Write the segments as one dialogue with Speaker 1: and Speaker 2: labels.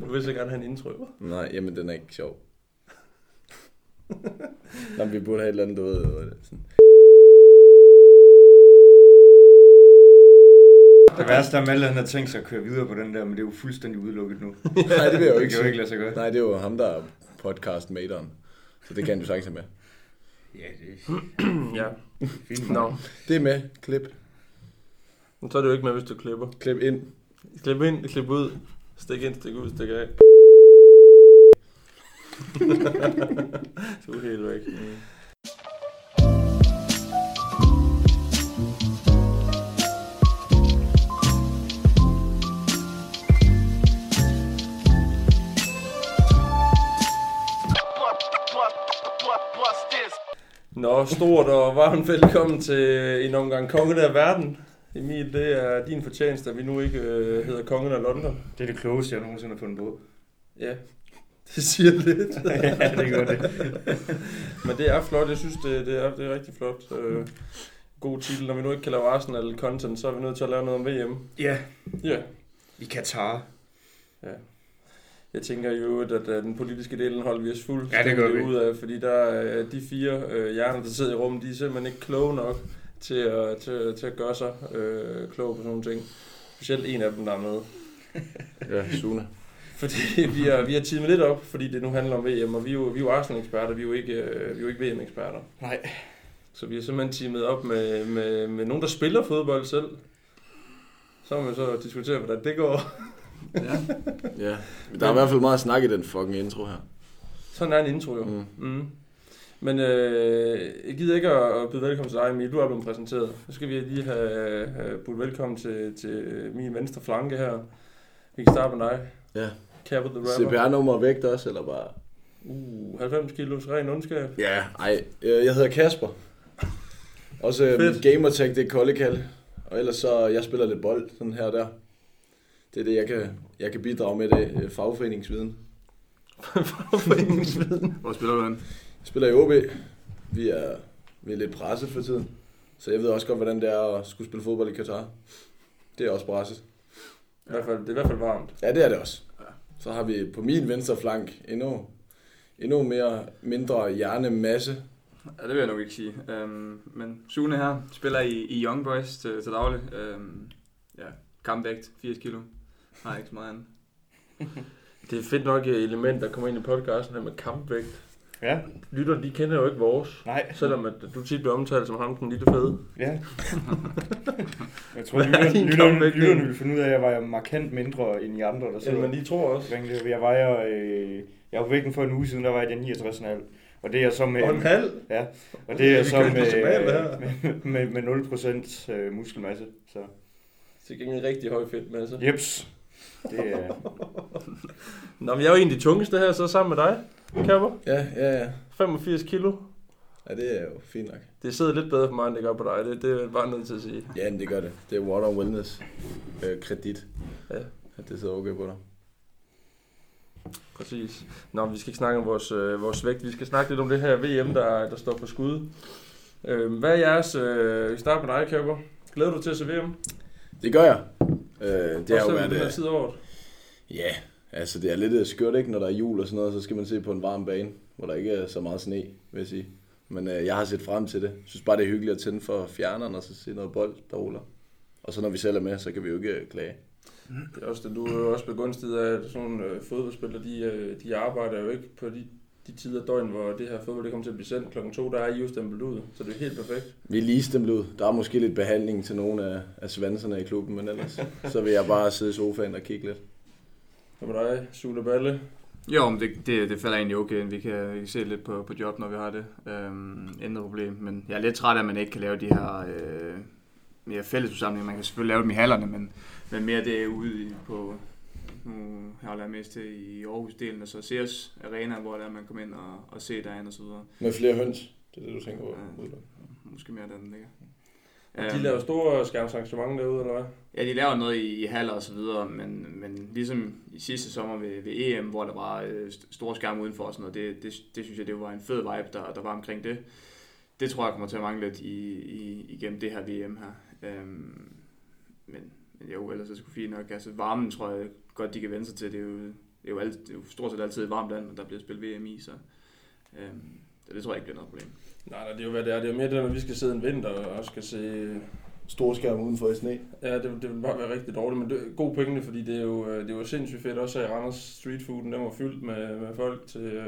Speaker 1: Du vil så gerne have en intro, hva'?
Speaker 2: Nej, jamen den er ikke sjov. Nå, men vi burde have et eller andet, du ved. øh, Sådan.
Speaker 3: Det værste er, at Malte han har tænkt sig at køre videre på den der, men det er jo fuldstændig udelukket nu.
Speaker 2: Nej, det vil jeg jo
Speaker 3: Det
Speaker 2: ikke
Speaker 3: kan jo ikke
Speaker 2: sige.
Speaker 3: lade sig gøre.
Speaker 2: Nej, det er jo ham, der er podcast materen. Så det kan du sagtens have med.
Speaker 3: Ja, det er
Speaker 1: Mm, ja.
Speaker 3: fint.
Speaker 1: Nå.
Speaker 2: Det er med. Klip.
Speaker 1: Men så er det jo ikke med, hvis du klipper.
Speaker 2: Klip ind.
Speaker 1: Klip ind, klip ud. Stik ind, stik ud, stik af. du er helt væk. Nå, stort og varmt velkommen til en omgang kongen af verden. Emil, det er din fortjeneste, at vi nu ikke øh, hedder kongen af London.
Speaker 3: Det er det klogeste, jeg nogensinde har fundet på.
Speaker 1: Ja, det siger lidt.
Speaker 3: ja, det gør det.
Speaker 1: Men det er flot, jeg synes, det, det, er, det er rigtig flot. Øh, god titel. Når vi nu ikke kan lave Arsenal content, så er vi nødt til at lave noget om VM.
Speaker 3: Ja,
Speaker 1: Ja. Yeah.
Speaker 3: i Katar.
Speaker 1: Jeg tænker jo, at, at øh, den politiske del den holder vi os
Speaker 3: Ja, det
Speaker 1: fuldstændig
Speaker 3: gør vi.
Speaker 1: ud af, fordi der er øh, de fire øh, hjerner, der sidder i rummet, de er simpelthen ikke kloge nok til at, til, til at gøre sig øh, kloge på sådan nogle ting. Specielt en af dem, der er med.
Speaker 2: Ja, Sune.
Speaker 1: Fordi vi har, vi har timet lidt op, fordi det nu handler om VM, og vi er jo, vi er jo Arsenal-eksperter, vi er jo ikke, øh, vi er jo ikke VM-eksperter.
Speaker 3: Nej.
Speaker 1: Så vi har simpelthen timet op med, med, med nogen, der spiller fodbold selv. Så må man så diskutere, hvordan det går.
Speaker 2: Ja. ja. Der er i hvert fald meget snak i den fucking intro her.
Speaker 1: Sådan er en intro jo.
Speaker 2: Mm.
Speaker 1: Mm. Men øh, jeg gider ikke at, at byde velkommen til dig, Emil. Du er blevet præsenteret. Nu skal vi lige have, have budt velkommen til, til min venstre flanke her. Vi kan starte med dig.
Speaker 2: Ja.
Speaker 1: Cap the Rapper.
Speaker 2: CPR-nummer og vægt også, eller bare...
Speaker 1: Uh, 90 kilos ren ondskab.
Speaker 2: Ja, ej. øh, Jeg hedder Kasper. Også øh,
Speaker 1: Fedt.
Speaker 2: mit gamertag, det er Koldekal. Og ellers så, jeg spiller lidt bold, sådan her og der. Det er det, jeg kan, jeg kan bidrage med, det øh, fagforeningsviden.
Speaker 1: Foreningsviden.
Speaker 4: Hvor spiller du den?
Speaker 2: Jeg spiller i OB. Vi er, vi er lidt presset for tiden. Så jeg ved også godt, hvordan det er at skulle spille fodbold i Katar. Det er også presset.
Speaker 1: I hvert fald, det er i hvert fald varmt.
Speaker 2: Ja, det er det også.
Speaker 4: Ja.
Speaker 2: Så har vi på min venstre flank endnu, endnu mere mindre hjernemasse.
Speaker 4: Ja, det vil jeg nok ikke sige. Øhm, men Sune her spiller i, i Young Boys til, til daglig. Øhm, ja, kampvægt, 80 kilo. Nej, ikke så meget andet.
Speaker 1: Det er fedt nok et element, der kommer ind i podcasten her med kampvægt.
Speaker 3: Ja,
Speaker 1: Lytterne, de kender jo ikke vores.
Speaker 3: nej.
Speaker 1: Selvom at du tit bliver omtalt som ham, den lille fede.
Speaker 3: Ja. Jeg tror,
Speaker 1: Hvad er din
Speaker 3: lytterne, lytterne,
Speaker 1: kampvægt?
Speaker 3: lytterne ville finde ud af, at jeg vejer markant mindre end de andre, der
Speaker 1: End man
Speaker 3: sidder
Speaker 1: lige tror også.
Speaker 3: omkring det. Jeg vejer... Øh, jeg var på vægten for en uge siden, der vejede jeg 69,5. Og det er så med...
Speaker 1: Og en halv.
Speaker 3: Ja, og det er
Speaker 1: Vi
Speaker 3: så
Speaker 1: kører
Speaker 3: med,
Speaker 1: decimalt her.
Speaker 3: med, med, med 0% øh, muskelmasse. Så
Speaker 1: Til gengæld rigtig høj fedtmasse.
Speaker 3: jeps, det er...
Speaker 1: Nå, men jeg er jo en af de tungeste her, så sammen med dig, Kapper.
Speaker 2: Ja, ja, ja.
Speaker 1: 85 kilo.
Speaker 2: Ja, det er jo fint nok.
Speaker 1: Det sidder lidt bedre for mig, end det gør på dig. Det, det er jeg bare nødt til at sige.
Speaker 2: Ja, men det gør det. Det er water and wellness øh, kredit.
Speaker 1: Ja.
Speaker 2: At det sidder okay på dig.
Speaker 1: Præcis. Nå, men vi skal ikke snakke om vores, øh, vores vægt. Vi skal snakke lidt om det her VM, der, der står på skud. Øh, hvad er jeres... Øh, vi starter med dig, Kapper. Glæder du dig til at se VM?
Speaker 2: Det gør jeg. Øh, det har jo
Speaker 1: Også selvom
Speaker 2: været...
Speaker 1: den her
Speaker 2: øh,
Speaker 1: tid af året.
Speaker 2: Ja, altså det er lidt øh, skørt, ikke? Når der er jul og sådan noget, så skal man se på en varm bane, hvor der ikke er så meget sne, vil jeg sige. Men øh, jeg har set frem til det. Jeg synes bare, det er hyggeligt at tænde for fjerneren og så se noget bold, der ruller. Og så når vi selv er med, så kan vi jo ikke øh, klage.
Speaker 1: Det er også det, du er jo også begunstiget af, at sådan nogle øh, fodboldspillere, de, øh, de arbejder jo ikke på de, de tider af døgn, hvor det her fodbold det kommer til at blive sendt. Klokken to, der er I jo stemplet ud, så det er helt perfekt.
Speaker 2: Vi er lige stemt ud. Der er måske lidt behandling til nogle af, af svanserne i klubben, men ellers så vil jeg bare sidde i sofaen og kigge lidt.
Speaker 1: Hvad med dig, Sule Balle?
Speaker 4: Jo, men det, det, det falder egentlig okay. ind. Vi kan, vi kan se lidt på, på job, når vi har det. Øhm, intet problem. Men jeg er lidt træt af, at man ikke kan lave de her øh, mere fællesudsamlinger. Man kan selvfølgelig lave dem i hallerne, men, men mere det er ude i, på... Nu har jeg mest til i Aarhus-delen, og så Sears Arena, hvor der man kommer ind og, og ser derinde og så videre.
Speaker 2: Med flere høns, det er det, du tænker på.
Speaker 4: Ja. Måske mere der, den ligger.
Speaker 1: De laver store skærmsarrangementer derude, eller hvad?
Speaker 4: Ja, de laver noget i, i haller og så videre, men, men ligesom i sidste sommer ved, ved EM, hvor der var øh, st- store skærme udenfor og sådan noget, det, det, det synes jeg, det var en fed vibe, der, der var omkring det. Det tror jeg kommer til at mangle lidt i, i, igennem det her VM her. Øhm, men, men jo, ellers er det sgu fint nok. Altså varmen tror jeg godt, de kan vende sig til. Det er jo Det er jo, alt, det er jo stort set altid et varmt land, men der bliver spillet VM i, så øhm, det, det tror jeg ikke bliver noget problem.
Speaker 1: Nej, nej, det er jo hvad det er. Det er jo mere det der, med, at vi skal sidde en vinter og skal se...
Speaker 2: Store skærm udenfor i sne.
Speaker 1: Ja, det, det vil bare være rigtig dårligt, men det, god pointe, fordi det er, jo, øh, det er jo sindssygt fedt. Også her i Randers streetfooden, den var fyldt med, med folk til, øh,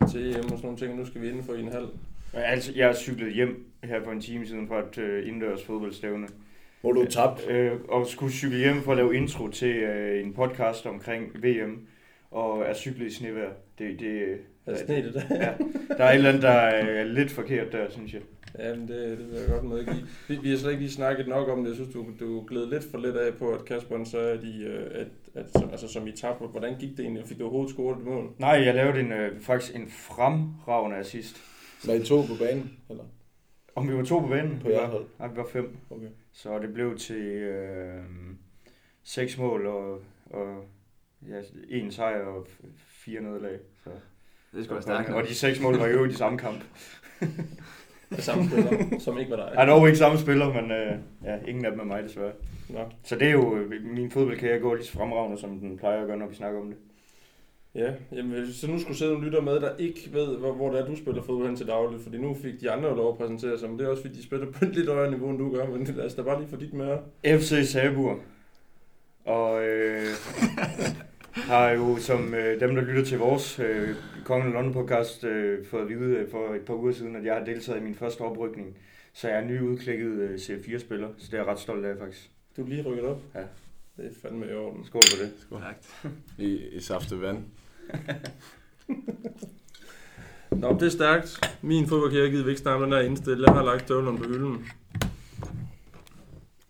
Speaker 4: Ja.
Speaker 1: til EM og sådan nogle ting. Nu skal vi indenfor i en halv.
Speaker 3: Men altså, jeg cyklede hjem her for en time siden fra et øh, indendørs fodboldstævne.
Speaker 2: Hvor du tabt.
Speaker 3: Øh, og skulle cykle hjem for at lave intro til øh, en podcast omkring VM. Og er cyklet i snevejr. Det, det,
Speaker 1: Er det sne Altså, det der?
Speaker 3: ja, der er et eller andet, der er lidt forkert der, synes jeg.
Speaker 1: Jamen, det, det vil jeg godt medgive. Vi, vi har slet ikke lige snakket nok om det. Jeg synes, du, du gled lidt for lidt af på, at Kasper så er de, øh, at, at, som, altså, som I tabte. Hvordan gik det egentlig? Fik du overhovedet scoret et mål?
Speaker 3: Nej, jeg lavede en, øh, faktisk en fremragende assist.
Speaker 2: Var I to på banen? Eller?
Speaker 3: Om vi var to på banen?
Speaker 2: På jeres hold?
Speaker 3: Nej, vi var fem.
Speaker 2: Okay.
Speaker 3: Så det blev til øh, seks mål og, og ja, en sejr og f- fire nederlag. Så.
Speaker 4: Det skal være stærkt.
Speaker 3: Og de seks mål var jo i de samme kamp.
Speaker 1: Af samme spiller, som ikke var dig.
Speaker 3: Jeg er dog ikke samme spiller, men øh, ja, ingen af dem er mig desværre.
Speaker 1: Nå.
Speaker 3: Så det er jo, øh, min fodboldkarriere går lige så fremragende, som den plejer at gøre, når vi snakker om det.
Speaker 1: Ja, jamen, hvis så nu skulle sidde nogle lytter med, der ikke ved, hvor, hvor det er, du spiller fodbold hen til daglig, fordi nu fik de andre jo lov at præsentere sig, men det er også, fordi de spiller på et lidt højere niveau, end du gør, men lad os da bare lige få dit med.
Speaker 3: FC Sabur. Og øh, har jo, som øh, dem, der lytter til vores øh, Kongen af London podcast, øh, fået at vide øh, for et par uger siden, at jeg har deltaget i min første oprykning. Så jeg er nyudklækket øh, C4-spiller, så det er jeg ret stolt af faktisk.
Speaker 1: Du er lige rykket op.
Speaker 3: Ja.
Speaker 1: Det er fandme i orden.
Speaker 3: Skål for det.
Speaker 4: Stærkt.
Speaker 2: I, i saftet vand.
Speaker 1: Nå, det er stærkt. Min fodboldkarriere gider vi ikke snakke om, den er indstillet. Jeg har lagt støvlerne på hylden.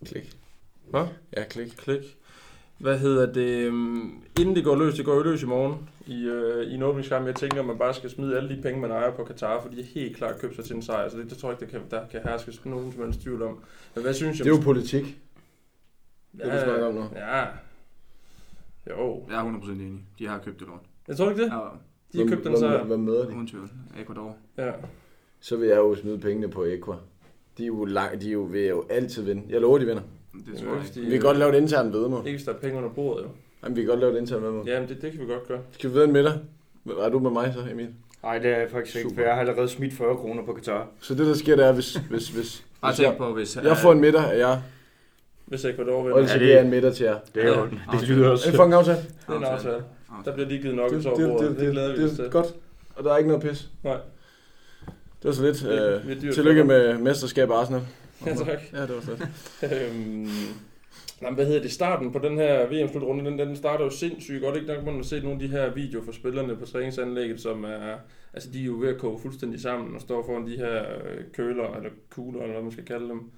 Speaker 2: Klik.
Speaker 1: Hvad?
Speaker 2: Ja, klik.
Speaker 1: Klik. Hvad hedder det? øhm, Inden det går løs, det går jo løs i morgen i, øh, i en åbningskamp. Jeg tænker, at man bare skal smide alle de penge, man ejer på Katar, fordi de har helt klart købt sig til en sejr. Så det, det tror jeg ikke, der kan, der kan herske nogen som helst tvivl om. Men hvad synes jeg?
Speaker 2: Det er jo politik. det, du snakker om nu.
Speaker 1: Ja. Jo.
Speaker 4: Jeg er 100% enig. De har købt det lort.
Speaker 1: Jeg tror ikke det.
Speaker 4: Ja,
Speaker 1: De har købt den sejr.
Speaker 2: Hvad møder de?
Speaker 4: uden tvivl. Ecuador.
Speaker 1: Ja.
Speaker 2: Så vil jeg jo smide pengene på Equa. De er jo, lang, de er jo, vil jo altid vinde. Jeg lover, de vinder.
Speaker 4: Det tror jeg ikke.
Speaker 2: Vi kan godt lave et internt vedmål.
Speaker 1: Ikke hvis der er penge under bordet, jo.
Speaker 2: Jamen, vi kan godt lave et internt vedmål.
Speaker 1: Jamen, det, det kan vi godt gøre.
Speaker 2: Skal vi ved en middag? Er du med mig så, Emil?
Speaker 3: Nej, det er jeg faktisk ikke,
Speaker 2: Super.
Speaker 3: for jeg har allerede smidt 40 kroner på Katar.
Speaker 2: Så det, der sker, det er, hvis, hvis, hvis,
Speaker 4: Bare
Speaker 2: hvis
Speaker 4: tænk
Speaker 2: jeg,
Speaker 4: på, hvis...
Speaker 2: jeg får en middag af jer,
Speaker 1: Hvis Ecuador
Speaker 2: og
Speaker 1: vinder.
Speaker 2: så
Speaker 3: det-
Speaker 2: giver jeg en middag til jer.
Speaker 3: Det er jo, det lyder
Speaker 2: Er det
Speaker 3: også.
Speaker 2: for en aftale?
Speaker 1: Det er en aftale. Der bliver lige givet nok
Speaker 2: det,
Speaker 1: over bordet. Det, glæder vi os
Speaker 2: det,
Speaker 1: til.
Speaker 2: det er godt. Og der er ikke noget pis.
Speaker 1: Nej.
Speaker 2: Det var så lidt.
Speaker 1: Det er- det er
Speaker 2: Øh,
Speaker 1: dyrt.
Speaker 2: tillykke med mesterskab og Arsenal.
Speaker 1: Ja, tak.
Speaker 2: Ja, det var fedt.
Speaker 1: Øhm, jamen, hvad hedder det? Starten på den her VM-slutrunde, den, den starter jo sindssygt godt. Ikke nok, man har set nogle af de her videoer fra spillerne på træningsanlægget, som er... Altså, de er jo ved at koge fuldstændig sammen og står foran de her øh, køler, eller kugler, eller hvad man skal kalde dem.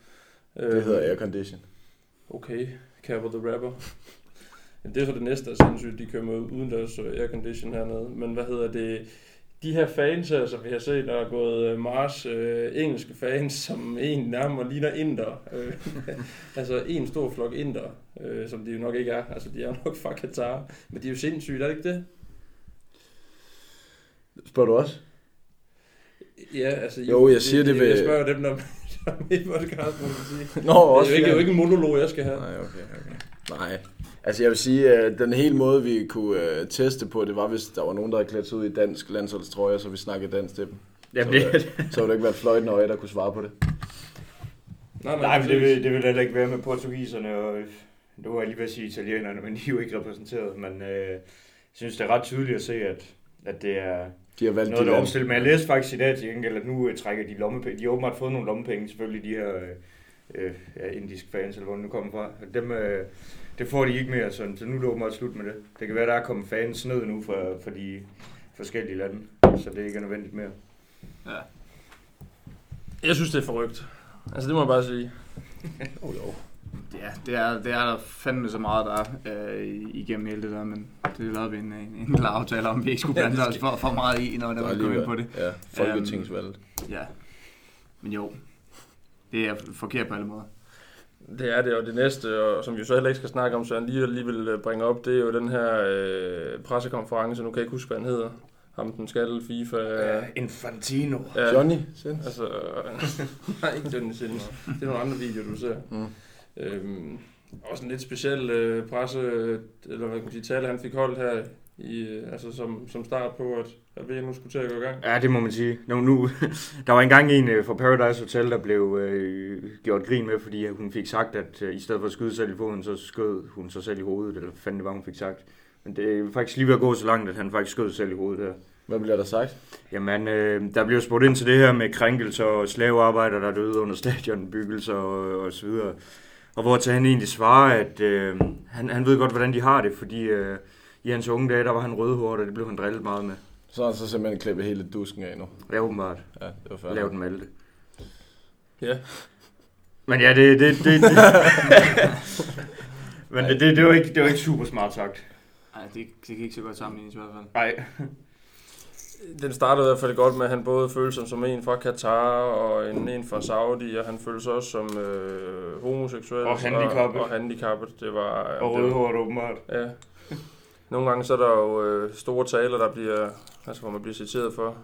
Speaker 1: Øh. Øhm,
Speaker 2: Det hedder aircondition.
Speaker 1: Okay, Capper the Rapper. Ja, det er så det næste, der er sindssygt. De kører med udendørs øh, aircondition hernede. Men hvad hedder det? De her fans her, som vi har set, der er gået øh, Mars øh, engelske fans, som en nærmere ligner inder. Øh, altså en stor flok inder, øh, som de jo nok ikke er. Altså de er jo nok fra Katar. Men de er jo sindssygt, er det ikke det?
Speaker 2: Spørger du også?
Speaker 1: Ja, altså... I-
Speaker 2: Jo, jeg siger det ved-
Speaker 1: Jeg spørger dem, der der er med i podcasten, må jeg sige.
Speaker 2: Nå,
Speaker 1: Det
Speaker 2: også.
Speaker 1: er jo ikke, det er jo
Speaker 2: fjern.
Speaker 1: ikke en monolog, jeg skal have.
Speaker 2: Nej, okay, okay. Nej. Altså jeg vil sige, at den hele måde, vi kunne øh, teste på, det var, hvis der var nogen, der havde klædt sig ud i dansk landsholdstrøje, så vi snakkede dansk til dem.
Speaker 3: Jamen,
Speaker 2: så,
Speaker 3: det,
Speaker 2: øh, så ville det ikke være fløjten øje, der kunne svare på det.
Speaker 3: Nej, men det vil, det vil heller ikke være med portugiserne, og øh, nu var jeg lige ved at sige italienerne, men de er jo ikke repræsenteret, men øh, jeg synes, det er ret tydeligt at se, at, at det er
Speaker 2: De har valgt
Speaker 3: noget,
Speaker 2: de
Speaker 3: der er
Speaker 2: lande.
Speaker 3: omstillet. Men jeg læste faktisk i dag til gengæld, at nu øh, trækker de lommepenge. De har åbenbart fået nogle lommepenge, selvfølgelig de her øh, øh, ja, indiske fans, eller hvor de nu kommer fra. Og Dem, øh, det får de ikke mere, sådan, så nu er det åbenbart slut med det. Det kan være, der er kommet fans ned nu fra, fra de forskellige lande, så det ikke er nødvendigt mere.
Speaker 4: Ja.
Speaker 1: Jeg synes, det er forrygt. Altså, det må jeg bare sige.
Speaker 2: Jo, Oh, jo.
Speaker 4: Ja, det er, det er der fandme så meget, der er øh, igennem hele det der, men det lavede vi en, øh, en, en klar aftale om, vi ikke skulle blande os for, for meget i, når der var kommet ind på det.
Speaker 2: Ja, folketingsvalget.
Speaker 1: Øhm,
Speaker 4: Ja. Men jo, det er forkert på alle måder.
Speaker 1: Det er det, og det næste, og som vi jo så heller ikke skal snakke om, Søren lige alligevel øh, bringer op, det er jo den her øh, pressekonference, nu kan jeg ikke huske, hvad han hedder. Ham den skattel FIFA...
Speaker 3: Ja.
Speaker 1: Øh,
Speaker 3: Infantino.
Speaker 1: ja,
Speaker 2: Johnny, sinds.
Speaker 1: Altså, øh, nej, ikke Johnny Sins. Det er nogle andre videoer, du ser.
Speaker 2: Mm.
Speaker 1: Øhm, også en lidt speciel øh, presse, eller hvad kan man sige, tale, han fik holdt her i, øh, altså som, som start på, at, at VM nu skulle til at gå i gang.
Speaker 3: Ja, det må man sige. Nå, nu, der var engang en øh, fra Paradise Hotel, der blev øh, gjort grin med, fordi hun fik sagt, at øh, i stedet for at skyde sig selv i foden, så skød hun sig selv i hovedet, eller hvad fanden det var, hun fik sagt. Men det er faktisk lige ved at gå så langt, at han faktisk skød sig selv i hovedet her.
Speaker 2: Hvad bliver der sagt?
Speaker 3: Jamen, øh, der blev spurgt ind til det her med krænkelser og slavearbejder, der døde under stadionbyggelser og, og så videre. Og hvor til han egentlig svarer, at øh, han, han ved godt, hvordan de har det, fordi øh, i hans unge dage, der var han rødhåret, og det blev han drillet meget med.
Speaker 2: Så har han så simpelthen klippet hele dusken af nu.
Speaker 3: Ja, åbenbart.
Speaker 2: Ja, det var
Speaker 3: Lav
Speaker 2: færdigt.
Speaker 3: den malte.
Speaker 1: Ja.
Speaker 3: Men ja, det... det, det, det. Men det, det, det, var ikke, det var ikke super smart sagt.
Speaker 4: Nej, det, det kan ikke så godt sammenlignes i hvert fald.
Speaker 3: Nej.
Speaker 1: Den startede i hvert fald godt med, at han både følte sig som en fra Katar og en, en fra Saudi, og han følte sig også som øh, homoseksuel.
Speaker 3: Og handicappet.
Speaker 1: Og, og handicappet. Det var,
Speaker 3: Og
Speaker 1: det var,
Speaker 3: rødhåret åbenbart.
Speaker 1: Ja. Nogle gange så er der jo øh, store taler, der bliver, altså hvor man bliver citeret for.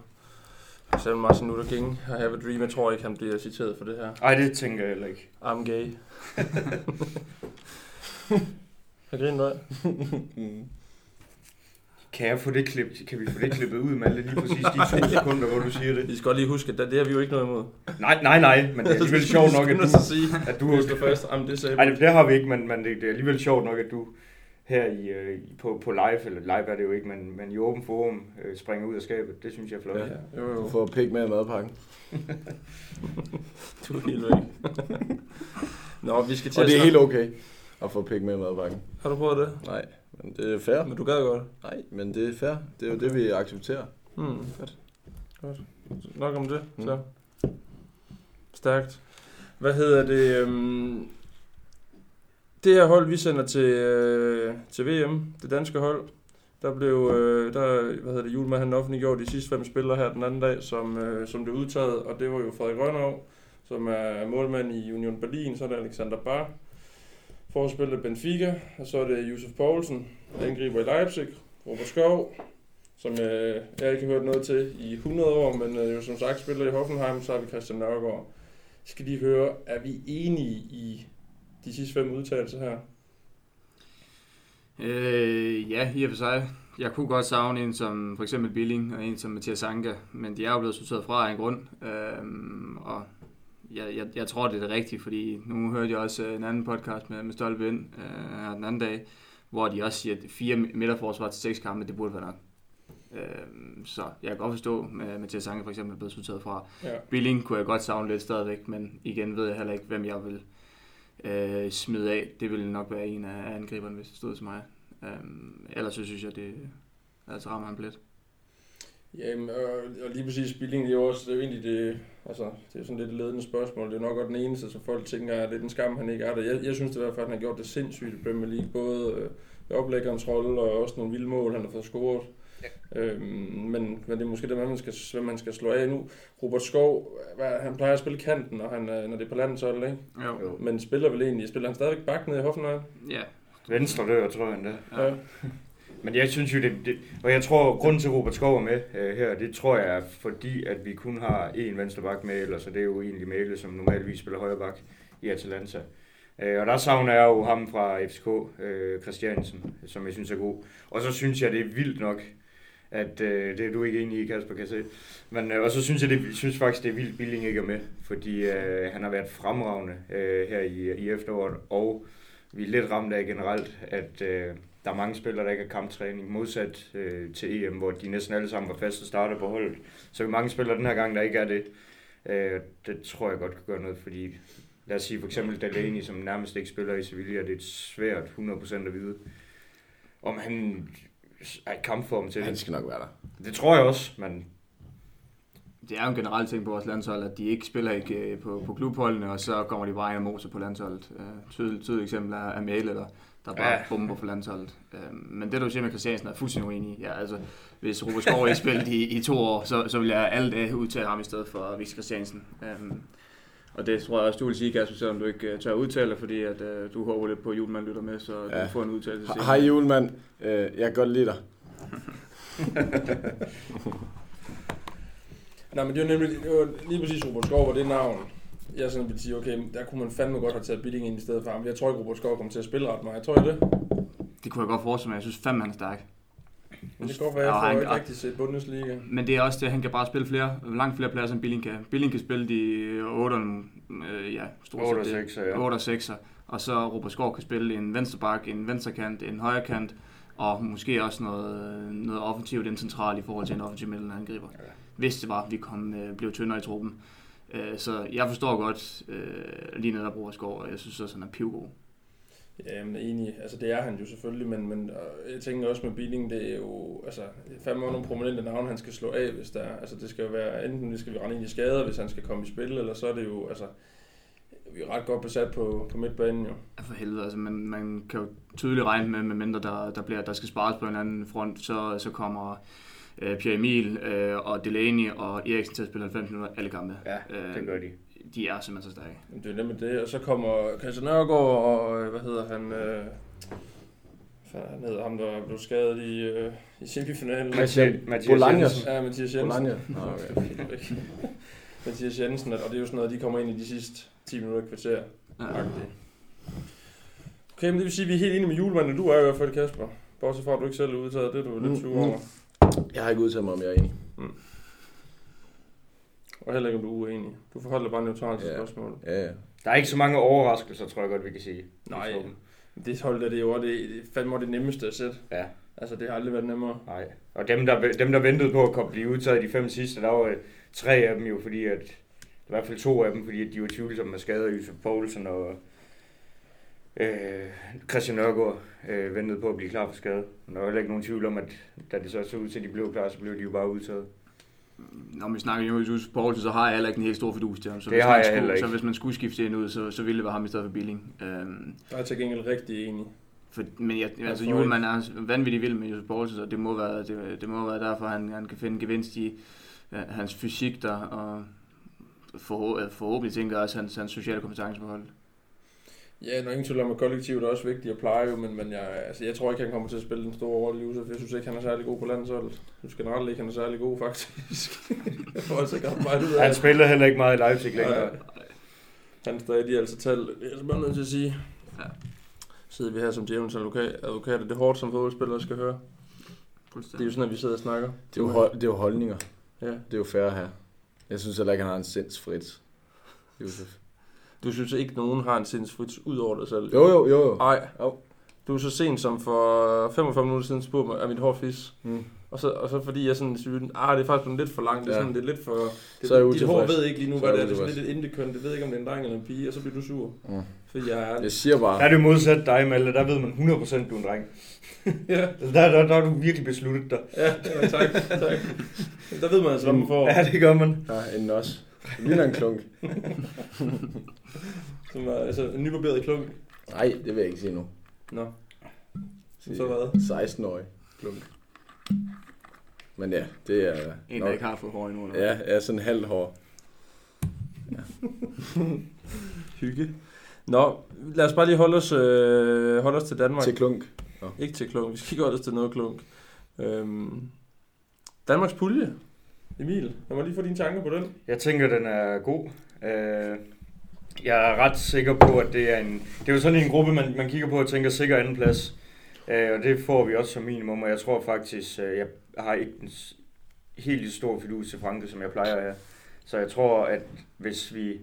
Speaker 1: For eksempel Martin Luther King, I have a dream, jeg tror ikke, han bliver citeret for det her.
Speaker 3: Nej, det tænker jeg heller ikke.
Speaker 1: I'm gay. Jeg griner noget.
Speaker 3: Kan jeg få det klip, kan vi få det klippet ud, Malte, lige præcis de to sekunder, hvor du siger det?
Speaker 1: Vi skal godt lige huske, at det det har vi jo ikke noget imod.
Speaker 3: Nej, nej, nej, men det er alligevel sjovt nok, at du...
Speaker 1: at sige,
Speaker 3: At
Speaker 1: du
Speaker 3: du
Speaker 1: husker først, jamen det sagde
Speaker 3: Nej, det, det har vi ikke, men, men det, det er alligevel sjovt nok, at du her i, øh, i- på, på live, eller live er det jo ikke, men, men i åben forum øh, springer ud af skabet. Det synes jeg er flot.
Speaker 1: Ja, jo, jo.
Speaker 2: Du får pik med i madpakken.
Speaker 1: Du er helt væk. Nå, vi skal til
Speaker 2: Og
Speaker 1: at
Speaker 2: det er
Speaker 1: snakke-
Speaker 2: helt okay at få pik med i madpakken.
Speaker 1: Har du prøvet det?
Speaker 2: Nej, men det er fair.
Speaker 1: Men du gad godt.
Speaker 2: Nej, men det er fair. Det er jo det, vi accepterer.
Speaker 1: Hmm, fedt. Godt. Nok om det,
Speaker 2: Mm.
Speaker 1: så. Stærkt. Hvad hedder det? Øhm, det her hold, vi sender til, øh, til VM, det danske hold, der blev øh, der, hvad hedder det, Julemand han offentliggjorde de sidste fem spillere her den anden dag, som, øh, som blev udtaget, og det var jo Frederik Rønnerov, som er målmand i Union Berlin, så er det Alexander Bar, forspiller Benfica, og så er det Josef Poulsen, angriber i Leipzig, Robert Skov, som øh, jeg ikke har hørt noget til i 100 år, men øh, jo som sagt spiller i Hoffenheim, så har vi Christian Nørgaard. Skal de høre, er vi enige i de sidste fem udtalelser her?
Speaker 4: Øh, ja, i og for sig. Jeg kunne godt savne en som for eksempel Billing og en som Mathias Anka, men de er jo blevet sorteret fra af en grund. Øhm, og jeg, jeg, jeg tror, det er det rigtige, fordi nu hørte jeg også øh, en anden podcast med, med Stolpe ind øh, her den anden dag, hvor de også siger, at fire midterforsvar til seks kampe, det burde være nok. Øhm, så jeg kan godt forstå, at Mathias Anke for eksempel er blevet sorteret fra.
Speaker 1: Ja.
Speaker 4: Billing kunne jeg godt savne lidt stadigvæk, men igen ved jeg heller ikke, hvem jeg vil øh, smide af. Det ville nok være en af angriberne, hvis det stod til mig. Øhm, ellers så synes jeg, det altså rammer han plet.
Speaker 1: Jamen, og, og lige præcis Billing, det er jo også, det er jo egentlig det, altså, det er sådan lidt et ledende spørgsmål. Det er nok også den eneste, som folk tænker, at det er en skam, han ikke er der. Jeg, jeg synes det i hvert fald, at han har gjort det sindssygt i Premier League, både øh, ved oplæggerens rolle og også nogle vilde mål, han har fået scoret. Øhm, men, men det er måske det, man skal, hvem man skal slå af nu. Robert Skov, hvad, han plejer at spille kanten, når, han, er- når det er på landsholdet, ikke?
Speaker 4: Jo.
Speaker 3: Jo.
Speaker 1: Men spiller vel egentlig, spiller han stadigvæk bak ned i Hoffenheim?
Speaker 4: Ja.
Speaker 3: Venstre dør, tror jeg endda.
Speaker 4: ja. ja.
Speaker 3: Men jeg synes jo, det, det og jeg tror, grunden til, at Robert Skov er med øh, her, det tror jeg er fordi, at vi kun har én venstreback med, ellers så det er jo egentlig Mæle, som normalvis spiller højre bak i Atalanta. Øh, og der savner jeg jo ham fra FCK, øh, Christiansen, som jeg synes er god. Og så synes jeg, det er vildt nok, at øh, det er du ikke enig i, Kasper, kan jeg se. Men, øh, og så synes jeg det, synes faktisk, det er vildt, Billing ikke er med, fordi øh, han har været fremragende øh, her i, i efteråret, og vi er lidt ramt af generelt, at... Øh, der er mange spillere, der ikke har kamptræning, modsat øh, til EM, hvor de næsten alle sammen var faste starter på holdet. Så er mange spillere den her gang, der ikke er det. Øh, det tror jeg godt kan gøre noget, fordi lad os sige for eksempel Delaney, som nærmest ikke spiller i Sevilla, det er svært 100% at vide, om han er i kampform til
Speaker 2: Han
Speaker 3: det.
Speaker 2: skal nok være der.
Speaker 3: Det tror jeg også, men
Speaker 4: Det er jo en generel ting på vores landshold, at de ikke spiller ikke øh, på, på klubholdene, og så kommer de bare ind og moser på landsholdet. Øh, tydeligt, tydeligt eksempel er, er Mæle, der, der bare
Speaker 3: Ja.
Speaker 4: ja. bomber på landsholdet. Øh, men det, du siger med Christiansen, er jeg fuldstændig uenig i. Ja, altså, hvis Robert Skov ikke spillet i, i to år, så, så vil jeg alle dage udtale ham i stedet for Victor Christiansen. Øh, og det tror jeg også, du vil sige, Kasper, selvom du ikke øh, tør udtale dig, fordi at, øh, du håber lidt på, at Julemand lytter med, så ja.
Speaker 2: Ja.
Speaker 4: du får en udtalelse.
Speaker 2: H-
Speaker 4: senere.
Speaker 2: Hej julemand, øh, jeg kan godt lide dig.
Speaker 1: Nej, men det var nemlig det var lige præcis Robert Skov, var det navn. Jeg sådan ville sige, okay, der kunne man fandme godt have taget Billing ind i stedet for ham. Jeg tror ikke, Robert Skov kommer til at spille ret meget. Jeg tror I det.
Speaker 4: Det kunne jeg godt forestille mig. Jeg synes fandme, han er stærk.
Speaker 1: Men det kan godt være,
Speaker 4: Ja,
Speaker 1: at jeg
Speaker 4: han-
Speaker 1: får ikke rigtig set Bundesliga.
Speaker 4: Men det er også det, han kan bare spille flere, langt flere pladser end Billing kan. Billing kan spille de 8, øh, ja, stort set
Speaker 3: Otte og
Speaker 4: det.
Speaker 3: sekser, ja.
Speaker 4: 8 og 6'er. Og så Robert Skov kan spille en venstreback, en venstrekant, en højrekant, og måske også noget, noget offensivt den central i forhold til en offensiv middelangriber.
Speaker 3: Ja.
Speaker 4: Ja. Hvis det var, vi kom, øh, blev tyndere i truppen. Øh, så jeg forstår godt øh, lige netop Robert Skov, og jeg synes også, han er pivgod.
Speaker 1: Ja, men enig. Altså, det er han jo selvfølgelig, men, men øh, jeg tænker også med Billing, det er jo altså, det er fandme også nogle prominente navne, han skal slå af, hvis der er. Altså, det skal jo være, enten det skal vi rende ind i skader, hvis han skal komme i spil, eller så er det jo, altså, vi er ret godt besat på, på midtbanen jo.
Speaker 4: Ja, For helvede, altså man, man kan jo tydeligt regne med, medmindre der, der, bliver, der skal spares på en eller anden front, så, så kommer øh, Pierre Emil øh, og Delaney og Eriksen til at spille 90 minutter alle kampe.
Speaker 3: Ja, det gør de.
Speaker 4: De er simpelthen så stærke.
Speaker 1: Jamen, det er jo nemlig det, og så kommer Christian Nørgaard, og øh, hvad hedder han, øh, hvad fanden hedder ham, der blev skadet i, øh, i semifinalen.
Speaker 2: Christian
Speaker 3: Mathias
Speaker 2: Bolaños.
Speaker 3: Jensen.
Speaker 1: Ja, Mathias Jensen.
Speaker 2: Bolaños. Nå,
Speaker 1: Nå,
Speaker 2: okay.
Speaker 1: okay. Mathias Jensen, og det er jo sådan noget, de kommer ind i de sidste 10 minutter i kvarter.
Speaker 4: Ja.
Speaker 1: Okay, men det vil sige, at vi er helt enige med julemanden, du er i hvert fald, Kasper. Bortset fra, at du ikke selv er udtaget, det er du lidt
Speaker 2: Mm,
Speaker 1: sur over.
Speaker 2: Jeg har ikke udtalt mig, om jeg er enig.
Speaker 1: Og heller ikke, om du er uenig. Du forholder dig bare neutralt til
Speaker 2: Ja.
Speaker 1: spørgsmålet.
Speaker 2: Ja, ja.
Speaker 3: Der er ikke så mange overraskelser, tror jeg godt, vi kan sige.
Speaker 1: Nej.
Speaker 3: I truppen.
Speaker 1: Det hold der, det er jo også det, det er fandme det nemmeste at sætte.
Speaker 3: Ja.
Speaker 1: Altså, det har aldrig været nemmere.
Speaker 3: Nej. Og dem der, dem, der ventede på at komme, blive udtaget i de fem sidste, der var øh, tre af dem jo, fordi at, i hvert fald to af dem, fordi at de var tvivlsomme med skader, Yusuf Poulsen og øh, Christian Nørgaard øh, ventede på at blive klar for skade. Men der var heller ikke nogen tvivl om, at da det så så ud til, at de blev klar, så blev de jo bare udtaget.
Speaker 4: Når vi snakker Jonas Josef Poulsen, så har jeg heller ikke en helt stor fidus til ham. Så,
Speaker 3: Det
Speaker 4: hvis
Speaker 3: har
Speaker 4: man
Speaker 3: jeg
Speaker 4: skulle,
Speaker 3: heller ikke.
Speaker 4: så hvis man skulle skifte en ud, så, så ville det være ham i stedet for Billing. Øhm,
Speaker 1: Der er til gengæld rigtig enig.
Speaker 4: for, men jeg, altså,
Speaker 1: tror
Speaker 4: Julemand er vanvittig vild med Josef Poulsen, og det må være, det, det må være derfor, han, han kan finde gevinst i ja, hans fysik der, og forhå- øh, forhåbentlig tænker jeg også hans, hans sociale kompetencer på holdet.
Speaker 1: Ja, der er ingen tvivl om, at kollektivet er også vigtigt at pleje, jo, men, men jeg, altså, jeg tror ikke, han kommer til at spille den store rolle, Josef. Jeg synes ikke, han er særlig god på landsholdet. Jeg synes generelt ikke, han er særlig god, faktisk. jeg får altså ikke ret meget ud af
Speaker 3: Han
Speaker 1: det.
Speaker 3: spillede heller ikke meget i Leipzig længere.
Speaker 1: Nej. Han er stadig altså tal. Det er jeg simpelthen nødt til at sige.
Speaker 4: Ja.
Speaker 1: Sidder vi her som djævelens advoka- advokater. Det er hårdt, som fodboldspillere skal høre. Det er jo sådan, at vi sidder og snakker.
Speaker 2: Det er jo, hol- det er jo holdninger.
Speaker 1: Ja.
Speaker 2: Det er jo fair her. Jeg synes heller ikke, han har en sinds frit. Josef.
Speaker 1: Du synes ikke, nogen har en sindsfrit ud over dig selv?
Speaker 2: Jo, jo, jo, jo.
Speaker 1: Nej.
Speaker 2: Jo.
Speaker 1: Du er så sent som for 45 minutter siden spurgte mig, er mit hår fisk?
Speaker 2: Mm.
Speaker 1: Og så, og så fordi jeg sådan synes, ah, det er faktisk blevet lidt for langt, det er,
Speaker 2: Ja.
Speaker 1: sådan, det er lidt for... Det,
Speaker 2: Så er jeg
Speaker 1: dit hår
Speaker 2: utilfreds.
Speaker 1: ved ikke lige nu,
Speaker 2: Så
Speaker 1: hvad
Speaker 2: er
Speaker 1: det er,
Speaker 2: jeg
Speaker 1: det er sådan lidt et indekøn, det ved ikke, om det er en dreng eller en pige, og så bliver du sur.
Speaker 2: Mm.
Speaker 1: Fordi jeg er...
Speaker 2: Jeg siger bare,
Speaker 3: Der er det jo modsat dig, Malte. Der ved man 100% du er en dreng.
Speaker 1: ja,
Speaker 3: Altså, Der, der, der har du virkelig besluttet dig.
Speaker 1: ja, ja, tak, tak. Der ved man altså, hvad man får.
Speaker 3: Ja, det gør man.
Speaker 2: ja, en nos. Det ligner en klunk.
Speaker 1: Som er, altså, en nybarberet klump.
Speaker 2: Nej, det vil jeg ikke sige nu.
Speaker 1: Nå,
Speaker 2: Sige
Speaker 1: Så hvad?
Speaker 2: 16-årig klunk. Men ja, det er...
Speaker 4: En,
Speaker 2: nok-
Speaker 4: der ikke har fået hår endnu. eller hvad?
Speaker 2: Ja, jeg er sådan halvt hår.
Speaker 1: hygge. Nå, lad os bare lige holde os, øh, holde os til Danmark.
Speaker 2: Til klunk.
Speaker 1: Ikke til klunk. Vi skal ikke holde os til noget klunk. Øhm, Danmarks pulje. Emil, lad mig lige få dine tanker på den.
Speaker 3: Jeg tænker, den er god. Øh, jeg er ret sikker på, at det er en... Det er jo sådan en gruppe, man, man kigger på og tænker, sikker anden plads. Øh, og det får vi også som minimum, og jeg tror faktisk, øh, jeg har ikke en s- helt stor fidus til Frankrig, som jeg plejer at have. Så jeg tror, at hvis vi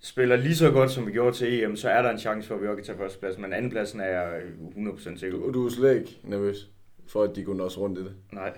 Speaker 3: spiller lige så godt, som vi gjorde til EM, så er der en chance for, at vi også kan tage førstepladsen. Men andenpladsen er jeg øh, 100% sikker
Speaker 2: Du,
Speaker 3: på.
Speaker 2: du er slet ikke nervøs for, at de kunne også rundt i det.
Speaker 3: Nej.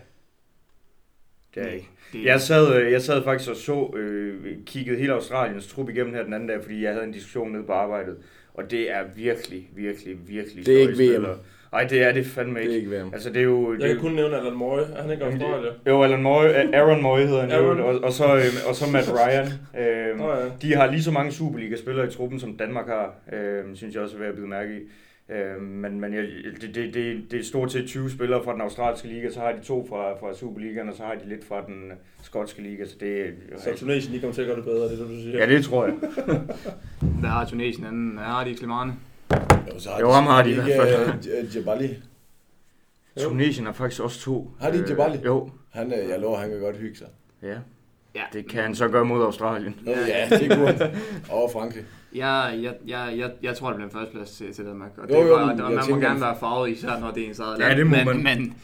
Speaker 3: Det er jeg ikke.
Speaker 4: Det,
Speaker 3: Jeg sad, øh, jeg sad faktisk og så, øh, kiggede hele Australiens trup igennem her den anden dag, fordi jeg havde en diskussion nede på arbejdet. Og det er virkelig, virkelig, virkelig
Speaker 2: Det er ikke
Speaker 3: sløje
Speaker 2: VM.
Speaker 3: spillere. Ej, det er det
Speaker 2: Det
Speaker 3: fandme ikke.
Speaker 2: er
Speaker 3: Det
Speaker 2: ikke VM.
Speaker 3: Altså, det er jo... Det
Speaker 1: Jeg
Speaker 3: er
Speaker 1: kan
Speaker 3: jo,
Speaker 1: kun nævne Alan Moy. Er han ikke
Speaker 3: Jamen, det-
Speaker 1: Australier?
Speaker 3: jo, Alan Moy, Aaron Moy hedder han
Speaker 1: Aaron.
Speaker 3: jo, og, og, så, øh, og så Matt Ryan. Øh,
Speaker 1: Nå ja.
Speaker 3: de har lige så mange Superliga-spillere i truppen, som Danmark har, øh, synes jeg også er værd at bide mærke i. Øh, men men jeg, det, det, det, det er stort set 20 spillere fra den australske liga, så har de to fra, fra Superligaen, og så har de lidt fra den øh, skotske liga, så det er...
Speaker 1: Så Tunesien, de kommer til at gøre det bedre, det er det, du siger.
Speaker 3: Ja, det tror jeg.
Speaker 4: Hvad har Tunesien anden? Hvad har de Klimane?
Speaker 2: Jo, så
Speaker 3: Jo, ham har de i
Speaker 2: ikke,
Speaker 3: hvert fald.
Speaker 2: øh, J- Jabali.
Speaker 1: Jo.
Speaker 3: Tunesien har faktisk også to.
Speaker 2: Har de
Speaker 3: Øh,
Speaker 2: Djibali?
Speaker 3: Jo,
Speaker 2: Han, øh, jeg lover, han kan godt hygge sig.
Speaker 3: ja.
Speaker 4: Ja.
Speaker 3: Det kan han så gøre mod Australien.
Speaker 2: Nå, ja, det kunne han. Over Frankrig.
Speaker 4: Jeg, jeg, jeg, jeg, jeg tror, det bliver en førsteplads til, til Danmark. Og
Speaker 2: Jo,
Speaker 4: det jo,
Speaker 2: jo,
Speaker 4: var,
Speaker 2: men
Speaker 4: det var,
Speaker 2: jeg
Speaker 4: man må
Speaker 2: tænker-
Speaker 4: gerne være farvet, især når det er ens eget
Speaker 3: Ja, det må
Speaker 4: men,
Speaker 3: man.
Speaker 4: Men,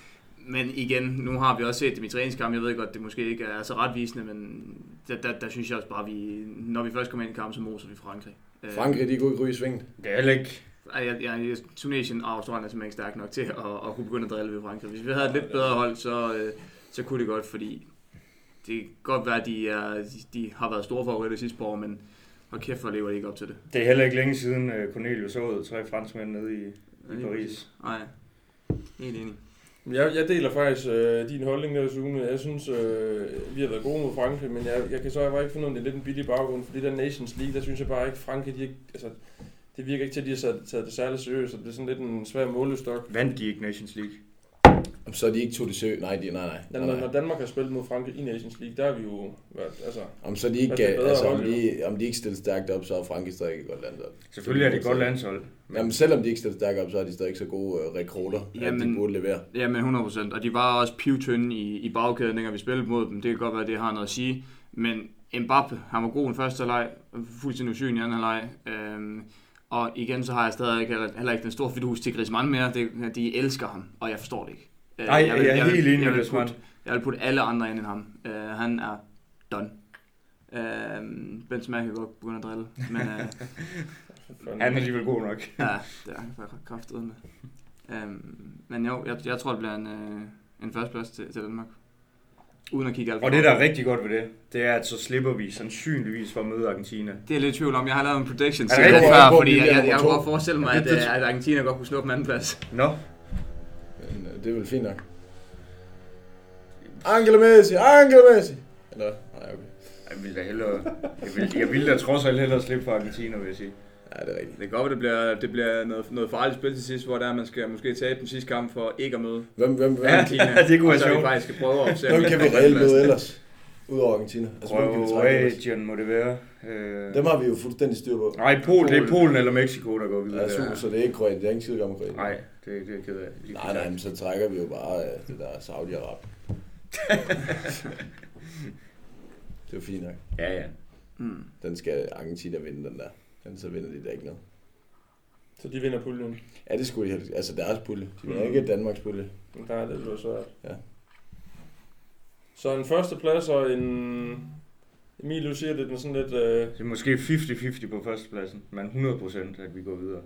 Speaker 4: Men igen, nu har vi også set dem i træningskamp. Jeg ved godt, det måske ikke er så retvisende, men der, der, der synes jeg også bare, at vi, når vi først kommer ind i kampen, så moser vi Frankrig. Øh,
Speaker 2: Frankrig, de kunne ikke ryge i svinget.
Speaker 3: Det er heller ikke.
Speaker 4: Ej, Jeg, jeg, Tunesien og Australien er simpelthen ikke stærke nok til at, at kunne begynde at drille ved Frankrig. Hvis vi havde et lidt bedre hold, så, øh, så kunne det godt, fordi det kan godt være, at de, er, de, de har været store favoritter sidste par år, men hold kæft, hvor lever de ikke op til det.
Speaker 3: Det er heller ikke længe siden øh, Cornelius åd tre franskmænd nede i, i Paris.
Speaker 4: Nej, helt enig.
Speaker 1: Jeg, jeg deler faktisk øh, din holdning der, Sune. Jeg synes, øh, vi har været gode mod Frankrig, men jeg, jeg kan så bare ikke finde ud af, om det er lidt en billig baggrund, for det der Nations League, der synes jeg bare ikke, Frankrig, de ikke, altså, det virker ikke til, at de har taget, taget det særlig seriøst, og det er sådan lidt en svær målestok.
Speaker 3: Vandt de ikke Nations League?
Speaker 2: Jamen, Så er de ikke to til sø. Nej, de, nej, nej.
Speaker 1: Når,
Speaker 2: nej, nej.
Speaker 1: når Danmark har spillet mod Frankrig i Nations League, der har vi jo været, altså,
Speaker 2: Om så de
Speaker 1: Altså,
Speaker 2: ikke,
Speaker 1: det er bedre
Speaker 2: altså, om,
Speaker 1: hold,
Speaker 2: de, om de ikke stiller stærkt op, så er Frankrig stadig et godt landshold.
Speaker 3: Selvfølgelig er det et godt landshold.
Speaker 2: Men... Jamen selvom de ikke stiller stærkt op, så er de stadig så gode øh, rekrutter, at de
Speaker 4: Jamen-
Speaker 2: burde levere.
Speaker 4: Jamen 100%, og de var også pivtynde i, i bagkæden, dengang vi spillede mod dem. Det kan godt være, at det har noget at sige, men Mbappe, han var god i den første leg, fuldstændig usynlig i anden leg. Øhm, og igen, så har jeg stadig heller, heller ikke den store fidus til Griezmann mere. Det, de elsker ham, og jeg forstår det ikke. Øh,
Speaker 3: Nej, jeg, er helt enig
Speaker 4: jeg
Speaker 3: med
Speaker 4: vil,
Speaker 3: Griezmann.
Speaker 4: putte, jeg vil putte alle andre ind end ham. Øh, han er done. Øh, Benzema kan godt begynde at drille, men øh,
Speaker 1: fandme.
Speaker 3: Han er alligevel god nok.
Speaker 4: Ja, det er jeg faktisk kraftet med. Øhm, men jo, jeg, jeg tror, det bliver en, øh, en førsteplads til, til Danmark. Uden at kigge alt for
Speaker 3: Og det, der
Speaker 4: meget.
Speaker 3: er rigtig godt ved det, det er, at så slipper vi sandsynligvis for at møde Argentina.
Speaker 4: Det er jeg lidt i tvivl om. Jeg har lavet en prediction
Speaker 3: Er
Speaker 4: til
Speaker 3: det
Speaker 4: det
Speaker 3: rigtigt?
Speaker 2: Jeg er
Speaker 4: før,
Speaker 2: på,
Speaker 4: fordi
Speaker 2: vi
Speaker 4: jeg,
Speaker 2: bliver
Speaker 4: jeg, jeg
Speaker 2: nummer
Speaker 4: kunne
Speaker 2: to.
Speaker 4: godt forestille mig,
Speaker 1: Ja,
Speaker 4: at,
Speaker 1: det- det-
Speaker 4: øh, at Argentina godt kunne snuppe en anden plads.
Speaker 3: Nå,
Speaker 2: Men øh, det er vel fint nok. Angelo Messi! Angelo Messi! Eller, nej, okay.
Speaker 3: jeg ville da hellere... Jeg ville, jeg ville da trods alt hellere slippe for Argentina, vil jeg sige.
Speaker 2: Ja, det er rigtigt.
Speaker 5: Det kan godt, være, det bliver, det bliver noget, noget farligt spil til sidst, hvor der man skal måske tabe den sidste kamp for ikke at møde
Speaker 2: Hvem, hvem, hvem,
Speaker 3: Ja,
Speaker 2: ja,
Speaker 5: Argentina.
Speaker 3: det kunne
Speaker 5: Og
Speaker 3: være
Speaker 5: så vi
Speaker 3: sjovt.
Speaker 5: faktisk skal prøve at opsætte.
Speaker 2: hvem kan vi reelt møde ellers? Udover Argentina. Altså, hvem kan vi trække ellers?
Speaker 3: Kroatien må det være. Øh...
Speaker 2: Dem har vi jo fuldstændig styr på.
Speaker 3: Nej, Polen, det er
Speaker 4: Polen.
Speaker 3: Polen eller Mexico, der går
Speaker 2: Det er
Speaker 3: videre.
Speaker 2: super, så det er ikke Kroatien. Det er ikke tidligere med Kroatien.
Speaker 3: Nej, det, det er jeg ked af. Lige
Speaker 2: Nej, nej, men så trækker vi jo bare øh, det der Saudi-Arab. det er jo fint nok.
Speaker 3: Ja, ja.
Speaker 4: Mm.
Speaker 2: Den skal Argentina vinde, den der. Ellers så vinder de da ikke noget.
Speaker 1: Så de vinder puljen.
Speaker 2: Ja, det skulle de helst. Altså deres pulje. De
Speaker 1: Mm.
Speaker 2: vinder ikke Danmarks pulje.
Speaker 1: Men der er det blevet svært.
Speaker 2: Ja.
Speaker 1: Så en førsteplads og en... Emil, du siger, det er den sådan lidt... Øh,
Speaker 3: Det er måske 50-50 på førstepladsen, men 100% at vi går videre.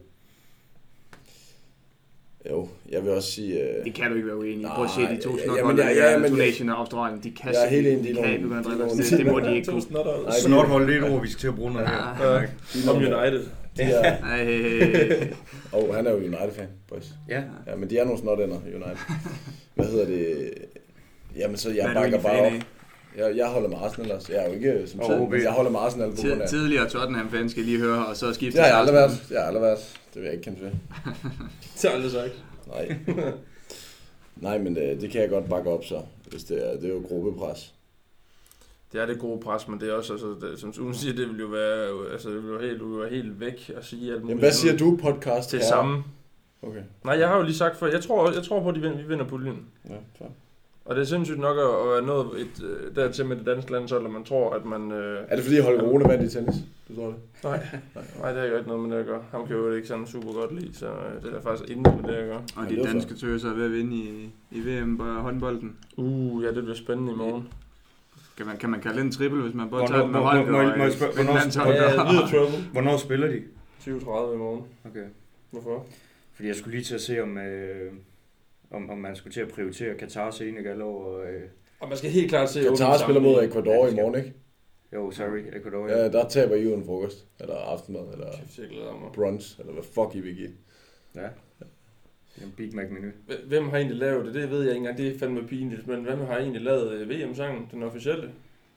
Speaker 2: Jo, jeg vil også sige... Øh,
Speaker 4: Det kan du ikke være uenig i. Prøv at se
Speaker 2: Nej,
Speaker 4: de to
Speaker 2: ja,
Speaker 4: snot,
Speaker 2: jamen, ja, ja, men-
Speaker 4: Tunesien og Australien. De kan
Speaker 2: Jeg er helt
Speaker 4: simpelthen-
Speaker 2: enig i
Speaker 4: de kan
Speaker 2: nogle-
Speaker 4: ikke begynde at drille os.
Speaker 2: nogle-
Speaker 4: Det, det må de ikke
Speaker 1: to
Speaker 4: kunne.
Speaker 1: snotter
Speaker 2: Nej,
Speaker 1: altså.
Speaker 2: det-
Speaker 3: Snot hold lidt ord, vi skal til at bruge noget
Speaker 4: Ja.
Speaker 3: her. Ja.
Speaker 1: om United.
Speaker 2: de er,
Speaker 4: Ej, øh,
Speaker 2: oh, han er jo United-fan, boys.
Speaker 3: ja.
Speaker 2: Ja, men de er nogle snotænder, United. Hvad hedder det? Jamen, så
Speaker 4: hvad
Speaker 2: jeg
Speaker 4: er du
Speaker 2: bakker
Speaker 4: egentlig
Speaker 2: bare
Speaker 4: fan
Speaker 2: op.
Speaker 4: af?
Speaker 2: Jeg, jeg holder med Arsenal også. Jeg er jo ikke øh, som
Speaker 3: Og
Speaker 2: sådan,
Speaker 3: OB.
Speaker 2: men jeg holder med Arsenal på grund af...
Speaker 4: Tid- Tidligere Tottenham-fan skal lige høre, og så
Speaker 2: Det
Speaker 4: skifte
Speaker 2: har
Speaker 4: til
Speaker 2: jeg aldrig
Speaker 4: Arsenal.
Speaker 2: været. Det har jeg aldrig været. Det vil jeg ikke kende til.
Speaker 1: Det har jeg aldrig sagt.
Speaker 2: Nej. Nej, men øh, det kan jeg godt bakke op så. Hvis det er, det er jo gruppepres.
Speaker 1: Det er det gode pres, men det er også, altså, det, som Sune siger, det vil jo være, altså, det vil jo helt, det vil være helt væk at sige alt muligt.
Speaker 2: Jamen, hvad siger
Speaker 1: andet
Speaker 2: du, podcast?
Speaker 1: Til
Speaker 2: herre?
Speaker 1: samme.
Speaker 2: Okay.
Speaker 1: Nej, jeg har jo lige sagt for, jeg tror, jeg tror på, at de vinder, vi vinder puljen.
Speaker 2: Ja, klar.
Speaker 1: Og det er sindssygt nok at, at være nået et, øh, dertil med det danske landshold, og man tror, at man... Øh,
Speaker 2: Er det fordi, Holger Rune vandt i tennis? Du tror det?
Speaker 1: nej, nej, det har jeg ikke noget med det at gøre. Ham kan jeg jo ikke sådan super godt lide, så øh, det er faktisk intet med det at gøre.
Speaker 2: Ja,
Speaker 4: Og
Speaker 2: det
Speaker 4: de
Speaker 2: var
Speaker 4: danske tøser er ved at vinde i, i VM på håndbolden.
Speaker 1: Uh, ja, det bliver spændende i morgen.
Speaker 4: Kan man, kan man kalde det en triple, hvis man
Speaker 3: Hvornår-
Speaker 4: både tager den med
Speaker 3: hvornår-
Speaker 4: Holger
Speaker 3: må-
Speaker 4: og
Speaker 3: må- må jeg spørge-
Speaker 4: øh,
Speaker 3: hvornår-
Speaker 4: landsholdet?
Speaker 1: Ja, videre trouble.
Speaker 3: Hvornår spiller de?
Speaker 1: 20.30 i morgen.
Speaker 3: Okay.
Speaker 1: Hvorfor?
Speaker 3: Fordi jeg skulle lige til at se, om, øh, om, om man skulle til at prioritere Katar og Senegal over... Øh,
Speaker 1: Og man skal helt klart se...
Speaker 2: Katar
Speaker 1: åbent
Speaker 2: spiller mod
Speaker 1: sammenligning.
Speaker 2: Ecuador i morgen, ikke?
Speaker 3: jo, sorry, Ecuador.
Speaker 2: Ja, der taber I jo en frokost. Eller aftenmad, eller
Speaker 1: Kæft, jeg glæder mig.
Speaker 2: brunch, eller hvad fuck I vil give.
Speaker 3: ja. En Big Mac-menu.
Speaker 1: H- Hvem har egentlig lavet det? Det ved jeg ikke engang. Det er fandme pinligt. Men hvem har egentlig lavet øh, VM-sangen? Den officielle?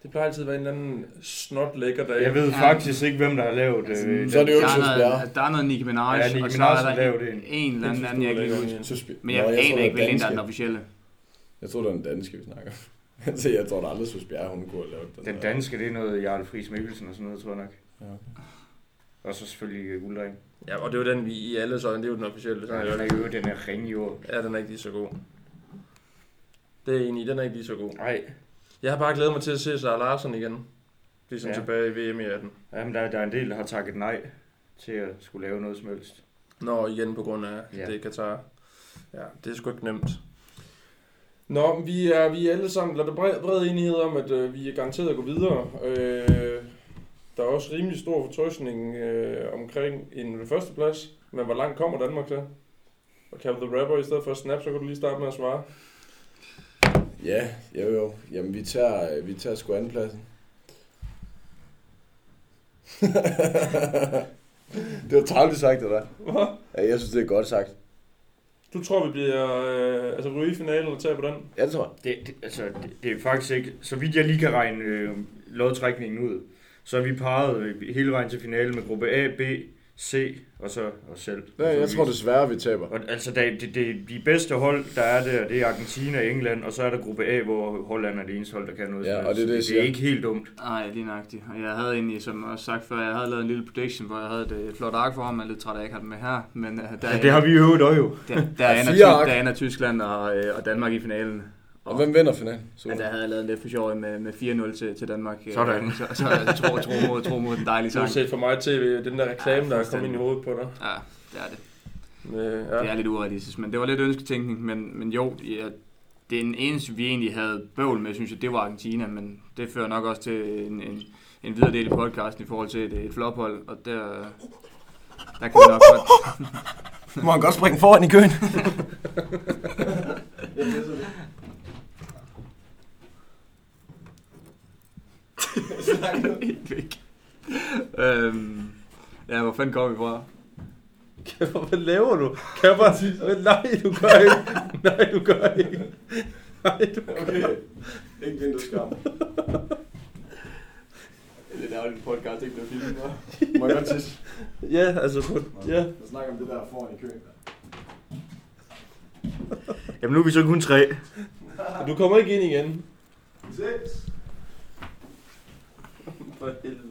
Speaker 1: Det plejer altid at være en eller anden snot lækker dag.
Speaker 3: Jeg ved
Speaker 4: Ja.
Speaker 3: faktisk ikke, hvem der har lavet øh,
Speaker 4: Altså,
Speaker 3: den.
Speaker 2: så er det jo
Speaker 4: der,
Speaker 2: ikke
Speaker 4: er
Speaker 2: Søsbjerg.
Speaker 4: noget, der er noget Nicki Minaj,
Speaker 3: Ja, Nicki
Speaker 4: og så
Speaker 3: Minaj
Speaker 4: er der
Speaker 3: laver
Speaker 4: en,
Speaker 3: det en.
Speaker 4: en eller anden, anden jeg kan huske.
Speaker 2: Så spi-
Speaker 4: Men jeg,
Speaker 2: Nå, tror,
Speaker 4: aner
Speaker 2: det
Speaker 4: ikke, hvilken der er
Speaker 2: danske.
Speaker 4: den officielle.
Speaker 2: Jeg tror, det er den danske, vi snakker om. Så jeg tror da aldrig, Sus Bjerre, hun kunne have lavet den.
Speaker 3: Den
Speaker 2: der.
Speaker 3: danske, det er noget Jarl Friis Mikkelsen og sådan noget, tror jeg nok.
Speaker 2: Ja, okay.
Speaker 3: Og så selvfølgelig øh, Uldring.
Speaker 1: Ja, og det er jo den, vi i alle sådan. Det er jo den officielle
Speaker 3: Den
Speaker 1: sang.
Speaker 3: er jo den er ringjord.
Speaker 1: Ja, den er ikke lige så god. Det er jeg enig i. Den er ikke lige så god.
Speaker 3: Nej,
Speaker 1: Jeg har bare glædet mig til at se Sarah Larsen igen. Ligesom
Speaker 3: Ja.
Speaker 1: ja. tilbage i VM i 18.
Speaker 3: Jamen, der, der er en del, der har takket nej til at skulle lave noget som helst.
Speaker 1: Nå, igen på grund af,
Speaker 3: Ja.
Speaker 1: ja. det er Katar. Ja, det er sgu ikke nemt. Nå, men vi er, vi er alle sammen, der er bred, bred enighed om, at øh, vi er garanteret at gå videre. Øh, der er også rimelig stor fortrøstning øh, omkring en førsteplads, men hvor langt kommer Danmark til? Og kan The Rapper i stedet for Snap, så kan du lige starte med at svare.
Speaker 2: Ja, jo jo. Jamen, vi tager, øh, vi tager sgu andenpladsen. det var travlt sagt, det der. Ja, jeg synes, det er godt sagt.
Speaker 1: Du tror, vi bliver øh, altså ryge i finalen eller tager på den?
Speaker 2: Ja, det tror jeg.
Speaker 3: Det, det, altså, det, det er faktisk ikke... Så vidt jeg lige kan regne øh, lodtrækningen ud, så er vi parret øh, hele vejen til finalen med gruppe A, B, C og så os selv.
Speaker 2: Ja, jeg tror
Speaker 3: det.
Speaker 2: desværre, vi taber.
Speaker 3: Og, altså, det, det, det, de bedste hold, der er der, det er Argentina og England, og så er der gruppe A, hvor Holland er det eneste hold, der kan noget.
Speaker 2: Ja, og
Speaker 3: som helst.
Speaker 2: det er det, jeg
Speaker 3: det, det
Speaker 2: siger.
Speaker 3: er ikke helt dumt.
Speaker 4: Nej, lige nøjagtigt. Og jeg havde egentlig, som også sagt før, jeg havde lavet en lille prediction, hvor jeg havde et, et flot ark for ham. Jeg er lidt træt af, at jeg ikke har det med her. Men uh, der,
Speaker 3: Ja, det har vi i øvrigt også jo.
Speaker 4: der, der, ender,
Speaker 2: Fire ark.
Speaker 4: Ty- der ender Tyskland og, øh, og Danmark i finalen.
Speaker 2: Og hvem vinder finalen? Så.
Speaker 4: Men der havde jeg lavet en lidt for sjov en med, med 4-0 til, til Danmark. øh,
Speaker 3: Sådan.
Speaker 4: Så, så jeg tro, tro, mod, tro mod den dejlige
Speaker 1: Det har du
Speaker 4: sang.
Speaker 1: set for mig tv, den der reklame,
Speaker 4: Ja,
Speaker 1: der er kommet ind i hovedet på dig.
Speaker 4: Ja, det er det.
Speaker 1: Øh,
Speaker 4: Ja. Det
Speaker 1: ja.
Speaker 4: er lidt urealistisk, men det var lidt ønsketænkning. Men, men jo, ja, den eneste, vi egentlig havde bøvl med, synes jeg, det var Argentina. Men det fører nok også til en, en, en videre del i podcasten i forhold til et, et flophold. Og der, der kan vi nok godt...
Speaker 2: Må han godt springe foran i køen?
Speaker 4: Helt væk. øhm, ja, hvor fanden kom vi fra?
Speaker 1: Kæmper, hvad laver du? Kæmper, men nej, du gør ikke. Nej, du gør ikke. Nej, du gør ikke.
Speaker 2: Ikke vindueskam.
Speaker 4: Det er jo en podcast, ikke blev filmet.
Speaker 2: Må jeg godt tisse?
Speaker 1: Ja, altså på, ja.
Speaker 2: Jeg snakker om det der foran i køen.
Speaker 3: Jamen nu er vi så kun tre.
Speaker 1: Og Du kommer ikke ind igen.
Speaker 2: Ses!
Speaker 1: For helvede.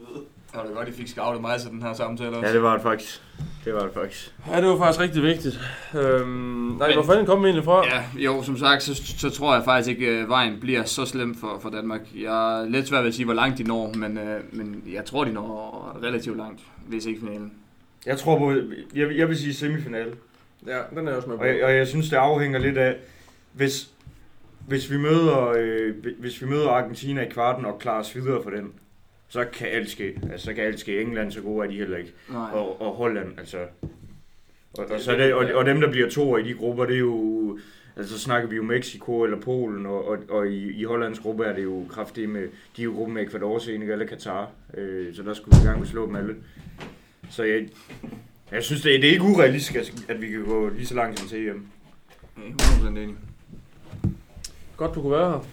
Speaker 4: Var det godt, I fik scoutet mig til den her samtale også?
Speaker 3: Ja, det var det faktisk. Det var det faktisk.
Speaker 1: Ja, det var faktisk rigtig vigtigt. Øhm, nej,
Speaker 4: Men-
Speaker 1: hvor fanden kom vi egentlig fra?
Speaker 4: Ja, jo, som sagt, så, så tror jeg faktisk ikke, at vejen bliver så slem for, for Danmark. Jeg er lidt svært ved at sige, hvor langt de når, men, øh, men jeg tror, de når relativt langt, hvis ikke finalen.
Speaker 3: Jeg tror på... Jeg, jeg vil sige semifinale.
Speaker 1: ja den er jeg også med på.
Speaker 3: Og jeg, og jeg synes, det afhænger lidt af, hvis, hvis, vi møder, øh, hvis vi møder Argentina i kvarten og klarer os videre for den, så kan alt ske. Altså, så kan alt ske. England, så gode er de heller ikke.
Speaker 4: Nej.
Speaker 3: Og, og Holland, altså. Og, og, så er det, og, og dem, der bliver to i de grupper, det er jo... Altså, så snakker vi jo Mexico eller Polen, og, og, og i, i Hollands gruppe er det jo kraftigt med... De er jo gruppen med Ecuador, Senegal eller Katar. Øh, så der skulle vi i gang med at slå dem alle. Så jeg, jeg synes, det er, det er ikke urealistisk, at- at vi kan gå lige så langt som til E hjem.
Speaker 4: Jeg er 100% enig.
Speaker 1: Godt, du kunne være her.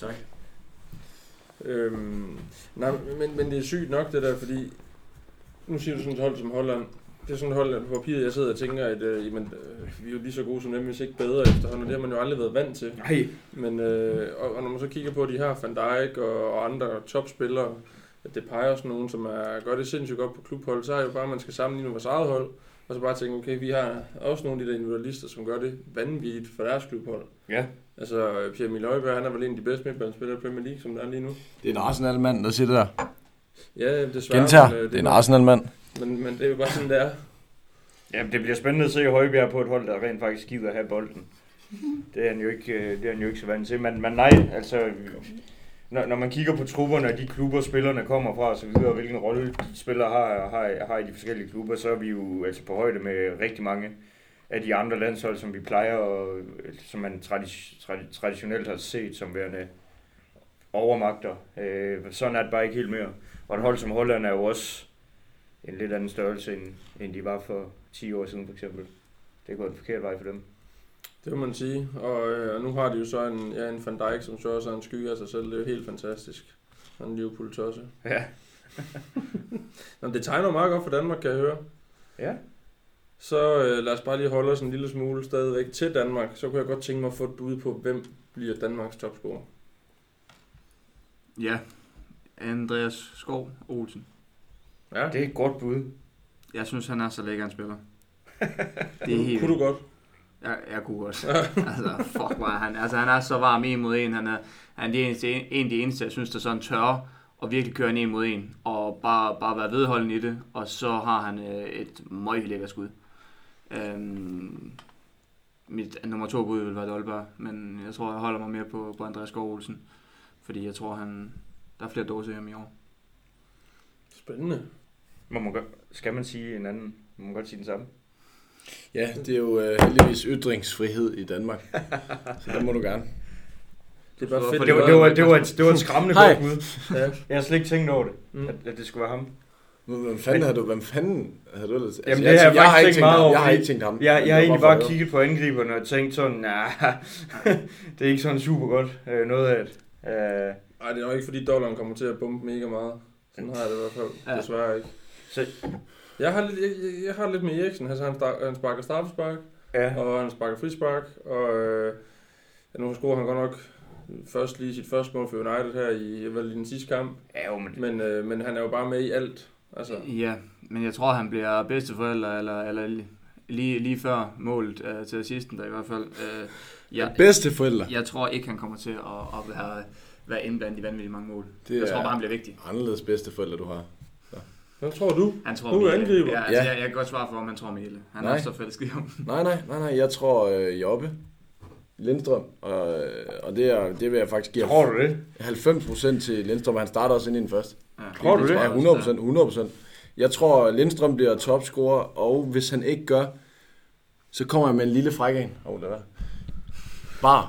Speaker 3: Tak.
Speaker 1: Øhm, nej, men, men det er sygt nok det der, fordi nu siger du sådan et hold som Holland. Det er sådan et hold at på papiret, jeg sidder og tænker, at øh, jamen, øh, vi er jo lige så gode som dem, hvis ikke bedre efterhånden. og Det har man jo aldrig været vant til.
Speaker 3: Nej,
Speaker 1: Men, øh, og, og når man så kigger på de her Van Dijk og, og andre topspillere, at det peger sådan nogen, som er, gør det sindssygt godt på klubhold, så er det jo bare, at man skal sammenligne med vores eget hold, og så bare tænke, okay, vi har også nogle af de der individualister, som gør det vanvittigt for deres klubhold.
Speaker 3: Ja.
Speaker 1: Altså, Pierre Miløjberg, han er vel en af de bedste midtbanespillere i Premier League, som der er lige nu.
Speaker 2: Det er en Arsenal-mand, der sidder der.
Speaker 1: Ja, desværre.
Speaker 2: Gentager,
Speaker 1: men, øh,
Speaker 2: det er en Arsenal-mand.
Speaker 1: men, men det er jo bare sådan, det er.
Speaker 3: Jamen, det bliver spændende at se Højbjerg på et hold, der rent faktisk gider at have bolden. Det er han jo ikke, øh, det er han jo ikke så vant til. Men, men nej, altså... Når, når man kigger på trupperne og de klubber, spillerne kommer fra osv., og hvilken rolle de spillere har, har, har i de forskellige klubber, så er vi jo altså på højde med rigtig mange af de andre landshold, som vi plejer, og øh, som man tradi- tradi- traditionelt har set som værende overmagter. Øh, sådan er det bare ikke helt mere. Og et hold som Holland er jo også en lidt anden størrelse, end, end de var for 10 år siden for eksempel. Det er gået en forkert vej for dem.
Speaker 1: Det må man sige. Og, øh, og nu har de jo så en, ja, en Van Dijk, som så også er en skygge af sig selv. Det er jo helt fantastisk. Og en Liverpool-tosse.
Speaker 3: Ja.
Speaker 1: Nå, men det tegner meget godt for Danmark, kan jeg høre.
Speaker 3: Ja.
Speaker 1: Så øh, lad os bare lige holde os en lille smule stadigvæk til Danmark. Så kunne jeg godt tænke mig at få et bud på, hvem bliver Danmarks topscorer.
Speaker 4: Ja. Andreas Skov Olsen.
Speaker 1: Ja,
Speaker 3: Det er et godt bud.
Speaker 4: Jeg synes, han er så lækker en spiller. Det er helt...
Speaker 1: kunne du godt.
Speaker 4: Jeg, jeg kunne godt. altså, fuck, hvor er han. Altså, han er så varm en mod en. Han er, han er de eneste, en, en af de eneste, jeg synes, der sådan tør og virkelig køre en en mod en. Og bare, bare være vedholden i det. Og så har han øh, et møg lækker skud. Øhm, mit nummer to bud vil være Dolberg, men jeg tror, jeg holder mig mere på, på Andreas Gård Olsen, fordi jeg tror, han, der er flere dåser hjemme i år.
Speaker 1: Spændende.
Speaker 3: Må man godt, skal man sige en anden? Må man godt sige den samme?
Speaker 2: Ja, det er jo øh, heldigvis ytringsfrihed i Danmark. Så der må du gerne.
Speaker 1: Det er bare
Speaker 4: Så
Speaker 1: fedt.
Speaker 4: for
Speaker 3: Det var, det var, det var, et, det var et skræmmende
Speaker 2: Hej.
Speaker 3: godt bud.
Speaker 1: Ja.
Speaker 3: Jeg har slet ikke tænkt over det,
Speaker 1: Mm.
Speaker 3: at, at det skulle være ham.
Speaker 2: Hvem hvem fanden har du? Hvem fanden har du ellers? Altså,
Speaker 3: Jamen,
Speaker 2: jeg,
Speaker 3: det har jeg
Speaker 2: jeg, har
Speaker 3: faktisk
Speaker 2: ikke tænkt
Speaker 3: tænkt meget
Speaker 2: ham.
Speaker 3: over,
Speaker 2: Jeg har
Speaker 3: fordi
Speaker 2: ikke tænkt ham.
Speaker 3: Jeg,
Speaker 2: Men
Speaker 3: jeg har
Speaker 2: det var
Speaker 3: egentlig bare
Speaker 2: for-
Speaker 3: kigget på angriberne og tænkt sådan, nej, det er ikke sådan super godt øh, noget af det. Øh,
Speaker 1: Ej, det er nok ikke fordi dollaren kommer til at bumpe mega meget. Sådan har jeg det i hvert fald. Ja.
Speaker 4: Ja.
Speaker 1: Desværre ikke.
Speaker 3: Så-
Speaker 1: Jeg har, lidt, jeg, jeg, jeg har lidt med Eriksen. Altså, han, star, han sparker straffespark,
Speaker 3: ja,
Speaker 1: og han sparker frispark, og øh, ja, nu scorer han godt nok først lige sit første mål for United her i, vel, i den sidste kamp.
Speaker 3: ja jo, men
Speaker 1: Men, øh, men han er jo bare med i alt. Altså,
Speaker 4: Ja, men jeg tror, han bliver bedsteforælder, eller, eller li- lige, lige før målet øh, til assisten, der i hvert fald. Øh, jeg,
Speaker 2: Bedste forældre.
Speaker 4: jeg tror ikke, han kommer til at, at være, være indblandet i vanvittigt mange mål.
Speaker 2: Det
Speaker 4: Jeg tror
Speaker 2: er-
Speaker 4: bare, han bliver vigtig.
Speaker 2: Anderledes bedste forældre, du har.
Speaker 1: hvad tror du?
Speaker 4: Han tror
Speaker 1: Nu er
Speaker 4: Miele.
Speaker 1: angriber.
Speaker 4: Ja,
Speaker 2: Ja.
Speaker 4: altså, ja. Jeg, jeg, kan godt svare for, om han tror Miele. Han
Speaker 2: Nej.
Speaker 4: er så falsk i ham.
Speaker 2: Nej, nej, nej, nej. Jeg tror øh, Jobbe. Lindstrøm. Og, øh, og det, er, det vil jeg faktisk give
Speaker 3: tror du det?
Speaker 2: 90% til Lindstrøm. og Han starter også ind i den første.
Speaker 4: Ja.
Speaker 3: Tror du det?
Speaker 2: Ja, 100%, 100%. Jeg tror, Lindstrøm bliver topscorer, og hvis han ikke gør, så kommer jeg med en lille fræk en. Åh, oh, lad være. Bare.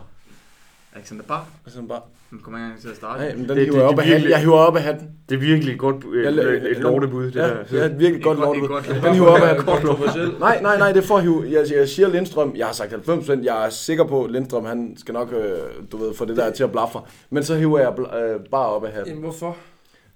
Speaker 4: Alexander Bar,
Speaker 2: Altså bare.
Speaker 4: han kommer ikke engang til at starte.
Speaker 2: Nej, men den
Speaker 3: Det-
Speaker 2: hiver jeg
Speaker 3: det-
Speaker 2: op
Speaker 3: det
Speaker 2: af hatten.
Speaker 3: virkelig-
Speaker 2: Jeg hiver op af hatten.
Speaker 3: Det er virkelig et godt, bu-
Speaker 2: Jeg
Speaker 3: et,
Speaker 2: la-
Speaker 3: et, et
Speaker 2: la-
Speaker 3: lortebud, det
Speaker 2: ja,
Speaker 3: der.
Speaker 2: Ja, et virkelig
Speaker 4: Et
Speaker 2: godt
Speaker 4: godt- et
Speaker 2: lortet.
Speaker 4: godt-
Speaker 2: Den hiver op af hatten.
Speaker 1: Kontroversiel.
Speaker 2: Nej, nej, nej, det er for at hive. Jeg, jeg siger Lindstrøm, jeg har sagt 90%, jeg er sikker på, at Lindstrøm, han skal nok, øh, du ved, få det der til at blafre. Men så hiver jeg bl- øh, bare op af hatten,
Speaker 1: Jamen, hvorfor?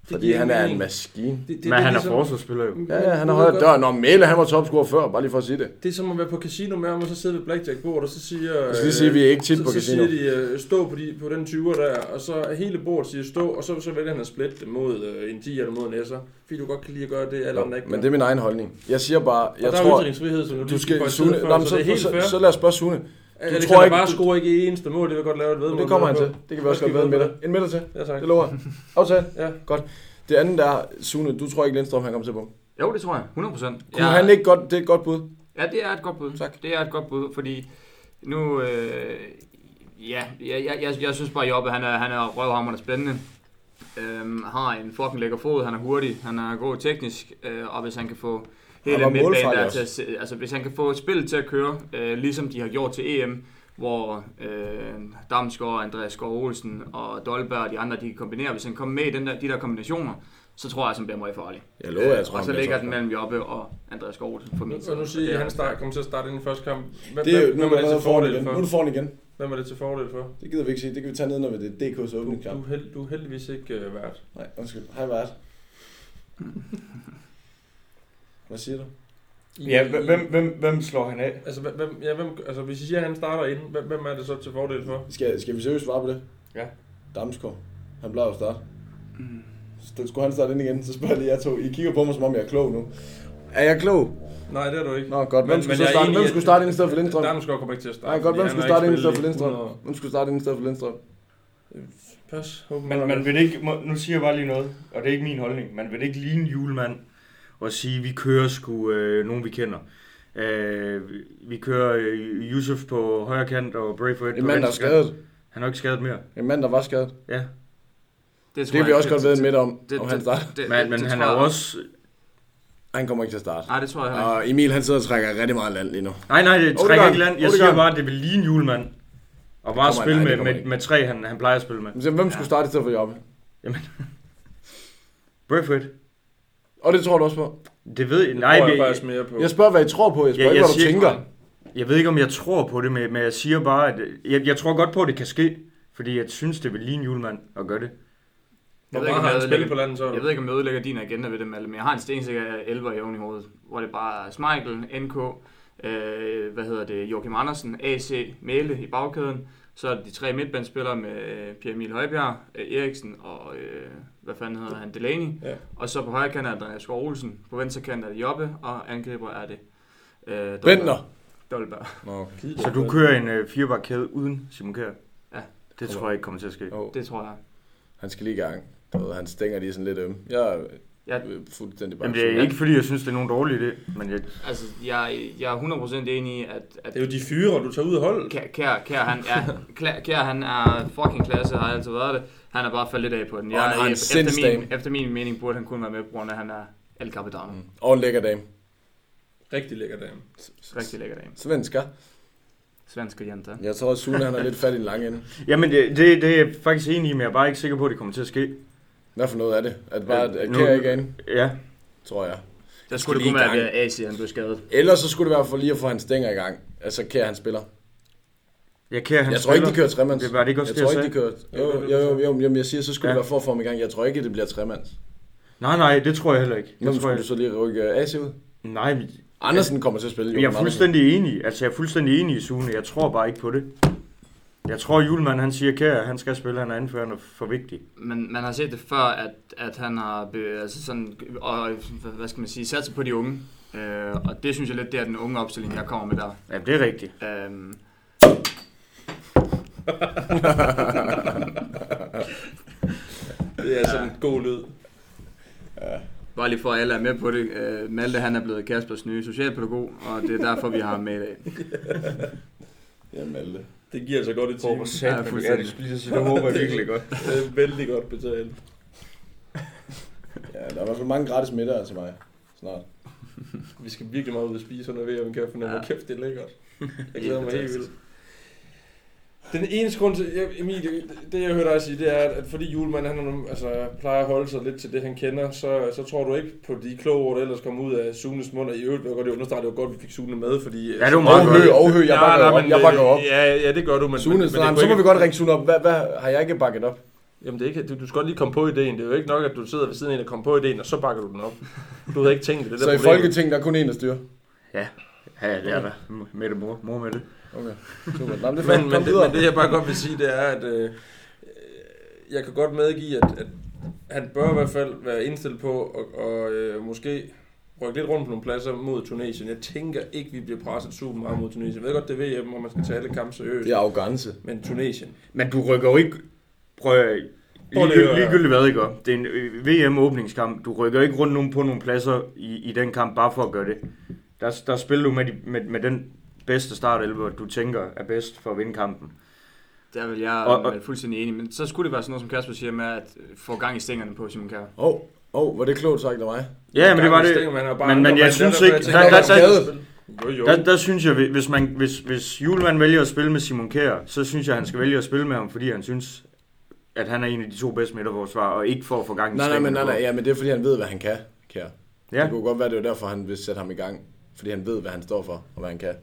Speaker 1: Det
Speaker 2: fordi
Speaker 1: giver
Speaker 2: han
Speaker 1: ingen
Speaker 2: er en
Speaker 1: mening.
Speaker 2: maskine.
Speaker 1: Det- det- det
Speaker 3: Men han er
Speaker 1: ligesom-
Speaker 3: forsvarsspiller jo.
Speaker 2: Ja, ja, han har
Speaker 1: Du ved
Speaker 2: højt
Speaker 1: godt-
Speaker 2: dør. Nå, Mæle, han var topscorer før, bare lige for at sige det.
Speaker 1: Det er som at være på casino med om, og så sidde ved blackjack-bordet, og så siger... øh,
Speaker 2: Jeg skal lige sige, at vi er ikke tit
Speaker 1: så,
Speaker 2: på
Speaker 1: så
Speaker 2: casino.
Speaker 1: siger de, øh, stå på, de, på den 20'er der, og så hele bordet siger stå, og så, så vælger han at splitte det mod øh, en 10 eller mod en S'er, fordi du godt kan lide at gøre det, alle andre ikke
Speaker 2: Men det
Speaker 1: gør.
Speaker 2: er min egen holdning. Jeg siger bare,
Speaker 1: og
Speaker 2: jeg
Speaker 1: der er
Speaker 2: tror,
Speaker 1: ytringsfrihed, som du,
Speaker 2: du
Speaker 1: lige
Speaker 2: skal...
Speaker 1: pointerede
Speaker 2: Sune,
Speaker 1: før,
Speaker 2: Nå, men
Speaker 1: så, det er
Speaker 2: så,
Speaker 1: helt fair.
Speaker 2: så, så lad os spørge Sune.
Speaker 1: Alexander
Speaker 2: tror ikke-
Speaker 1: bare
Speaker 2: du-
Speaker 1: scorer ikke et eneste mål, det vil jeg godt lave et vedmål.
Speaker 2: Det kommer han
Speaker 1: på.
Speaker 2: til. Det kan vi også
Speaker 1: Skal
Speaker 2: godt
Speaker 1: vi
Speaker 2: være en
Speaker 1: ved
Speaker 2: middag. En middag til.
Speaker 1: Ja, tak.
Speaker 2: Det lover jeg. Aftale.
Speaker 1: Ja.
Speaker 2: Godt. Det andet der, Sune, du tror ikke Lindstrøm, han kommer til at bunke.
Speaker 4: Jo, det tror jeg. 100 procent.
Speaker 2: Kunne han ikke godt, det er et godt bud.
Speaker 4: Ja, det er et godt bud.
Speaker 2: Tak.
Speaker 4: Det er et godt bud, fordi nu... Øh, ja, jeg, jeg, jeg, jeg synes bare, at Jobbe, han er, han er røvhammerende spændende. Øhm, har en fucking lækker fod, han er hurtig, han er god teknisk, øh, og hvis han kan få
Speaker 2: Han var
Speaker 4: hele midtbanen
Speaker 2: målfarlig
Speaker 4: der
Speaker 2: også.
Speaker 4: til at, se- altså hvis han kan få spillet til at køre, øh, ligesom de har gjort til EM, hvor øh, Damsgaard, Andreas Skov Olsen og Dolberg og de andre, de kan kombinere. Hvis han kommer med i den der, de der kombinationer, så tror jeg, at han bliver meget farlig.
Speaker 2: Jeg lover, jeg tror,
Speaker 4: og
Speaker 2: han
Speaker 4: så
Speaker 2: bliver
Speaker 4: ligger den
Speaker 2: topscorer.
Speaker 4: mellem Jobbe og Andreas Skov Olsen for min
Speaker 1: Og nu siger
Speaker 4: Det
Speaker 1: I,
Speaker 4: er
Speaker 1: at han
Speaker 4: altså-
Speaker 1: start, kommer til at starte ind i første kamp. Hvem,
Speaker 2: Det er jo,
Speaker 1: hvem,
Speaker 2: nu
Speaker 1: hvem
Speaker 2: er
Speaker 1: er det
Speaker 2: du
Speaker 1: til
Speaker 2: foran igen.
Speaker 1: fordel
Speaker 2: Nu er du
Speaker 1: for?
Speaker 2: foran igen.
Speaker 1: Hvem er det til fordel for?
Speaker 2: Det gider vi ikke sige. Det kan vi tage ned, når vi det er DK's
Speaker 1: Du,
Speaker 2: åbning
Speaker 1: du,
Speaker 2: kamp.
Speaker 1: er held, du er heldigvis ikke øh, vært.
Speaker 2: Nej, undskyld. Hej, vært. Hvad siger du?
Speaker 3: Ja, hvem- hvem, hvem, hvem slår han af?
Speaker 1: Altså, hvem- hvem, ja, hvem, altså, hvis I siger, at han starter inden, hvem, hvem er det så til fordel for?
Speaker 2: Skal, skal vi seriøst svare på det?
Speaker 3: Ja.
Speaker 2: Damsgaard. Han plejer at starte. Mm. Skulle han starte ind igen, så spørger jeg lige jer to. I kigger på mig, som om jeg er klog nu. Er jeg klog?
Speaker 1: Nej, det er du ikke.
Speaker 2: Nå, godt. Hvem skulle, så starte? Hvem skulle starte ind i stedet for Lindstrøm?
Speaker 1: Damsgaard kommer ikke til at starte.
Speaker 2: Nej, godt.
Speaker 1: fordi
Speaker 2: Hvem
Speaker 1: han
Speaker 2: skulle
Speaker 1: har
Speaker 2: starte ind i
Speaker 1: ikke
Speaker 2: stedet for
Speaker 1: spillet
Speaker 2: Lindstrøm?
Speaker 1: 100.
Speaker 2: Hvem skulle starte ind i stedet for Lindstrøm?
Speaker 1: Pas. Håber,
Speaker 3: Man,
Speaker 1: man,
Speaker 3: man vil ikke, må, nu siger jeg bare lige noget, og det er ikke min holdning. Man vil ikke ligne en julemand og sige, vi kører sgu øh, nogen, vi kender. Øh, vi- vi kører øh, Yusuf på højre kant og Braithwaite
Speaker 2: En
Speaker 3: på
Speaker 2: mand, der
Speaker 3: venstre
Speaker 2: er
Speaker 3: kant.
Speaker 2: skadet.
Speaker 3: Han er jo ikke skadet mere.
Speaker 2: En mand, der var skadet.
Speaker 3: Ja.
Speaker 2: Det
Speaker 4: tror
Speaker 2: kan
Speaker 4: jeg
Speaker 2: vi
Speaker 4: ikke.
Speaker 2: også godt vide midt om,
Speaker 4: det-
Speaker 2: om han starter.
Speaker 4: det-
Speaker 3: Men, men
Speaker 4: det
Speaker 3: han
Speaker 4: tror
Speaker 3: er jo
Speaker 4: jeg-
Speaker 3: også...
Speaker 2: Han kommer ikke til at starte.
Speaker 4: Nej, det tror jeg heller ikke.
Speaker 2: Og Emil, han sidder og trækker rigtig meget land lige nu.
Speaker 3: Nej, nej, det
Speaker 2: Odegaard.
Speaker 3: trækker ikke land. Jeg siger
Speaker 2: Odegaard.
Speaker 3: bare, at det vil ligne en julemand. Og bare
Speaker 2: kommer
Speaker 3: spille
Speaker 2: han- nej, det
Speaker 3: med,
Speaker 2: kommer
Speaker 3: med,
Speaker 2: han
Speaker 3: med tre, han, han plejer at spille med.
Speaker 2: Men så Hvem skulle starte i stedet for Jobbe?
Speaker 3: Braithwaite.
Speaker 2: Og det tror du også på.
Speaker 3: Det ved jeg...
Speaker 1: nej,
Speaker 3: Nej,
Speaker 1: tror jeg
Speaker 3: men-
Speaker 1: faktisk mere på.
Speaker 2: Jeg spørger, hvad I tror på. Jeg spørger
Speaker 3: Ja,
Speaker 2: ikke,
Speaker 3: jeg
Speaker 2: hvad du
Speaker 3: siger ikke
Speaker 2: tænker.
Speaker 3: Jeg ved ikke, om jeg tror på det, men men jeg siger bare, at jeg, jeg tror godt på, at det kan ske. Fordi jeg synes, det vil ligne julemand at gøre det.
Speaker 1: Hvor
Speaker 4: Jeg ved
Speaker 1: meget
Speaker 4: ikke, om
Speaker 1: har
Speaker 4: jeg
Speaker 1: han spillet
Speaker 4: ødelægger,
Speaker 1: på landet, så?
Speaker 4: jeg ved ikke, om jeg ødelægger din agenda ved det, Malte, men jeg har en stensikker 11 i oven i hovedet, hvor det bare er Smeichel, NK, øh, hvad hedder det, Joachim Andersen, AC, Mæle i bagkæden, så er det de tre midtbandspillere med øh, Pierre Emil Højbjerg, øh, Eriksen og, øh, hvad fanden hedder han, Delaney,
Speaker 1: Ja.
Speaker 4: og så på højre kant er det Andreas Skov Olsen, på venstre kant er det Jobbe, og angriber er det øh, Dolberg.
Speaker 2: Bentner.
Speaker 4: Dolberg.
Speaker 2: Nå,
Speaker 1: Gider
Speaker 3: Så du
Speaker 1: det.
Speaker 3: kører en øh, firebakkæde uden Simon Kjær?
Speaker 4: Ja.
Speaker 3: Det tror jeg ikke kommer til at ske.
Speaker 2: jo,
Speaker 4: Det tror jeg.
Speaker 2: han skal lige i gang. Du ved, han stænger lige sådan lidt øm. øhm. Jeg
Speaker 4: Jeg-
Speaker 2: øh, fuldstændig bare.
Speaker 3: Jamen, det er ikke fordi, jeg synes, det er nogen dårlig idé, men jeg,
Speaker 4: Altså, jeg, jeg er 100% enig i, at, at
Speaker 1: Det er jo de fyre, du tager ud af holdet.
Speaker 4: Kær, Kær, Kær, han er, Kær, Kær, han er fucking klasse, har altid været det. Han er bare faldet lidt af på den.
Speaker 2: Og han har en
Speaker 4: efter, min,
Speaker 2: sindsdame.
Speaker 4: efter min mening burde han kun være med, på grund af, at han er El Capitano. Mm.
Speaker 2: Mm. Og en lækker dame.
Speaker 1: Rigtig lækker dame.
Speaker 4: Rigtig lækker dame.
Speaker 2: Svensker.
Speaker 4: Svenske jenter.
Speaker 2: Jeg tror også, Sune han er lidt fat i den lange ende.
Speaker 3: Jamen, det, det, det er jeg faktisk enig i, men jeg er bare ikke sikker på, at det kommer til at ske.
Speaker 2: Hvad for noget er det? At bare
Speaker 3: Øh,
Speaker 2: at
Speaker 3: nu-
Speaker 2: kære ikke er inde,
Speaker 3: Ja,
Speaker 2: tror jeg.
Speaker 4: Der skulle det
Speaker 2: lige
Speaker 4: kun være,
Speaker 2: i gang.
Speaker 4: at AC han blev skadet.
Speaker 2: Ellers så skulle det være for lige at få hans stænger i gang. Altså kære han spiller.
Speaker 3: jeg kan han
Speaker 2: Jeg tror ikke, de
Speaker 3: spiller.
Speaker 2: kører tremands.
Speaker 3: Det var det ikke også
Speaker 2: jeg
Speaker 3: det,
Speaker 2: tror
Speaker 3: jeg
Speaker 2: ikke, de kører... Jo,
Speaker 1: det var det,
Speaker 2: jo,
Speaker 1: du
Speaker 2: jo, jo, jo, men jeg siger, så skulle
Speaker 3: Ja.
Speaker 2: ja. det være for at få ham i gang. Jeg tror ikke, at det bliver tremands.
Speaker 3: Nej, nej, det tror jeg heller ikke. Jeg
Speaker 2: Hvem
Speaker 3: tror,
Speaker 2: skulle
Speaker 3: jeg...
Speaker 2: du så lige rykke AC ud?
Speaker 3: Nej, men
Speaker 2: Andersen kommer til at spille.
Speaker 3: jeg
Speaker 2: Jonas
Speaker 3: er fuldstændig enig. Altså, jeg er fuldstændig enig i Sune. Jeg tror bare ikke på det. Jeg tror, Julemand, han siger, Kær, han skal spille, han er anførende for vigtig.
Speaker 4: Men man har set det før, at, at han har be, altså sådan, og, hvad skal man sige, sat sig på de unge. Øh, og det synes jeg lidt, det er den unge opstilling, jeg kommer med der.
Speaker 3: Ja, det er rigtigt.
Speaker 4: Øhm,
Speaker 1: Det er altså en god lyd.
Speaker 4: bare lige for at alle er med på det. Øh, Malte han er blevet Kaspers nye socialpædagog, og det er derfor, vi har ham med i dag.
Speaker 2: Andersen. Jamen, alle.
Speaker 1: Det giver altså godt et
Speaker 3: Håber
Speaker 1: time.
Speaker 3: sat,
Speaker 4: Ja,
Speaker 3: ja,
Speaker 4: fuldstændig.
Speaker 3: ja, det skulle lige så sige, det håber jeg virkelig godt.
Speaker 1: Det er vældig godt betalt.
Speaker 2: Ja, der er i hvert fald mange gratis middage til mig. Snart.
Speaker 1: Vi skal virkelig meget ud og spise under VM, kan jeg fornemme.
Speaker 4: Ja.
Speaker 1: Ja. Kæft, det er lækkert. Jeg
Speaker 4: Helt
Speaker 1: glæder mig helt
Speaker 4: fantastisk.
Speaker 1: vildt. Den eneste grund til, jeg, Emil, det- det jeg hørte dig sige, det er, at fordi Julemand han er nogen- altså, plejer at holde sig lidt til det, han kender, så, så tror du ikke på de kloge ord, der ellers kommer ud af Sunes mund, og i øvrigt vil jeg godt lige understrege, det var godt, vi fik Sune med, fordi...
Speaker 3: Ja, det var
Speaker 2: Og
Speaker 3: meget
Speaker 2: hø,
Speaker 3: godt.
Speaker 2: og hø, jeg bakker op. Jeg bakker op.
Speaker 1: øh, Ja, ja, det gør du, men...
Speaker 2: Sune,
Speaker 1: men,
Speaker 2: så, så må vi godt ringe Sune op. Hvad, hvad har jeg ikke bakket op?
Speaker 1: Jamen, det er ikke, du, du skal godt lige komme på ideen. Det er jo ikke nok, at du sidder ved siden af en og kommer på ideen, og så bakker du den op. Du havde ikke tænkt det. det er
Speaker 2: Så i
Speaker 1: der problemet.
Speaker 2: Folketinget, der er kun én, der styrer.
Speaker 3: Ja, det er der. Mette mor, mor med det.
Speaker 2: Okay. Super. Nå, men det er
Speaker 1: men,
Speaker 2: fint.
Speaker 1: men,
Speaker 2: Kom
Speaker 1: det,
Speaker 2: videre.
Speaker 1: men det jeg bare godt vil sige, det er, at øh, jeg kan godt medgive, at, at han bør i hvert fald være indstillet på at og, øh, måske rykke lidt rundt på nogle pladser mod Tunesien. Jeg tænker ikke, vi bliver presset super meget mod Tunesien. Jeg ved godt, det er VM, hvor man skal tage alle kampe seriøst.
Speaker 2: Det er arrogance.
Speaker 1: Men Tunesien.
Speaker 3: Men du rykker jo ikke... Prøv at...
Speaker 1: Prøv lige at
Speaker 3: Ligegyldigt,
Speaker 1: høre.
Speaker 3: ligegyldigt hvad, ikke? Det er en øh, VM-åbningskamp. Du rykker ikke rundt nogen på nogle pladser i, i den kamp, bare for at gøre det. Der, der spiller du med, de, med, med den bedste startelver, du tænker er bedst for at vinde kampen.
Speaker 4: Der vil jeg
Speaker 3: Og-
Speaker 4: og,
Speaker 3: og-
Speaker 4: og, fuldstændig enig, men så skulle det være sådan noget, som Kasper siger med, at øh, få gang i stængerne på Simon Kjær.
Speaker 2: Åh, oh, oh, var det klogt sagt af mig?
Speaker 3: Ja, men det var det.
Speaker 1: Stænger, man er bare
Speaker 3: men-
Speaker 1: andre,
Speaker 3: men jeg
Speaker 1: er
Speaker 3: synes
Speaker 1: derfor,
Speaker 3: ikke-
Speaker 1: tænker,
Speaker 2: der- der-
Speaker 1: at man
Speaker 2: der-
Speaker 1: skal spille. Jo, jo.
Speaker 3: Der, der synes jeg, hvis, man, hvis, hvis Julemand vælger at spille med Simon Kjær, så synes jeg, han skal vælge at spille med ham, fordi han synes, at han er en af de to bedste midterforsvarer, og ikke for at få gang i
Speaker 2: Nej, nej, men, nej,
Speaker 3: stængerne
Speaker 2: nej, ja, men det er fordi, han ved, hvad han kan, kære.
Speaker 3: på.
Speaker 2: Ja.
Speaker 3: Ja.
Speaker 2: Det kunne godt være, det var derfor, han vil sætte ham i gang. Fordi han ved, hvad han står for, og hvad han kan.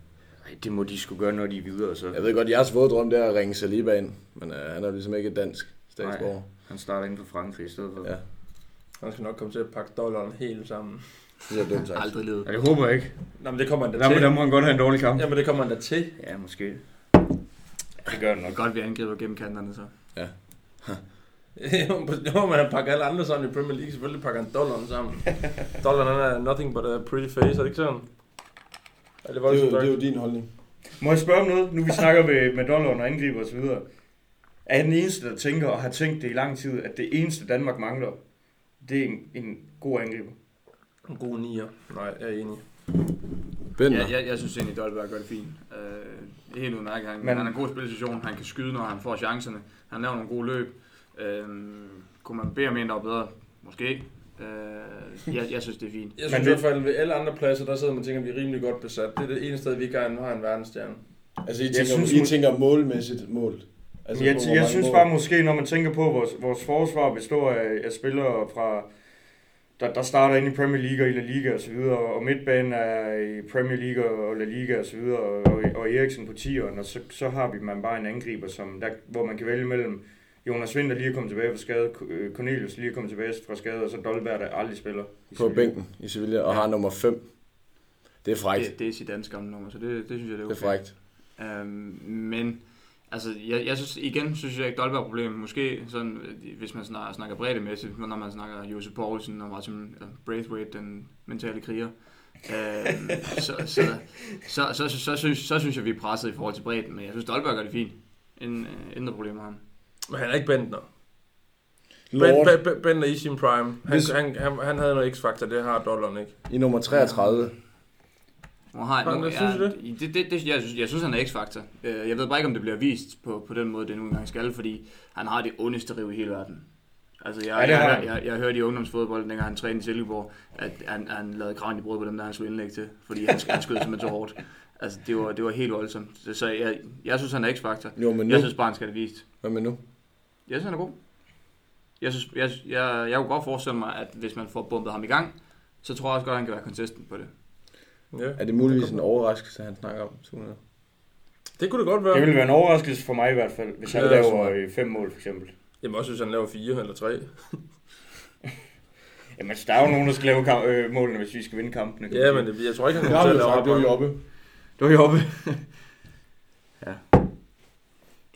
Speaker 3: Ej, det må de skulle gøre, når de er videre, så
Speaker 2: Jeg ved godt, jeres våde drøm, det er at ringe Saliba ind. Men øh, han er jo ligesom ikke dansk statsborger.
Speaker 3: han starter inden for Frankrig i stedet for.
Speaker 2: Ja.
Speaker 3: Ja.
Speaker 1: Han skal nok komme til at pakke dollaren helt sammen.
Speaker 2: Det er dumt sagt.
Speaker 4: Aldrig i livet.
Speaker 3: Ja, det håber jeg ikke.
Speaker 1: Nå, men det kommer han da
Speaker 3: Der må, der
Speaker 1: til.
Speaker 3: må han godt have en dårlig kamp.
Speaker 1: Jamen, det kommer han da til.
Speaker 3: Ja, måske. Det gør han
Speaker 4: Det
Speaker 3: nok.
Speaker 4: er godt, vi angriber gennem kanterne så.
Speaker 1: jo, men han pakker alle andre sammen i Premier League. Selvfølgelig pakker han dollaren sammen. dollaren han er nothing but a pretty face, er det ikke sådan? Er det voldsomt
Speaker 2: det er
Speaker 1: sagt?
Speaker 2: jo din holdning.
Speaker 3: Må jeg spørge om noget? Nu vi snakker med, med dollaren og angriber osv. Er jeg den eneste, der tænker og har tænkt det i lang tid, at det eneste Danmark mangler, det er en, en god angriber?
Speaker 1: En god nier. Nej, jeg er enig.
Speaker 2: Bender.
Speaker 4: Ja, jeg, jeg synes egentlig, Dolberg gør det fint. Øh, helt udmærket. Han,
Speaker 3: Men-
Speaker 4: men... han har en god spilsituation, han kan skyde, når han får chancerne. Han laver nogle gode løb. Øh, kunne man bede om en, der var bedre? Måske ikke. Øh, jeg, jeg synes, det er fint.
Speaker 1: Jeg
Speaker 3: Men
Speaker 1: synes i
Speaker 3: det-
Speaker 1: hvert fald, ved alle andre pladser, der sidder man og tænker, at vi er rimelig godt besat. Det er det eneste sted, vi ikke har en, har en verdensstjerne.
Speaker 2: Altså, I
Speaker 3: Jeg
Speaker 2: tænker,
Speaker 3: synes,
Speaker 2: I
Speaker 3: mu-
Speaker 2: tænker målmæssigt mål. Altså,
Speaker 3: Altså, jeg,
Speaker 2: på, hvor
Speaker 3: jeg
Speaker 2: mange
Speaker 3: synes
Speaker 2: mål.
Speaker 3: bare måske, når man tænker på, at vores, vores forsvar består af, af spillere fra, der, der starter ind i Premier League og i La Liga osv., og, og midtbanen er i Premier League og La Liga osv., og, og, og Eriksen på 10'eren, og så, så har vi man bare en angriber, som der, hvor man kan vælge mellem Jonas Vind, der lige er kommet tilbage fra skade, Ko- øh, Cornelius lige er kommet tilbage fra skade, og så Dolberg, der aldrig spiller. i
Speaker 2: På
Speaker 3: Sevilla.
Speaker 2: bænken i Sevilla, og har nummer 5. Det er frækt.
Speaker 4: Det, det er sit danske nummer, så det, det synes jeg, det er
Speaker 2: Det er
Speaker 4: okay.
Speaker 2: frækt.
Speaker 4: Øhm, men altså, jeg, jeg synes, igen synes jeg ikke, Dolberg er et problem. Måske sådan, øh, hvis man snakker, snakker breddemæssigt, men når man snakker Josef Poulsen og Martin øh, Braithwaite, den mentale kriger, øhm, så, så, så, så, så, så, synes, så synes jeg, vi er presset i forhold til bredden, men jeg synes, Dolberg gør det fint. Ingen, øh, intet problem med ham.
Speaker 1: Men han er ikke Bentner. Ben,
Speaker 2: Lord
Speaker 1: ben, ben, ben er i sin prime. Han,
Speaker 2: Hvis-
Speaker 1: han, han, han havde noget x-faktor, det har dollaren ikke.
Speaker 2: i nummer 33.
Speaker 4: Hun har,
Speaker 1: Frank,
Speaker 4: nu,
Speaker 1: hvad
Speaker 4: jeg,
Speaker 1: synes du
Speaker 4: det? Det, det, jeg, synes, jeg synes, han er x-faktor. Øh, Jeg ved bare ikke, om det bliver vist på, på den måde, det nu engang skal, fordi han har det ondeste riv i hele verden. Altså, jeg,
Speaker 3: Ja, det har
Speaker 4: jeg,
Speaker 3: han.
Speaker 4: jeg, jeg, jeg hørte i ungdomsfodbold, dengang han trænede i Silkeborg, at han, han lavede kraven i brød på dem, der han skulle indlæg til, fordi han, han skød simpelthen så hårdt. Altså, det var, det var helt voldsomt. Så, så jeg, jeg synes, han er x-faktor.
Speaker 2: Jo, men nu.
Speaker 4: Jeg synes bare, han skal have det vist.
Speaker 2: Hvad med nu?
Speaker 4: Jeg synes, han er god. Jeg, synes, jeg, jeg, jeg kunne godt forestille mig, at hvis man får bumpet ham i gang, så tror jeg også godt, han kan være consistent på det.
Speaker 1: Ja.
Speaker 2: Er det muligvis en overraskelse, han snakker om? Tune?
Speaker 1: Det kunne det godt
Speaker 3: Det
Speaker 1: være.
Speaker 3: ville være en overraskelse for mig i hvert fald, hvis han
Speaker 1: Ja,
Speaker 3: laver øh, fem mål for eksempel.
Speaker 1: Jamen også hvis han laver fire eller tre.
Speaker 3: Jamen, altså, der er jo nogen, der skal lave kam- øh, målene, hvis vi skal vinde kampene. kan
Speaker 1: Ja,
Speaker 3: man
Speaker 1: men
Speaker 3: sige.
Speaker 1: det, jeg tror ikke, han
Speaker 2: Det
Speaker 1: kommer
Speaker 2: har
Speaker 1: til
Speaker 2: vi
Speaker 1: at
Speaker 2: jo
Speaker 1: lave
Speaker 2: sagt,
Speaker 1: ret
Speaker 2: det var
Speaker 1: mange.
Speaker 2: Joppe.
Speaker 4: Du er Joppe. ja.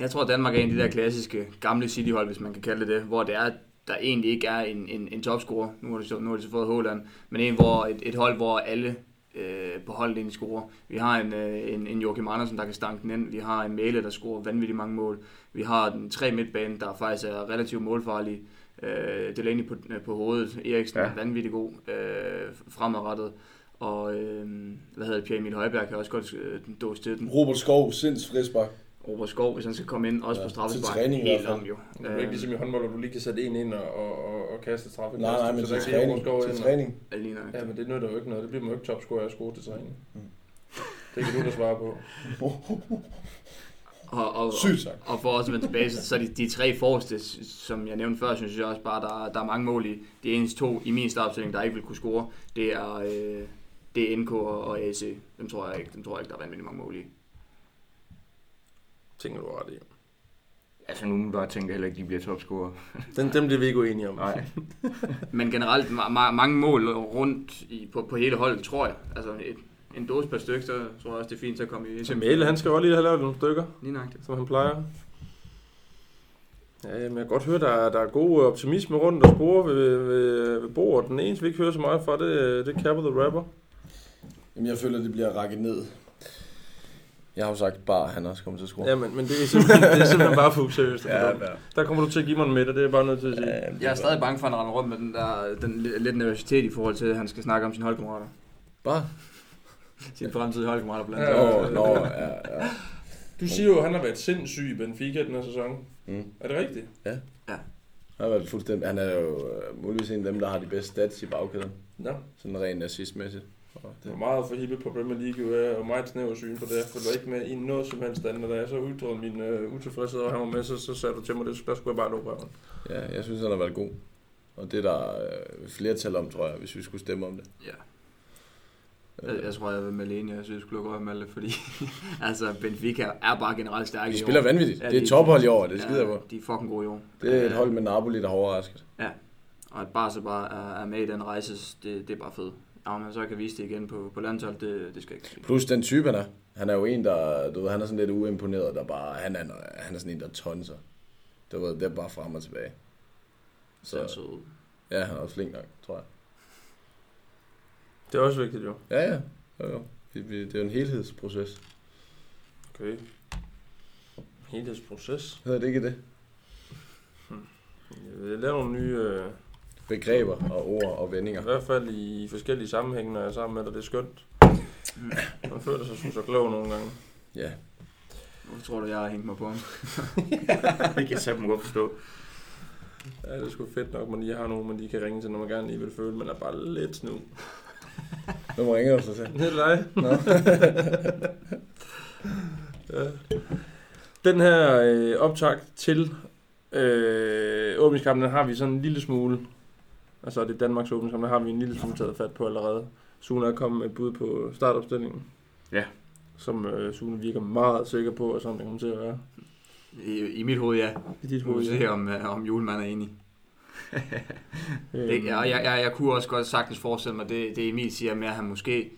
Speaker 4: Jeg tror, Danmark er en af de der klassiske gamle cityhold, hvis man kan kalde det det, hvor det er, at der egentlig ikke er en, en, en topscorer. Nu har de så, nu har de så fået Håland, men en, hvor, et, et hold, hvor alle øh, på holdet egentlig scorer. Vi har en, øh, en, en Joachim Andersen, der kan stanke den ind. Vi har en Mæle, der scorer vanvittigt mange mål. Vi har den tre midtbane, der faktisk er relativt målfarlige. Øh, Delaney på, øh, på hovedet. Eriksen ja.
Speaker 3: Ja.
Speaker 4: er vanvittigt god øh, fremadrettet. Og øh, hvad hedder det, Pierre Emil Højberg kan også godt øh, dåse til den.
Speaker 2: Robert Skov, sinds frisbak.
Speaker 4: Robert Skov, hvis han skal komme ind, også
Speaker 2: Ja,
Speaker 4: på
Speaker 2: til
Speaker 4: straffespark.
Speaker 2: træning i
Speaker 4: Helt
Speaker 2: hvert fald.
Speaker 4: om jo.
Speaker 1: Det er ikke ligesom i håndbold, hvor du lige kan sætte en ind og, og, og, og kaste et straffekast.
Speaker 2: Nej, nej, men
Speaker 1: så
Speaker 2: til
Speaker 1: der kan
Speaker 2: træning.
Speaker 1: Jorgenskov
Speaker 2: Til
Speaker 1: ind og-
Speaker 2: træning.
Speaker 4: Øh, lige nøjagtigt.
Speaker 1: Ja, men det nytter jo ikke noget. Det bliver man jo ikke topscorer af at score til træning.
Speaker 2: Mm.
Speaker 1: Det kan du da svare på.
Speaker 4: og, og,
Speaker 2: Sygt sagt.
Speaker 4: og for også at vende tilbage, så så er de, de tre forreste, s- som jeg nævnte før, synes jeg også bare, der, der er mange mål i. Det eneste to i min startopstilling, der ikke vil kunne score, det er, øh, det er NK og, og AC. Dem tror jeg ikke, dem tror jeg ikke der er vanvittigt mange mål i.
Speaker 1: Tænker du ret i.
Speaker 3: Altså, nu bare tænker jeg heller ikke, de bliver topscorer.
Speaker 1: Den, dem bliver vi ikke uenige om.
Speaker 3: Nej.
Speaker 4: Men generelt ma- ma- mange mål rundt i, på, på hele holdet, tror jeg. Altså et, en dåse per stykke, så tror jeg også, det er fint til at komme i.
Speaker 1: Så Mæle, han skal også lige have lavet nogle stykker,
Speaker 4: Lige nøjagtigt.
Speaker 1: som han plejer. Ja, men jeg kan godt høre, der er, der er god øh, optimisme rundt og spore ved, ved, ved bordet. Den eneste, vi ikke hører så meget fra, det, er- det er Capper the Rapper.
Speaker 2: Jamen, jeg føler, det bliver rakket ned. Jeg har jo sagt bare, at han også kommer til at score.
Speaker 1: Ja, men, men det, er simpelthen, det er simpelthen bare for seriøst.
Speaker 2: ja.
Speaker 1: Ja, der kommer du til at give mig en middag, det er jeg bare nødt til at sige.
Speaker 2: ja.
Speaker 4: Jeg er stadig bange for, at han render rundt med den der den, li- lidt nervøsitet i forhold til, at han skal snakke om sine holdkammerater.
Speaker 2: Bare?
Speaker 4: Sine fremtidige holdkammerater blandt
Speaker 1: Ja.
Speaker 4: andet.
Speaker 2: Nå, nå, ja, ja.
Speaker 1: Du siger jo, at han har været sindssyg i Benfica den her sæson.
Speaker 2: Mm.
Speaker 1: Er det rigtigt?
Speaker 2: Han, har været fuldstændig, han er jo øh, muligvis en af dem, der har de bedste stats i bagkæden.
Speaker 1: Ja.
Speaker 2: Sådan rent assistmæssigt. Og
Speaker 1: Det er
Speaker 2: det-
Speaker 1: meget for hippe på Premier League, jo, er, og meget snæver syn på det. Jeg følger ikke med i noget som helst andet. Da jeg så udtrød min øh, utilfredshed, og han var med, så, så sagde du til mig, det, der skulle jeg bare lukke røven.
Speaker 2: Ja, jeg synes, han har været god. Og det er der øh, flertal om, tror jeg, hvis vi skulle stemme om det.
Speaker 4: Ja. Jeg, jeg tror, jeg vil med Lene, jeg synes, jeg skulle lukke øje med det, fordi altså, Benfica er bare generelt stærke
Speaker 2: De
Speaker 4: i år.
Speaker 2: spiller vanvittigt.
Speaker 4: Ja,
Speaker 2: det er
Speaker 4: de-
Speaker 2: et tophold i år, det skider jeg
Speaker 4: ja,
Speaker 2: på.
Speaker 4: De er fucking gode i år.
Speaker 2: Det er et
Speaker 4: Øh,
Speaker 2: hold med Napoli, der har overrasket.
Speaker 4: Og at Barca bare er, er med i den rejse, det, det er bare fedt. Ja, men så kan vise det igen på, på landshold, det, det skal jeg ikke.
Speaker 2: Plus den type, han er. Han er jo en, der, du ved, han er sådan lidt uimponeret, der bare, han er, han er sådan en, der tonser. Du ved, det er bare frem og tilbage.
Speaker 4: Så.
Speaker 2: Så
Speaker 4: så
Speaker 2: ja, han er også flink nok, tror jeg.
Speaker 1: Det er også vigtigt, jo.
Speaker 2: Ja, ja. Jo, jo. Vi- vi- Det er jo en helhedsproces.
Speaker 1: Okay. Helhedsproces.
Speaker 2: Hedder det ikke det?
Speaker 1: Jeg laver nogle nye, øh,
Speaker 2: Begreber og ord og
Speaker 1: i
Speaker 2: vendinger.
Speaker 1: hvert fald i forskellige sammenhænge, når jeg er sammen med dig. Det er skønt. Man føler sig som så klog nogle gange.
Speaker 2: Ja.
Speaker 4: hvorfor tror du, jeg har hængt mig på ham?
Speaker 3: det kan jeg simpelthen godt forstå.
Speaker 1: Ja, det er sgu fedt nok, man lige har nogen, man lige kan ringe til, når man gerne lige vil føle, man er bare lidt nu.
Speaker 2: Hvem ringer du så til?
Speaker 1: Det er dig.
Speaker 2: Nå.
Speaker 1: Ja. Den her øh, optag til øh, åbningskampen, den har vi sådan en lille smule, altså det er Danmarks åbningskamp, der har vi en lille smule taget fat på allerede. Sune er kommet med et bud på startopstillingen.
Speaker 3: Ja.
Speaker 1: Som øh, Sune virker meget sikker på, og sådan det kommer til at være.
Speaker 4: I, I mit hoved, ja.
Speaker 1: I dit
Speaker 4: Nu må vi
Speaker 1: hoved,
Speaker 4: se, om, øh, om julemanden er enig.
Speaker 1: Øhm,
Speaker 4: Det, jeg, jeg, jeg, jeg kunne også godt sagtens forestille mig, det, det Emil siger med, at han måske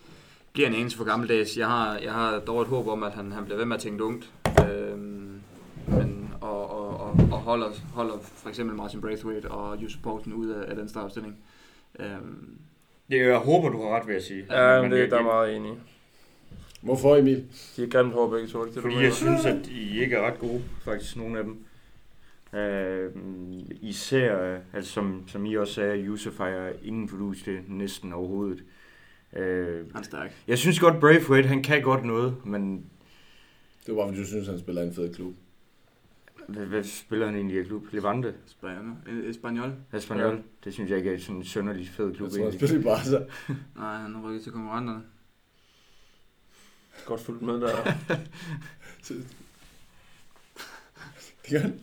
Speaker 4: bliver en anelse for gammeldags. Jeg har, jeg har dog et håb om, at han, han bliver ved med at tænke ungt. Øhm, men, og, og, og, og holder, holder for eksempel Martin Braithwaite og Josef Poulsen ud af, af den startopstilling. Øhm,
Speaker 3: Det, jeg håber, du har ret, vil jeg sige.
Speaker 1: Ja, men
Speaker 3: Men øh,
Speaker 1: det,
Speaker 3: jeg-
Speaker 1: der er meget enige.
Speaker 2: Hvorfor Emil?
Speaker 1: De er grimt hår begge to, ikke det, du
Speaker 3: Fordi
Speaker 1: mener?
Speaker 3: jeg synes, at I ikke er ret gode, faktisk, nogle af dem. Øh, især, øh, altså som, som I også sagde, Yusuf har jeg ingen blues til næsten overhovedet. Øh,
Speaker 4: Han er stærk.
Speaker 3: jeg synes godt, Braithwaite, han kan godt noget, men
Speaker 2: Det var bare, fordi du synes, han spiller i en fed klub.
Speaker 3: hvad, hvad spiller han egentlig i klub? Levante?
Speaker 4: Spanier. Espanol?
Speaker 3: Espanyol?
Speaker 1: Ja.
Speaker 3: Ja. Det synes jeg ikke er sådan en sønderlig fed
Speaker 2: Jeg
Speaker 3: klub.
Speaker 2: tror, han
Speaker 3: egentlig.
Speaker 2: spiller i Barca.
Speaker 4: Nej, han er rykket til konkurrenterne.
Speaker 1: Godt fuldt med der.
Speaker 2: Det gør han.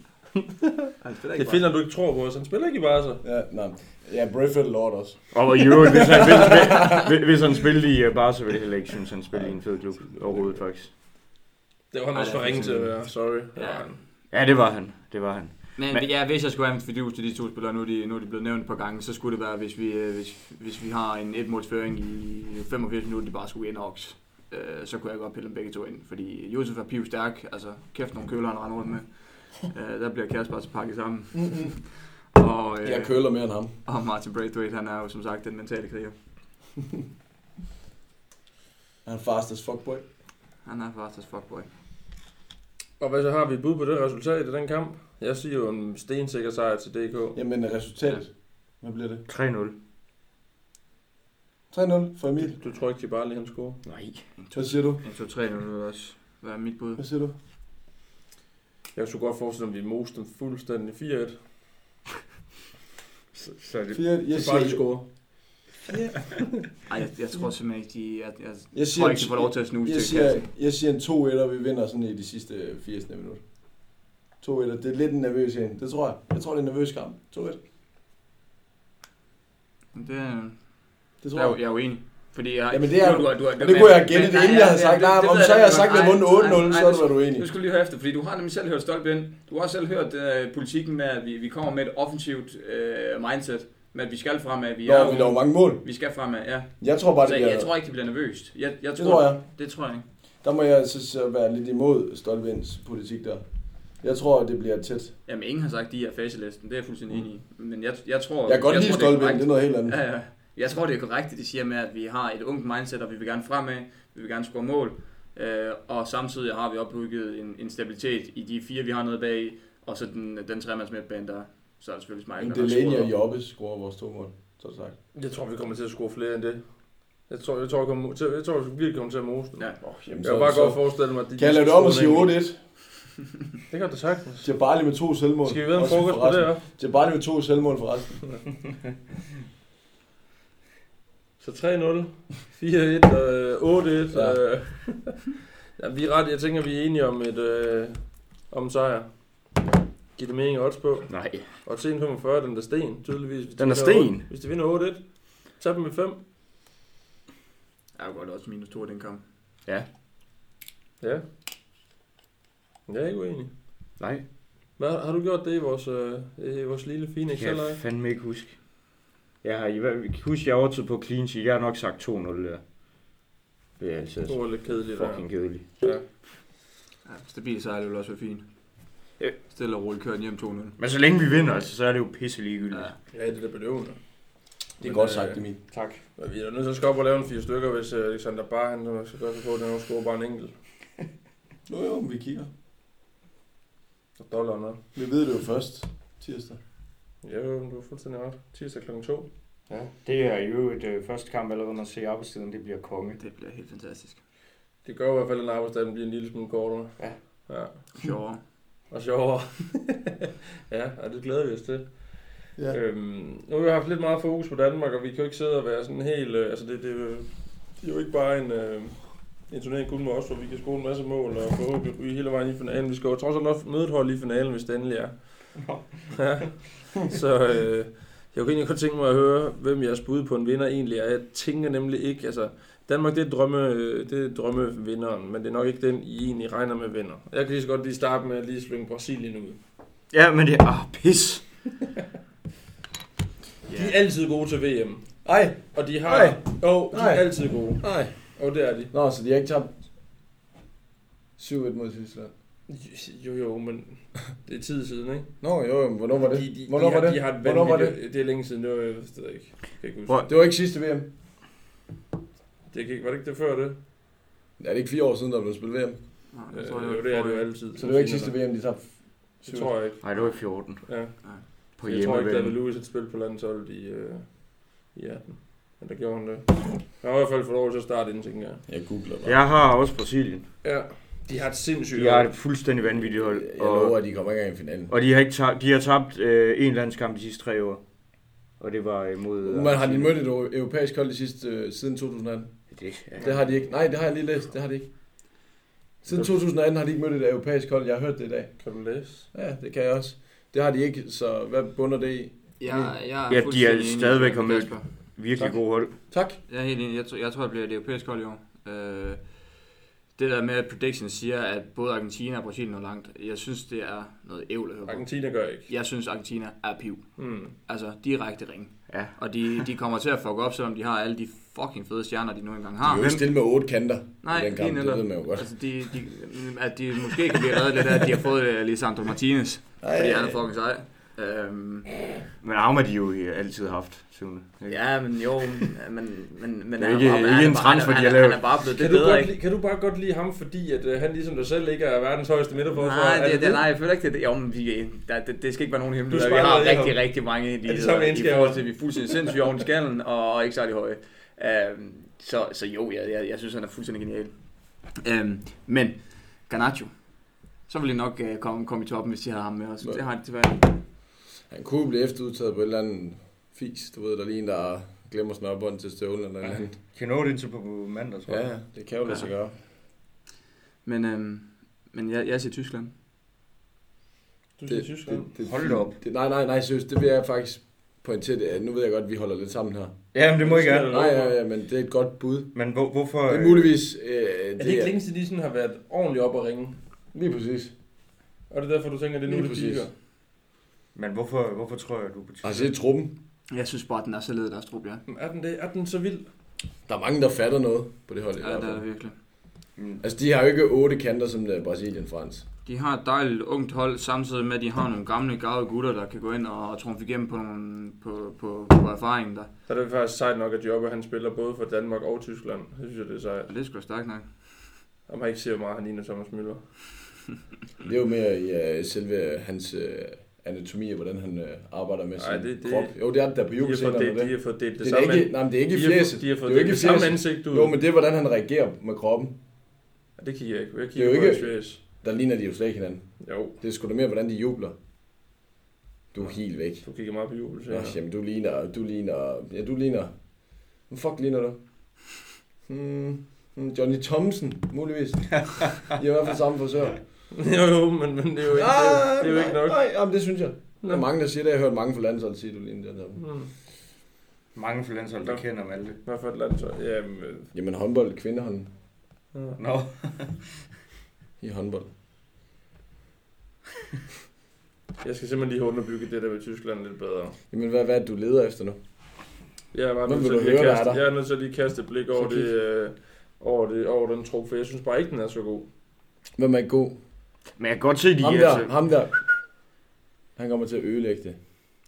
Speaker 4: Han spiller
Speaker 1: Det er fedt, når du ikke tror på os. Han spiller ikke i Barca.
Speaker 2: Ja, nej. Ja, Brayford Lord også.
Speaker 3: Og i øvrigt, hvis han, hvis, hvis, hvis han spillede i øh, Barca, ville jeg heller ikke synes, han spillede i en fed klub overhovedet faktisk.
Speaker 1: Det var han
Speaker 4: Ej,
Speaker 1: også
Speaker 4: det er
Speaker 1: for ringe til at være. Sorry.
Speaker 4: Ja.
Speaker 1: Ja.
Speaker 3: Ja, det var han. Det var han.
Speaker 4: Men,
Speaker 3: Men-
Speaker 4: Men ja, hvis jeg skulle have en fidus til de to spillere, nu er de, nu er de blevet nævnt et par gange, så skulle det være, hvis vi, øh, hvis, hvis vi har en etmålsføring i 85 minutter, de bare skulle ind oks. Øh, så kunne jeg godt pille dem begge to ind, fordi Josef er pivstærk, altså kæft nogle køler, han render rundt med. Øh, der bliver Kasper også pakket sammen. og, øh,
Speaker 2: Jeg køler mere end ham.
Speaker 4: og Martin Braithwaite, han er jo som sagt den mentale kriger.
Speaker 2: Han er fast as fuck boy.
Speaker 4: Han er fast as fuckboy.
Speaker 1: Og hvad så har vi et bud på det resultat i den kamp? Jeg siger jo en stensikker sejr til DK.
Speaker 2: Jamen, resultatet. Hvad bliver det?
Speaker 3: 3-0.
Speaker 2: 3-0 for Emil.
Speaker 1: Du tror ikke, de bare lige han score?
Speaker 3: Nej.
Speaker 2: Hvad siger du?
Speaker 4: En 2-3 nu vil også være mit bud.
Speaker 2: Hvad siger du?
Speaker 1: Jeg kunne godt forestille mig, at vi moste dem fuldstændig 4-1.
Speaker 3: Så, så er det,
Speaker 2: 4 Jeg
Speaker 1: Så bare de
Speaker 2: siger,
Speaker 1: scorer.
Speaker 4: Ej, jeg, jeg tror simpelthen ikke, de, jeg, jeg, jeg
Speaker 2: Jeg
Speaker 4: tror
Speaker 2: siger-
Speaker 4: ikke, de får lov til at snuse
Speaker 2: jeg
Speaker 4: til
Speaker 2: siger,
Speaker 4: kassen.
Speaker 2: jeg siger en 2-1, og vi vinder sådan i de sidste 80 minutter. 2-1, det er lidt en nervøs en. Det tror jeg. Jeg tror, det er en nervøs kamp. 2-1.
Speaker 4: Men Det, er-
Speaker 2: Det tror
Speaker 4: Jeg er, jo-
Speaker 2: jeg.
Speaker 4: jeg er uenig. Fordi jeg,
Speaker 2: Jamen, det er
Speaker 4: du, du, du,
Speaker 2: Og det kunne jeg have gættet
Speaker 5: men-
Speaker 2: det,
Speaker 5: nej,
Speaker 2: inden jeg
Speaker 5: ja,
Speaker 2: havde
Speaker 5: ja,
Speaker 2: sagt,
Speaker 5: det-
Speaker 2: nej,
Speaker 5: det
Speaker 2: om
Speaker 5: ved
Speaker 2: så
Speaker 5: jeg
Speaker 2: jeg
Speaker 5: da
Speaker 2: havde sagt, at
Speaker 5: godt.
Speaker 2: jeg
Speaker 5: Ej,
Speaker 2: vundet
Speaker 5: ej,
Speaker 2: 8-0, så
Speaker 5: ej,
Speaker 2: var du enig.
Speaker 5: Nu skal du lige høre efter, fordi du har nemlig selv hørt stolpe ind. Du har også selv hørt øh, politikken med, at vi, vi kommer med et offensivt øh, mindset, med at vi skal fremad, vi er
Speaker 2: Nå, vi
Speaker 5: unge,
Speaker 2: laver mange mål.
Speaker 5: vi skal fremad, ja.
Speaker 2: Jeg tror bare,
Speaker 5: Så
Speaker 4: Altså,
Speaker 2: det
Speaker 5: jeg, jeg
Speaker 2: bliver...
Speaker 5: tror ikke, det bliver nervøst. Jeg, jeg
Speaker 2: Det tror jeg.
Speaker 5: Det tror jeg ikke.
Speaker 2: Der må jeg så så være lidt imod Stolvens politik der. Jeg tror, det bliver tæt.
Speaker 5: Jamen, ingen har sagt, at de er faselisten. Det er jeg fuldstændig enig i. Men jeg, jeg tror...
Speaker 2: Jeg kan godt
Speaker 5: jeg
Speaker 2: lide
Speaker 5: tror, det er
Speaker 2: Stolven,
Speaker 5: korrekt.
Speaker 2: det er noget helt andet.
Speaker 5: Ja, ja. Jeg tror, det er korrekt, at de siger med, at vi har et ungt mindset, og vi vil gerne fremad, vi vil gerne score mål, øh, og samtidig har vi opbygget en, en stabilitet i de fire, vi har nede bag, og så den, den tremands midtbane, der så er der selvfølgelig Michael.
Speaker 2: Men Delaney og Jobbe scorer vores to mål, så sagt.
Speaker 1: Jeg tror, vi kommer til at score flere end det. Jeg tror, jeg tror, jeg kommer til, jeg tror, vi virkelig kommer til at mose dem.
Speaker 5: Ja.
Speaker 2: Oh,
Speaker 1: Jeg kan bare godt forestille mig, at de...
Speaker 2: kan jeg lave det om og sige 8-1?
Speaker 1: Det kan du sagtens.
Speaker 2: Djebali med to selvmål.
Speaker 1: Skal vi vide en
Speaker 2: Også for
Speaker 1: frokost på
Speaker 2: resten.
Speaker 1: det også?
Speaker 2: Djebali med to selvmål for resten.
Speaker 1: Så 3-0, 4-1 og øh, 8-1.
Speaker 2: Ja.
Speaker 1: Ja. ja, vi er ret, jeg tænker, vi er enige om et øh, om en sejr. Giv det mening odds på.
Speaker 3: nej.
Speaker 1: Og til 1,45, den der sten, tydeligvis. Hvis de
Speaker 3: Den er
Speaker 1: vinder
Speaker 3: sten.
Speaker 1: otte- Hvis de vinder 8-1, tag dem med 5.
Speaker 4: jeg er jo godt også minus 2 i den kamp.
Speaker 1: Ja. Jeg er ikke uenig.
Speaker 3: Nej.
Speaker 1: Hvad, har du gjort det i vores, øh, i vores lille fine
Speaker 3: Det kan
Speaker 1: excel
Speaker 3: jeg fandme ikke huske. Jeg har i hvert fald husk, jeg overtog på clean sheet. Jeg har nok sagt 2-0 der. Det er altså
Speaker 1: Det var lidt kedeligt. der.
Speaker 3: fucking kedeligt.
Speaker 1: Ja.
Speaker 4: Ja, stabil sejl ville også være fint.
Speaker 3: Ja.
Speaker 4: Stille og roligt kørt hjem 2-0.
Speaker 3: Men så længe vi vinder, altså, så er det jo pisse ligegyldigt.
Speaker 4: Ja.
Speaker 1: ja, det er det bedøvende.
Speaker 2: Det er godt sagt, Emil.
Speaker 3: Tak.
Speaker 1: Men vi er da nødt til at skal op og lave en fire stykker, hvis øh, Alexander Bar, han øh, skal gøre sig på, at han scorer bare en enkelt.
Speaker 2: Nu jo, vi kigger.
Speaker 1: Så dollar noget.
Speaker 2: Vi ved det jo først tirsdag.
Speaker 1: Ja, jo, du har fuldstændig ret. Tirsdag kl. 2.
Speaker 3: Ja. Det er jo et øh, første kamp allerede, når man ser arbejdstiden, det bliver konge.
Speaker 4: Det bliver helt fantastisk.
Speaker 1: Det gør i hvert fald, at arbejdsdagen bliver en lille smule kortere.
Speaker 3: Ja.
Speaker 1: ja.
Speaker 4: Sjovere.
Speaker 1: Og sjovere. ja, og det glæder vi os til.
Speaker 2: Ja.
Speaker 1: Øhm, nu har vi haft lidt meget fokus på Danmark, og vi kan jo ikke sidde og være sådan helt... Øh, altså, det, det, er jo- det er jo ikke bare en, øh, en turnering kun med os, hvor vi kan score en masse mål, og forhåbentlig ryge hele vejen i finalen. Vi skal jo trods alt også møde et hold i finalen, hvis det endelig er. ja. Så øh, jeg kunne egentlig godt tænke mig at høre, hvem jeres bud på en vinder egentlig er. Jeg tænker nemlig ikke... Altså, Danmark, det er, drømme, øh, det er drømmevinderen, men det er nok ikke den, I egentlig regner med vinder. Jeg kan lige så godt lige starte med at lige svinge Brasilien ud.
Speaker 3: Ja, men det er... Ah, pis!
Speaker 1: De er altid gode til VM.
Speaker 2: Ej,
Speaker 1: Og de har...
Speaker 2: Nej.
Speaker 1: Jo, de er
Speaker 2: Nej.
Speaker 1: altid gode.
Speaker 2: nej.
Speaker 1: Og det er de.
Speaker 2: Nå, så de har ikke tabt 7-1 mod Tyskland.
Speaker 1: Jo, jo, men det er tid siden, ikke?
Speaker 2: Nå, jo, jo, men hvornår var det?
Speaker 1: De, de,
Speaker 2: Hvornår
Speaker 1: de,
Speaker 2: var
Speaker 1: har-
Speaker 2: det?
Speaker 1: De har et
Speaker 2: Hvornår var det?
Speaker 1: vanvittigt... Det er længe siden, det var, jeg ved det ikke. Jeg kan ikke huske.
Speaker 3: Hvor-
Speaker 2: Det var ikke sidste VM.
Speaker 1: Det kan, ikke- var det ikke det før det?
Speaker 2: Ja, det er ikke fire år siden, der blev spillet VM.
Speaker 4: Nej,
Speaker 1: Øh,
Speaker 4: jeg tror,
Speaker 1: jo, det er det jo altid.
Speaker 2: Så det var ikke sidste VM, de tabte
Speaker 1: Det tror jeg ikke.
Speaker 6: Nej, det var i 14
Speaker 1: Ja.
Speaker 6: på
Speaker 1: jeg tror ikke, David
Speaker 6: hjemmebane.
Speaker 1: Lewis et spil på landsholdet i, øh, i 18. Men der gjorde han det. Han har i hvert fald fået lov til at starte inden, tænker jeg.
Speaker 2: Jeg googler bare.
Speaker 3: Jeg har også Brasilien.
Speaker 1: Ja, de har et sindssygt
Speaker 3: De har
Speaker 1: hold.
Speaker 3: et fuldstændig vanvittigt hold.
Speaker 2: Jeg
Speaker 3: Og,
Speaker 2: lover, at de kommer ikke engang i finalen.
Speaker 3: og de har, ikke tabt, de har tabt øh, en landskamp de sidste tre år. Og det var imod...
Speaker 4: Øh,
Speaker 2: Man har de mødt et eu- europæisk hold de sidste, øh, siden 2018?
Speaker 3: Det, ja.
Speaker 2: Det har de ikke. Nej, det har jeg lige læst. Det har de ikke. Siden 2018 har de ikke mødt et europæisk hold. Jeg har hørt det i dag.
Speaker 1: Kan du læse?
Speaker 2: Ja, det kan jeg også. Det har de ikke, så hvad bunder det i?
Speaker 4: Jeg, jeg
Speaker 3: Ja, de er
Speaker 4: fuldstændig enig
Speaker 3: stadigvæk har
Speaker 4: med
Speaker 3: mødt-
Speaker 4: Kasper.
Speaker 3: Virkelig
Speaker 2: Tak.
Speaker 3: god hold.
Speaker 2: Tak.
Speaker 4: Jeg er helt enig. Jeg, tror, jeg tror, det bliver et europæisk hold i år. Øh, det der med, at predictions siger, at både Argentina og Brasilien når langt, jeg synes, det er noget ævl at høre på.
Speaker 1: Argentina gør ikke.
Speaker 4: Jeg synes, Argentina er piv.
Speaker 1: Mm.
Speaker 4: Altså, direkte ring.
Speaker 3: Ja.
Speaker 4: Og de, de kommer til at fuck op, selvom de har alle de fucking fede stjerner, de nu engang
Speaker 2: De
Speaker 4: har.
Speaker 2: er jo ikke stille med otte kanter
Speaker 4: Ah, Nej,
Speaker 2: i den
Speaker 4: lige
Speaker 2: kamp.
Speaker 4: netop.
Speaker 2: Det ved man jo godt.
Speaker 4: Altså, de, de, at de måske kan blive reddet lidt af, at de har fået øh, Lisandro Martinez, fordi han er fucking sej. Øhm,
Speaker 3: Men Arma de jo øh, altid haft, Sune. Ja.
Speaker 4: ja, men jo, men, men, men
Speaker 3: Det er ikke- ikke en transfer, de har lavet.
Speaker 4: Han er bare blevet
Speaker 1: Kan du,
Speaker 4: det bedre,
Speaker 1: godt
Speaker 4: ikke?
Speaker 1: lide, kan du bare godt lide ham, fordi at, øh, han ligesom dig selv ikke er verdens højeste midterforsvar?
Speaker 4: Nej,
Speaker 1: Er
Speaker 4: det, det, nej, jeg føler ikke, det, jo, men vi, der, det, det skal ikke være nogen hemmelig.
Speaker 1: Du
Speaker 4: Vi har
Speaker 1: sparker i
Speaker 4: rigtig,
Speaker 1: ham.
Speaker 4: rigtig mange i
Speaker 1: det samme
Speaker 4: i
Speaker 1: egenskaber?
Speaker 4: forhold til, at vi er fuldstændig sindssyge oven i skallen, og, og ikke særlig høje. Øhm, så, så jo, jeg, jeg, jeg synes, han er fuldstændig genial. Øhm, men, Garnacho, så ville de nok øh, komme, komme i toppen, hvis de havde ham med os. Det har de tilbage.
Speaker 2: Han kunne jo blive efterudtaget på et eller andet fis. Du ved, der er lige en, der glemmer snørbånd til støvlen eller noget andet.
Speaker 3: Kan nå det indtil på mandag, tror jeg.
Speaker 2: Ja, det kan jo lade sig gøre.
Speaker 4: Men, øhm, men jeg, jeg siger Tyskland.
Speaker 1: Du siger Tyskland.
Speaker 2: det,
Speaker 3: Hold da op.
Speaker 2: Det, nej, nej, nej, seriøst. Det vil jeg faktisk pointere. Det. Nu ved jeg godt, at vi holder lidt sammen her.
Speaker 3: Ja, men det må I gerne.
Speaker 2: Nej, ja, ja, men det er et godt bud.
Speaker 3: Men hvor, hvorfor...
Speaker 2: Det
Speaker 3: øh,
Speaker 2: er muligvis... Øh, det
Speaker 1: Er det ikke længe siden, de sådan har været ordentligt op at ringe?
Speaker 2: Lige præcis.
Speaker 1: Og det er derfor, du tænker, det er nu,
Speaker 2: Lige
Speaker 1: det
Speaker 2: præcis.
Speaker 1: piker?
Speaker 3: Men hvorfor, hvorfor tror jeg, du er på
Speaker 2: Altså, det er truppen.
Speaker 4: Jeg synes bare, den er så ledet, deres trup, ja.
Speaker 1: Men Er den, det? Er den så vild?
Speaker 2: Der er mange, der fatter noget på det hold i
Speaker 4: Ja,
Speaker 2: hvert
Speaker 4: det er der
Speaker 2: fald.
Speaker 4: virkelig.
Speaker 3: Mm.
Speaker 2: Altså, de har jo ikke otte kanter som øh, Brasilien, Frans.
Speaker 4: De har et dejligt ungt hold, samtidig med, at de har nogle gamle, gavede gutter, der kan gå ind og, og trumfe igennem på, nogle, på, på, på erfaringen der.
Speaker 1: Så er det faktisk sejt nok, at Jobbe han spiller både for Danmark og Tyskland. Det synes jeg, det er sejt.
Speaker 4: Og det er sgu da stærkt nok.
Speaker 1: Om han ikke ser hvor meget, han ligner Thomas Müller.
Speaker 2: Det er jo mere i øh, selve øh, hans øh, anatomi og hvordan han øh, arbejder med sin
Speaker 1: Nej, det- det-
Speaker 2: krop. Jo, det er det der på
Speaker 1: De har fået
Speaker 2: jubelscenerne.
Speaker 1: delt, de
Speaker 2: Det,
Speaker 1: har fået delt det,
Speaker 2: det, er
Speaker 1: samme.
Speaker 2: da ikke, nej, men det er ikke i
Speaker 1: de har,
Speaker 2: fjeset.
Speaker 1: fået- de har fået
Speaker 2: det er jo
Speaker 1: delt
Speaker 2: ikke
Speaker 1: det
Speaker 2: i
Speaker 1: samme
Speaker 2: fjeset.
Speaker 1: ansigt ud.
Speaker 2: Jo, men det er, hvordan han reagerer med kroppen.
Speaker 1: Det kigger jeg ikke. Jeg
Speaker 2: jo
Speaker 1: kigger på
Speaker 2: ikke-
Speaker 1: hans fjes.
Speaker 2: Der ligner de jo slet ikke hinanden.
Speaker 1: Jo,
Speaker 2: Det er sgu da mere, hvordan de jubler. Du er helt væk.
Speaker 1: du kigger meget på jubel.
Speaker 2: Nå, jamen, du ligner, du ligner, ja, du ligner, hvad fuck ligner du? Hmm, hmm, Johnny Thompson, muligvis. I er i hvert fald samme frisør.
Speaker 1: jo, jo, men, men det er jo ikke, det, er jo ikke nok.
Speaker 2: Nej, nej, jamen, Ah, det synes jeg. Der er
Speaker 1: Nå.
Speaker 2: mange, der siger det. Jeg har hørt mange fra landsholdet sige, du ligner Johnny Thompson.
Speaker 1: Hmm.
Speaker 3: Mange for landshold, der
Speaker 1: Nå.
Speaker 3: kender dem alle.
Speaker 1: Hvad for et land så? Jamen, øh,
Speaker 2: Jamen håndbold, kvindehånden
Speaker 1: ja.
Speaker 3: Nå,
Speaker 2: i håndbold.
Speaker 1: jeg skal simpelthen lige have underbygget det der med Tyskland lidt bedre.
Speaker 2: Jamen hvad, hvad er det, du leder efter nu?
Speaker 1: Jeg er, bare
Speaker 2: Hvem
Speaker 1: nødt
Speaker 2: vil
Speaker 1: til
Speaker 2: du
Speaker 1: lige at
Speaker 2: høre, der
Speaker 1: kaste,
Speaker 2: er der?
Speaker 1: jeg er nødt til at lige kaste et blik over
Speaker 2: Så
Speaker 1: det, øh, over, det, over den trup, for jeg synes bare ikke, den er så god.
Speaker 2: Hvem er god?
Speaker 3: men jeg kan godt se, de
Speaker 2: Ham
Speaker 3: er...
Speaker 2: der,
Speaker 3: Altså,
Speaker 2: ham der. Han kommer til at ødelægge det.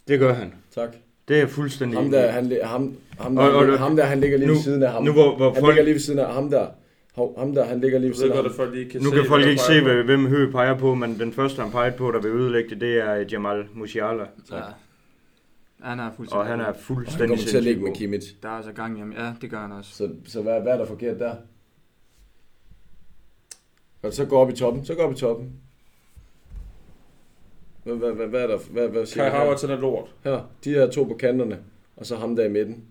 Speaker 3: det gør han.
Speaker 2: Tak.
Speaker 3: Det er jeg fuldstændig
Speaker 2: Ham
Speaker 3: enig i.
Speaker 2: der, han, li- ham, ham, der,
Speaker 3: Og- og-
Speaker 2: han, ham der, han ligger lige
Speaker 3: nu-
Speaker 2: ved siden af ham.
Speaker 3: Nu hvor, hvor
Speaker 2: Han
Speaker 3: folk,
Speaker 2: ligger lige ved siden af ham der. Hov, ham der, han ligger
Speaker 1: Jeg
Speaker 2: lige ved
Speaker 1: ved
Speaker 2: siden af
Speaker 1: godt, at
Speaker 2: ham.
Speaker 1: folk lige kan
Speaker 3: nu
Speaker 1: se,
Speaker 3: kan folk
Speaker 1: hvad der
Speaker 3: ikke
Speaker 1: fejler.
Speaker 3: se, hvad- hvem Høgh peger på, men den første, han pegede på, der vil ødelægge det, det er Jamal Musiala.
Speaker 4: Ja. Han er fuldstændig.
Speaker 3: Og han er
Speaker 2: Og Han
Speaker 3: fuldstændig
Speaker 2: kommer til at
Speaker 3: sindssygt
Speaker 2: ligge med
Speaker 3: god.
Speaker 2: Kimmich.
Speaker 4: Der er altså gang i ham. Ja, det gør han også.
Speaker 2: Så, så hvad, hvad er der forkert der? Godt, så går op i toppen. Så går op i toppen. Hvad, hvad, hvad, hvad er der? Hvad, hvad siger
Speaker 1: Kai
Speaker 2: du her?
Speaker 1: Havertz han er lort.
Speaker 2: Her, de her to på kanterne, og så ham der i midten.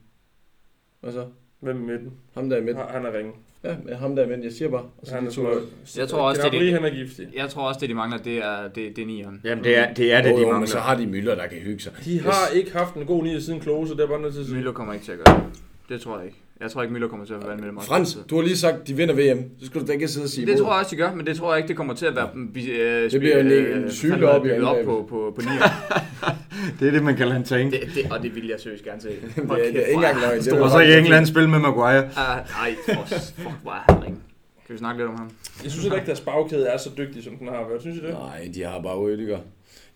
Speaker 2: Og så
Speaker 1: Hvem er midten?
Speaker 2: ham der i midten.
Speaker 1: Han han er ringe.
Speaker 2: Ja, men ham der i midten, jeg siger bare. Og så
Speaker 1: Han
Speaker 2: de
Speaker 1: er
Speaker 2: to.
Speaker 1: smøg.
Speaker 4: Jeg tror også, det er
Speaker 1: Gnabry,
Speaker 4: det.
Speaker 1: han er giftig.
Speaker 4: Jeg tror også, det de mangler, det er, det, det er nieren.
Speaker 3: Jamen, det er det, er det
Speaker 2: Jo,
Speaker 3: de
Speaker 2: jo, men
Speaker 3: mangler.
Speaker 2: så har de Møller, der kan hygge sig.
Speaker 1: De har ikke haft en god nier siden Klose, det er bare nødt til at sige.
Speaker 4: Møller kommer ikke til at gøre det. Det tror jeg ikke. Jeg tror ikke, Møller kommer til at forvandle med dem.
Speaker 2: Frans, du har lige sagt, de vinder VM. Så skulle du da ikke sidde og sige
Speaker 4: Det
Speaker 2: imod.
Speaker 4: tror jeg også, de gør, men det tror jeg ikke, det kommer til at være... Øh,
Speaker 2: Det bliver en- en sygle op i
Speaker 4: op
Speaker 2: angrebet.
Speaker 4: på, på, på nieren.
Speaker 3: Det er det, man kalder en tank.
Speaker 4: Det, det, og det vil jeg seriøst gerne se.
Speaker 2: det, er, det er ikke engang løgn. Det er
Speaker 3: Og så i
Speaker 2: faktisk-
Speaker 3: England spille med Maguire.
Speaker 4: Ah, Nej, for fuck, hvor er han ring. Kan vi snakke lidt om ham?
Speaker 1: Jeg synes heller ikke, deres bagkæde er så dygtig, som den har været. Synes I det?
Speaker 2: Nej, de har bare Rødiger.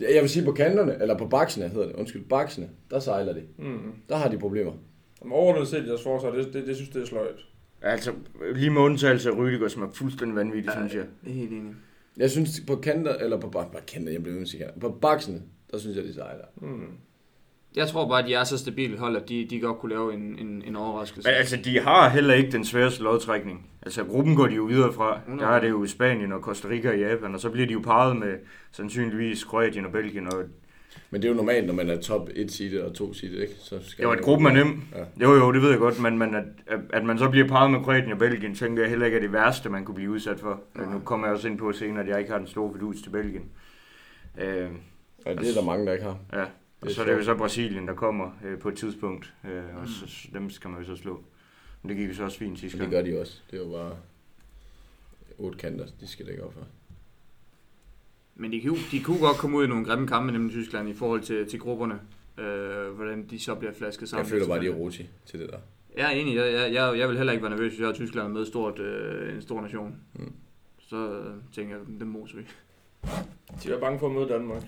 Speaker 2: Jeg vil sige på kanterne, eller på baksene hedder det, undskyld, baksene, der sejler de.
Speaker 1: Mm.
Speaker 2: Der har de problemer.
Speaker 1: Men overordnet set i deres forsvar, det, det, det synes det er sløjt.
Speaker 3: Altså, lige med undtagelse af Rydiger, som er fuldstændig vanvittig, synes jeg.
Speaker 4: Helt enig.
Speaker 2: Jeg synes på kanter, eller på, bak- på kanter, jeg bliver ved med at sige kanter. På baksene, der synes jeg, de sejler.
Speaker 1: Mm.
Speaker 4: Jeg tror bare, at de er så stabilt hold, at de, de godt kunne lave en, en, en overraskelse.
Speaker 3: Men altså, de har heller ikke den sværeste lodtrækning. Altså, gruppen går de jo videre fra. Der er det jo Spanien og Costa Rica og Japan, og så bliver de jo parret med sandsynligvis Kroatien og Belgien. Og...
Speaker 2: Men det er jo normalt, når man er top 1 seedet og 2 seedet, ikke? Så skal
Speaker 3: Jo,
Speaker 2: man-
Speaker 3: at gruppen er nem.
Speaker 2: Ja.
Speaker 3: Jo, jo, det ved jeg godt, men, men at, at- at man så bliver parret med Kroatien og Belgien, tænker jeg heller ikke er det værste, man kunne blive udsat for. Og Nu kommer jeg også ind på senere, at jeg ikke har den store fidus til Belgien. Øh,
Speaker 2: Ja, det er der mange, der ikke har.
Speaker 3: ja.
Speaker 2: Det
Speaker 3: Og
Speaker 2: er
Speaker 3: så er det jo
Speaker 2: sjovt.
Speaker 3: så Brasilien, der kommer øh, på et tidspunkt, øh, og så, dem skal man jo så slå. Men det gik jo så også fint sidste
Speaker 2: Men det
Speaker 3: gang.
Speaker 2: gør de også. Det er jo bare otte kanter, de skal dække op for.
Speaker 4: Men de kunne, de kunne godt komme ud i nogle grimme kampe, nemlig Tyskland, i forhold til, til grupperne. Øh, hvordan de så bliver flasket sammen.
Speaker 2: Jeg føler bare, de er roti til det der.
Speaker 4: Jeg er enig. Jeg, jeg, jeg, jeg vil heller ikke være nervøs, hvis jeg er Tyskland er med stort, øh, en stor nation.
Speaker 2: Mm.
Speaker 4: Så øh, tænker jeg, den moser vi.
Speaker 1: De var bange for at møde Danmark.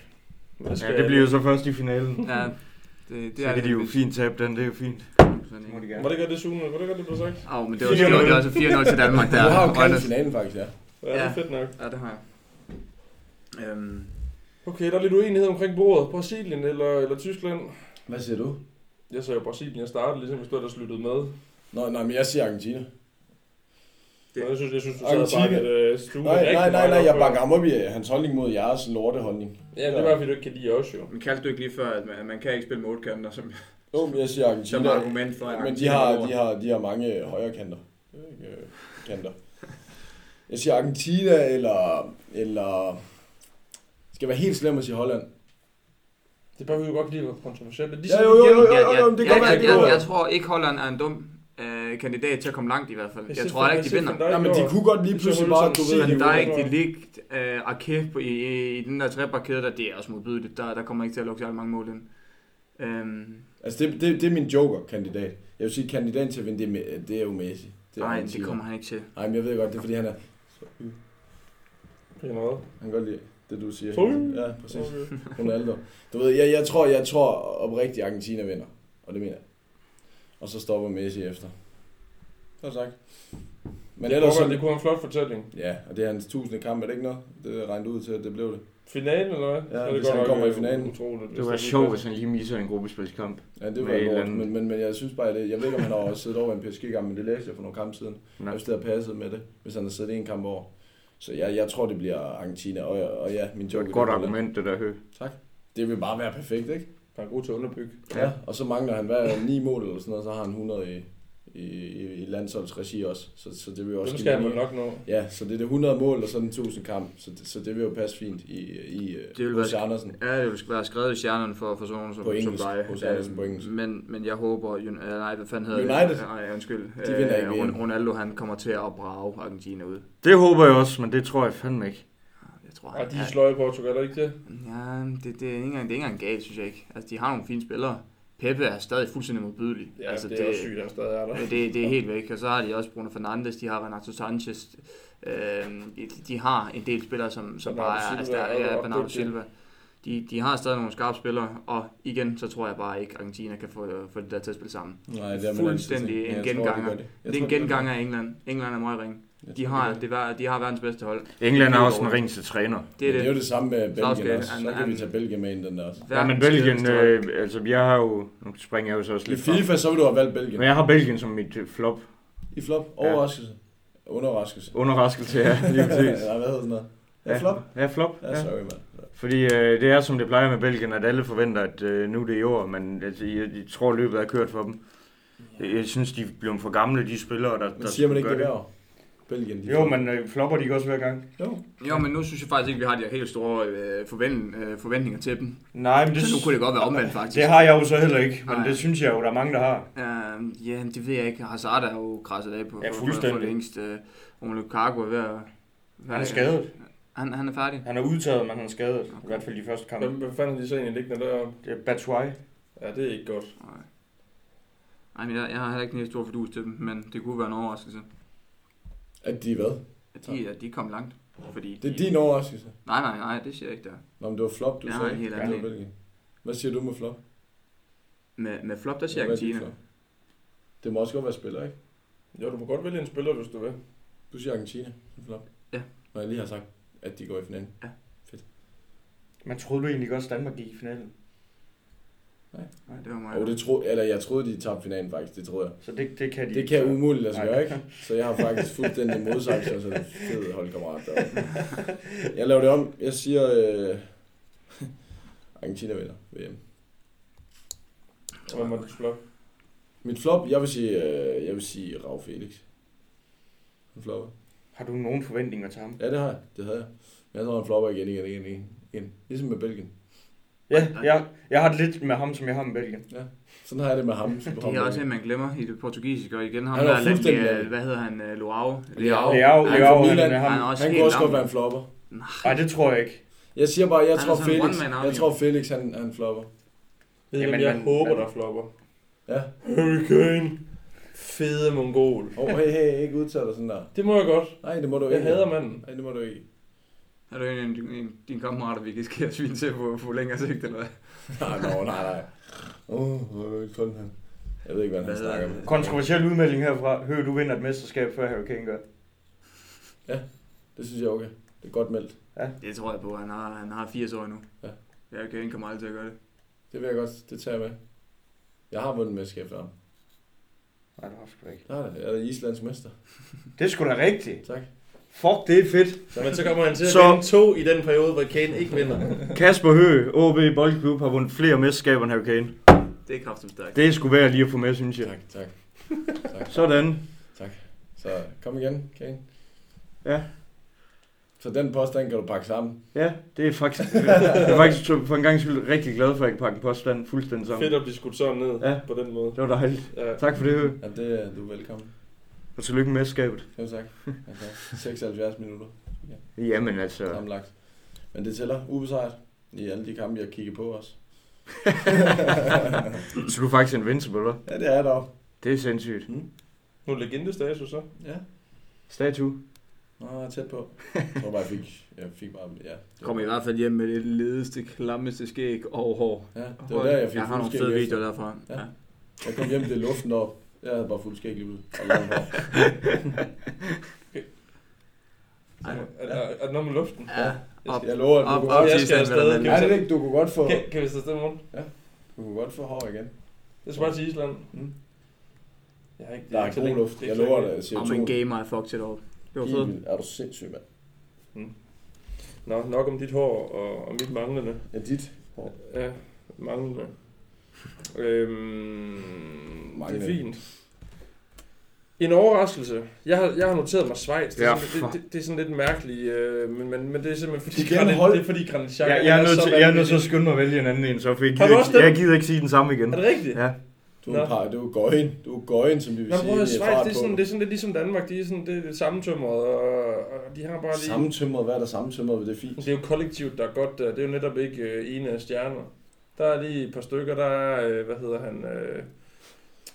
Speaker 1: Men det
Speaker 3: Ja, det bliver jo så først i finalen.
Speaker 4: Ja, det, det
Speaker 3: Det
Speaker 4: er
Speaker 3: er de jo fint tabe den, det er jo fint.
Speaker 1: Var det godt, det Sune? Var det godt, det blev sagt?
Speaker 4: Au, men det var, det var, det var altså 4-0 til Danmark der.
Speaker 2: Du har jo
Speaker 4: Og
Speaker 2: kanter i
Speaker 4: Anders-
Speaker 2: finalen faktisk, ja.
Speaker 1: Ja, det er
Speaker 4: Ja.
Speaker 1: fedt nok.
Speaker 4: Ja, det har jeg. Øhm,
Speaker 1: Okay, der er lidt uenighed omkring bordet. Brasilien eller, eller Tyskland?
Speaker 2: Hvad siger du?
Speaker 1: Jeg sagde jo Brasilien, jeg startede, ligesom hvis du ellers lyttede med.
Speaker 2: Nå, nej, men jeg siger Argentina.
Speaker 1: Det.
Speaker 4: Det-
Speaker 1: Jeg synes, jeg synes du sad og
Speaker 2: Argentina.
Speaker 1: bakket øh, stuen
Speaker 2: Nej,
Speaker 1: rigtig
Speaker 2: nej, nej,
Speaker 1: meget
Speaker 2: nej,
Speaker 1: op
Speaker 2: jeg
Speaker 1: før.
Speaker 2: bakker ham op i øh, hans holdning mod jeres lorteholdning.
Speaker 1: Ja, det er bare, fordi du ikke kan lide os jo.
Speaker 4: men kaldte du ikke lige før, at man, at man kan ikke spille med 8 kanter, som,
Speaker 2: Jo, men jeg siger Argentina.
Speaker 4: som argument for, at
Speaker 2: Men de
Speaker 4: Argentina
Speaker 2: har,
Speaker 4: går.
Speaker 2: de, har, de har mange øh, højre kanter. Det er ikke, øh, kanter. Jeg siger Argentina, eller, eller... Skal jeg være helt slem at sige Holland?
Speaker 1: Det behøver jo godt lige at være kontroversielt. Men
Speaker 2: Ja, jo, jo, jo,
Speaker 1: igennem-
Speaker 2: jo, jo, men det kan
Speaker 4: jeg,
Speaker 2: godt være,
Speaker 4: jeg,
Speaker 2: det
Speaker 4: jeg, jeg
Speaker 2: går.
Speaker 4: tror ikke, Holland er en dum øh, kandidat til at komme langt i hvert fald. Jeg
Speaker 1: synes,
Speaker 4: tror heller
Speaker 1: jeg
Speaker 4: ikke, de
Speaker 1: synes,
Speaker 4: vinder.
Speaker 1: der er
Speaker 2: Ja, men de
Speaker 1: noget-
Speaker 2: kunne godt lige
Speaker 1: Det er
Speaker 2: pludselig
Speaker 1: så
Speaker 2: bare, du
Speaker 1: voldsomt
Speaker 2: ved,
Speaker 1: set,
Speaker 4: Men der er ikke
Speaker 1: det
Speaker 4: det ligt øh, Arke på, i, i, i den der trebakæde, der det er også modbydeligt. Der, der kommer ikke til at lukke særlig mange mål ind. Øhm,
Speaker 2: Altså, det, det, det er min joker-kandidat. Jeg vil sige, kandidat til at vinde, det er, Me- det er jo Messi. Det er
Speaker 4: nej, det
Speaker 2: Argentina.
Speaker 4: kommer han ikke til.
Speaker 2: Ej, men jeg ved godt, det er fordi, han er... Så, øh,
Speaker 1: Det er noget.
Speaker 2: han kan godt lide det, du siger.
Speaker 1: Sorry.
Speaker 2: Ja, præcis.
Speaker 1: Okay.
Speaker 2: Ronaldo. Du ved, jeg, jeg tror, jeg tror oprigtigt, Argentina vinder. Og det mener jeg. Og så stopper Messi efter. Så sagt. Men
Speaker 1: det,
Speaker 2: ellers
Speaker 1: kunne,
Speaker 2: så...
Speaker 1: være- det kunne være en flot fortælling.
Speaker 2: Ja, og det er hans tusinde kamp, er det ikke noget? Det er regnet ud til, at det blev det.
Speaker 1: Finalen, eller hvad?
Speaker 2: Ja,
Speaker 1: Er
Speaker 2: hvis
Speaker 1: godt
Speaker 2: han
Speaker 1: nok,
Speaker 2: kommer i
Speaker 1: øh,
Speaker 2: finalen.
Speaker 1: Utroligt. hvis
Speaker 3: Det var
Speaker 1: lige
Speaker 3: sjovt,
Speaker 1: passer.
Speaker 3: hvis han lige misser en gruppespilskamp.
Speaker 2: Ja, det var
Speaker 3: Med en eller
Speaker 2: lort,
Speaker 3: anden-
Speaker 2: men, men, men jeg synes bare, at det, jeg ved ikke, om han har også siddet over i en PSG-kamp, men det læste jeg for nogle kampe siden.
Speaker 3: Nå.
Speaker 2: Jeg synes, det har passet med det, hvis han har siddet en kamp over. Så jeg, jeg tror, det bliver Argentina, og, og ja, min
Speaker 3: Det var
Speaker 2: joke.
Speaker 3: et godt
Speaker 2: er Holland.
Speaker 3: argument, det der hø.
Speaker 2: Tak. Det vil bare være perfekt, ikke?
Speaker 1: Han er god til at underbygge.
Speaker 2: Ja. Og så mangler han hver ni mål eller sådan noget, så har han 100 i, i, i, i landsholdsregi også. Så, så det vil jo også
Speaker 1: Dem
Speaker 2: give
Speaker 1: skal han vel
Speaker 2: mening.
Speaker 1: nok nå.
Speaker 2: Ja, så det er det 100 mål og sådan 1000 kamp, så det, så det vil jo passe fint i, i øh,
Speaker 4: Det vil
Speaker 2: hos
Speaker 4: være-
Speaker 2: Andersen
Speaker 4: Ja, det ville være skrevet i stjernerne for, for sådan nogen som,
Speaker 2: på engelsk.
Speaker 4: som dig.
Speaker 2: Hos Andersen på
Speaker 4: Øhm,
Speaker 2: engelsk.
Speaker 4: Men, men jeg håber, Uni- øh, nej, hvad fanden hedder
Speaker 2: United?
Speaker 4: det? Nej, undskyld.
Speaker 2: De vinder ikke
Speaker 4: Øh,
Speaker 2: VM.
Speaker 4: Ron- Ronaldo, han kommer til at brage Argentina ud.
Speaker 3: Det håber jeg også, men det tror jeg fandme ikke.
Speaker 4: Jeg tror,
Speaker 1: Og
Speaker 4: han,
Speaker 1: de
Speaker 4: er-
Speaker 1: slår i Portugal, er det ikke det?
Speaker 4: Ja, det, det, er ikke engang, det er ikke engang galt, synes jeg ikke. Altså, de har nogle fine spillere. Pepe er stadig fuldstændig modbydelig.
Speaker 1: Ja,
Speaker 4: altså,
Speaker 1: det er også sygt, at han stadig er der.
Speaker 4: Øh, Det, det er helt væk. Og så har de også Bruno Fernandes, de har Renato Sanchez. Øh, de, de har en del spillere, som, som
Speaker 1: Bernardo
Speaker 4: bare er,
Speaker 1: Silva
Speaker 4: altså, der,
Speaker 1: er jo
Speaker 4: er
Speaker 1: ret
Speaker 4: Bernardo
Speaker 1: dygtig.
Speaker 4: Silva. De, de har stadig nogle skarpe spillere, og igen, så tror jeg bare ikke, Argentina kan få, få det der til at spille sammen.
Speaker 2: Nej, det er man altid
Speaker 4: fuldstændig
Speaker 2: tænkt.
Speaker 4: en
Speaker 2: Ja, jeg tror, de
Speaker 4: genganger.
Speaker 2: gør det. Jeg
Speaker 4: det
Speaker 2: tror,
Speaker 4: er en
Speaker 2: de gør
Speaker 4: gengang af England. England er møgring.
Speaker 2: Jeg
Speaker 4: De
Speaker 2: tror,
Speaker 4: har,
Speaker 2: det.
Speaker 4: det var, de har verdens bedste hold.
Speaker 3: England er også den ringeste træner.
Speaker 4: Det er
Speaker 2: Men det er jo
Speaker 4: det.
Speaker 2: det samme med Belgien
Speaker 4: Southgate,
Speaker 2: også. Så
Speaker 4: han-
Speaker 2: kan vi
Speaker 4: han-
Speaker 2: tage Belgien med ind den der også.
Speaker 3: Ja, men
Speaker 4: Verdens
Speaker 3: Belgien,
Speaker 4: kedeligste hold.
Speaker 3: øh, altså jeg har jo... Nu springer jeg jo så også
Speaker 2: I
Speaker 3: lidt frem.
Speaker 2: FIFA, så vil du have valgt Belgien.
Speaker 3: Men jeg har Belgien som mit øh, flop.
Speaker 2: I flop. Overraskelse. Underraskelse.
Speaker 3: Underraskelse, ja, lige præcis.
Speaker 2: Nej, hvad hedder sådan noget? Ja, flop.
Speaker 3: Ja, flop.
Speaker 2: Ja,
Speaker 3: Ja.
Speaker 2: sorry, mand.
Speaker 3: Fordi øh, det er, som det plejer med Belgien, at alle forventer, at øh, nu er det i år, men altså, jeg, jeg tror, løbet er kørt for dem. Jeg, jeg synes, de er blevet for gamle, de spillere, der, der
Speaker 2: Men siger man ikke
Speaker 3: gør
Speaker 2: det hver år? Belgien, de
Speaker 3: Jo, men øh, flopper de ikke også hver gang?
Speaker 2: Jo.
Speaker 4: Jo, men nu synes jeg faktisk ikke, vi har de her helt store øh, forvent, øh, forventninger til dem.
Speaker 3: Nej, men det,
Speaker 4: Så nu kunne det godt være omvendt, faktisk.
Speaker 3: det har jeg jo så heller ikke, men
Speaker 4: Nej.
Speaker 3: det synes jeg jo, der er mange, der har.
Speaker 4: Øhm, ja, men det ved jeg ikke. Hazard er jo krasset af på
Speaker 3: Ja,
Speaker 4: for-
Speaker 3: fuldstændig.
Speaker 4: for længst. Øh, Romelu Lukaku er ved at...
Speaker 3: Han er skadet.
Speaker 4: Han, han er færdig.
Speaker 3: Han er udtaget, men han er skadet. I hvert fald de første kampe.
Speaker 1: Hvem, hvem fanden er de så egentlig liggende der?
Speaker 3: Det er Batshuayi.
Speaker 1: Ja, det er ikke godt.
Speaker 4: Nej. Ej, men jeg, jeg har heller ikke en helt stor fordus til dem, men det kunne være en overraskelse.
Speaker 2: At de hvad?
Speaker 4: At de, at de kom langt. Fordi
Speaker 2: Det er
Speaker 4: de,
Speaker 2: din overraskelse.
Speaker 4: Nej, nej, nej, det siger jeg ikke der.
Speaker 2: Nå, men det var flop, du
Speaker 4: Jeg har
Speaker 2: sagde.
Speaker 4: en helt
Speaker 2: Det
Speaker 4: anden
Speaker 2: var
Speaker 4: en.
Speaker 2: Belgien. Hvad siger du med flop?
Speaker 4: Med, med flop, der siger
Speaker 2: Hvad er dit
Speaker 4: Argentina.
Speaker 2: flop? Det må også godt være spiller, ikke?
Speaker 1: Jo, du må godt vælge en spiller, hvis du vil.
Speaker 2: Du siger Argentina som flop.
Speaker 4: Ja.
Speaker 2: Når jeg lige har sagt at de går i finalen.
Speaker 3: Man troede du egentlig også, at Danmark gik i finalen.
Speaker 4: Nej, det var mig.
Speaker 2: Og det tro, eller jeg troede, de tabte finalen faktisk, det troede jeg.
Speaker 3: Så det, det kan de
Speaker 2: Det kan jeg umuligt lade sig
Speaker 3: Nej.
Speaker 2: gøre, ikke? Så jeg har faktisk fuldstændig modsagt sig som en fed holdkammerat deroppe. Jeg laver det om. Jeg siger, øh, Argentina vinder VM.
Speaker 1: Hvad må du slå?
Speaker 2: Mit flop, jeg vil sige, øh, jeg vil sige Rav Felix. Han flopper.
Speaker 3: Har du nogen forventninger til ham?
Speaker 2: Ja, det har jeg. Det havde jeg. Men jeg tror, han flopper igen, igen, igen, igen. igen. Ligesom med Belgien.
Speaker 3: Ja, jeg, jeg har det lidt med ham, som jeg har med Belgien.
Speaker 2: Sådan har jeg det med ham.
Speaker 4: Det er også en, man glemmer i det portugisiske, og igen ham
Speaker 2: Han
Speaker 4: han
Speaker 2: var
Speaker 4: der
Speaker 2: fuldstændig-
Speaker 4: landlige, hvad hedder han, øh, Luau?
Speaker 2: Leao.
Speaker 3: Det er jo,
Speaker 2: Han
Speaker 3: det
Speaker 2: er
Speaker 3: er
Speaker 2: fra
Speaker 3: jo
Speaker 2: Milan.
Speaker 3: han, er
Speaker 4: Han er
Speaker 3: ham.
Speaker 4: også
Speaker 2: Han
Speaker 4: helt
Speaker 2: kunne også
Speaker 4: lam.
Speaker 2: godt være en flopper.
Speaker 3: Nej, det tror jeg ikke.
Speaker 2: Jeg siger bare, jeg
Speaker 4: Han er
Speaker 2: tror
Speaker 4: sådan en
Speaker 2: Felix,
Speaker 4: one-man army,
Speaker 2: jeg
Speaker 4: jo.
Speaker 2: tror Felix, han, han flopper.
Speaker 1: Ved Jamen,
Speaker 3: Jamen,
Speaker 1: jeg
Speaker 3: man-
Speaker 1: håber,
Speaker 3: man-
Speaker 1: der flopper.
Speaker 2: Ja.
Speaker 1: Hurricane. Fede mongol.
Speaker 2: Åh, oh, hey, hey, ikke udtale dig sådan der.
Speaker 1: Det må jeg godt.
Speaker 2: Nej, det må du ikke.
Speaker 1: Jeg hader manden.
Speaker 2: Nej, det må du ikke.
Speaker 4: Er du en af din- en- dine kammerater, vi kan skære svin til på, på længere sigt, eller hvad?
Speaker 2: nej, nå, nej, nej. Åh, oh, øh, kun han. Jeg ved ikke, hvad han
Speaker 4: Hvad
Speaker 2: snakker
Speaker 4: hedder
Speaker 2: om.
Speaker 3: Kontroversiel udmelding herfra. Hører du vinder et mesterskab, før Harry Kane gør.
Speaker 2: Det synes jeg er okay. Det er godt meldt.
Speaker 4: Det tror jeg på, han har, han har 80 år nu.
Speaker 2: Ja.
Speaker 4: Jeg kan ikke komme aldrig til at gøre det.
Speaker 2: Det vil jeg godt. Det tager jeg med. Jeg har vundet med efter ham.
Speaker 3: Nej, det har sgu da ikke.
Speaker 2: Nej, jeg er Islands mester.
Speaker 3: Det er sgu da rigtigt.
Speaker 2: Tak.
Speaker 3: Fuck, det er fedt.
Speaker 1: Men så kommer han til at
Speaker 3: Så-
Speaker 1: vinde to i den periode, hvor Kane ikke vinder.
Speaker 3: Kasper Høgh, OB Boldklub, har vundet flere mesterskaber end Harry Kane.
Speaker 4: Det er kraftigt stærkt.
Speaker 3: Det er sgu værd lige at få med, synes jeg.
Speaker 2: Tak, tak. tak.
Speaker 3: Sådan.
Speaker 2: Så kom igen, Kane.
Speaker 3: Ja.
Speaker 2: Så den påstand kan du pakke sammen.
Speaker 3: Ja, det er faktisk, jeg er faktisk for en gang skyld rigtig glad for, at jeg kan pakke en påstand fuldstændig sammen.
Speaker 1: Fedt at blive skudt sådan ned
Speaker 3: Ja.
Speaker 1: på den måde.
Speaker 3: Det var dejligt.
Speaker 1: Ja.
Speaker 3: Tak for det, Høgh.
Speaker 2: Ja, det er du er velkommen.
Speaker 3: Og tillykke med mesterskabet.
Speaker 2: Jo, tak. Okay. 76 minutter
Speaker 3: Jamen altså.
Speaker 2: sammenlagt. Men det tæller ubesejret i alle de kampe, jeg kigger på også.
Speaker 3: Så du er faktisk invincible, hva'?
Speaker 2: Ja, det er jeg dog.
Speaker 3: Det er sindssygt.
Speaker 1: Nu er legendestatus så.
Speaker 2: Ja.
Speaker 3: Statue.
Speaker 2: Nå, jeg er tæt på. Jeg tror bare, jeg fik, jeg fik bare... Ja, det,
Speaker 4: Kom i hvert fald hjem med det ledeste, klammeste skæg og hår.
Speaker 2: ja, det var der, jeg fik
Speaker 4: jeg har nogle
Speaker 2: fuldskæg
Speaker 4: fede
Speaker 2: efter.
Speaker 4: videoer derfra.
Speaker 2: Ja.
Speaker 4: Ja. ja.
Speaker 2: Jeg kom hjem til luften op. Jeg havde bare fuldskæg lige ud. Og langt hår.
Speaker 1: Er, er, er den om i luften?
Speaker 4: ja. Op,
Speaker 2: Jeg lover, at du
Speaker 4: op,
Speaker 2: kunne
Speaker 4: op
Speaker 2: godt...
Speaker 1: Jeg
Speaker 4: til
Speaker 1: skal
Speaker 4: Island,
Speaker 1: afsted.
Speaker 4: hvad der
Speaker 1: Kan
Speaker 2: Nej,
Speaker 4: er.
Speaker 2: det er ikke. Du kunne godt få,
Speaker 1: Kan, kan vi sætte det i morgen?
Speaker 2: du kunne godt få hår igen.
Speaker 1: Jeg skal bare til Island.
Speaker 2: Mm.
Speaker 1: Jeg har ikke,
Speaker 2: Der er
Speaker 1: ikke så
Speaker 2: god
Speaker 1: længe.
Speaker 2: luft.
Speaker 1: Det er
Speaker 2: Jeg
Speaker 1: ikke så
Speaker 2: lover
Speaker 1: længe.
Speaker 2: dig.
Speaker 4: Om
Speaker 2: CO2.
Speaker 4: en gamer er fucked it op. Det var fedt.
Speaker 2: Helt vildt. Er du sindssyg, mand?
Speaker 1: Nå, nok om dit hår og, og mit manglende.
Speaker 2: Ja, dit.
Speaker 1: Ja, manglende. Øhm, det
Speaker 2: Manglende.
Speaker 1: er fint. En overraskelse. Jeg har, jeg har noteret mig Schweiz. Det er,
Speaker 3: Ja,
Speaker 1: sådan, det,
Speaker 3: for-
Speaker 1: det, det er sådan lidt mærkeligt, øh, men, men, men det er simpelthen fordi,
Speaker 2: De gerne
Speaker 1: Granit,
Speaker 2: holde-
Speaker 1: det er fordi Granit Xhaka,
Speaker 3: Jeg, jeg,
Speaker 1: han
Speaker 3: er nødt
Speaker 1: så
Speaker 3: til, jeg er nødt til at
Speaker 1: vanvittig.
Speaker 3: skynde mig at vælge en anden en, så for jeg
Speaker 1: Har
Speaker 3: gider,
Speaker 1: du også
Speaker 3: ikke,
Speaker 1: den?
Speaker 3: jeg gider ikke sige den samme igen.
Speaker 1: Er det rigtigt?
Speaker 3: Ja.
Speaker 2: Du er en
Speaker 1: Nå.
Speaker 2: par, du er gøjen. Du er gøjen, som de vil
Speaker 1: Nå,
Speaker 2: sige.
Speaker 1: prøv at
Speaker 2: Det er
Speaker 1: Schweiz,
Speaker 2: fart
Speaker 1: det er,
Speaker 2: på.
Speaker 1: sådan, det er sådan lidt ligesom Danmark. De er sådan det, er det sammentømret, og, og de har bare lige...
Speaker 2: Sammentømret. Hvad er der sammentømret ved det fint?
Speaker 1: Det er jo kollektivt, der er godt der. Det er jo netop ikke øh, ene af stjerner. Der er lige et par stykker. Der er, øh, hvad hedder han? Øh,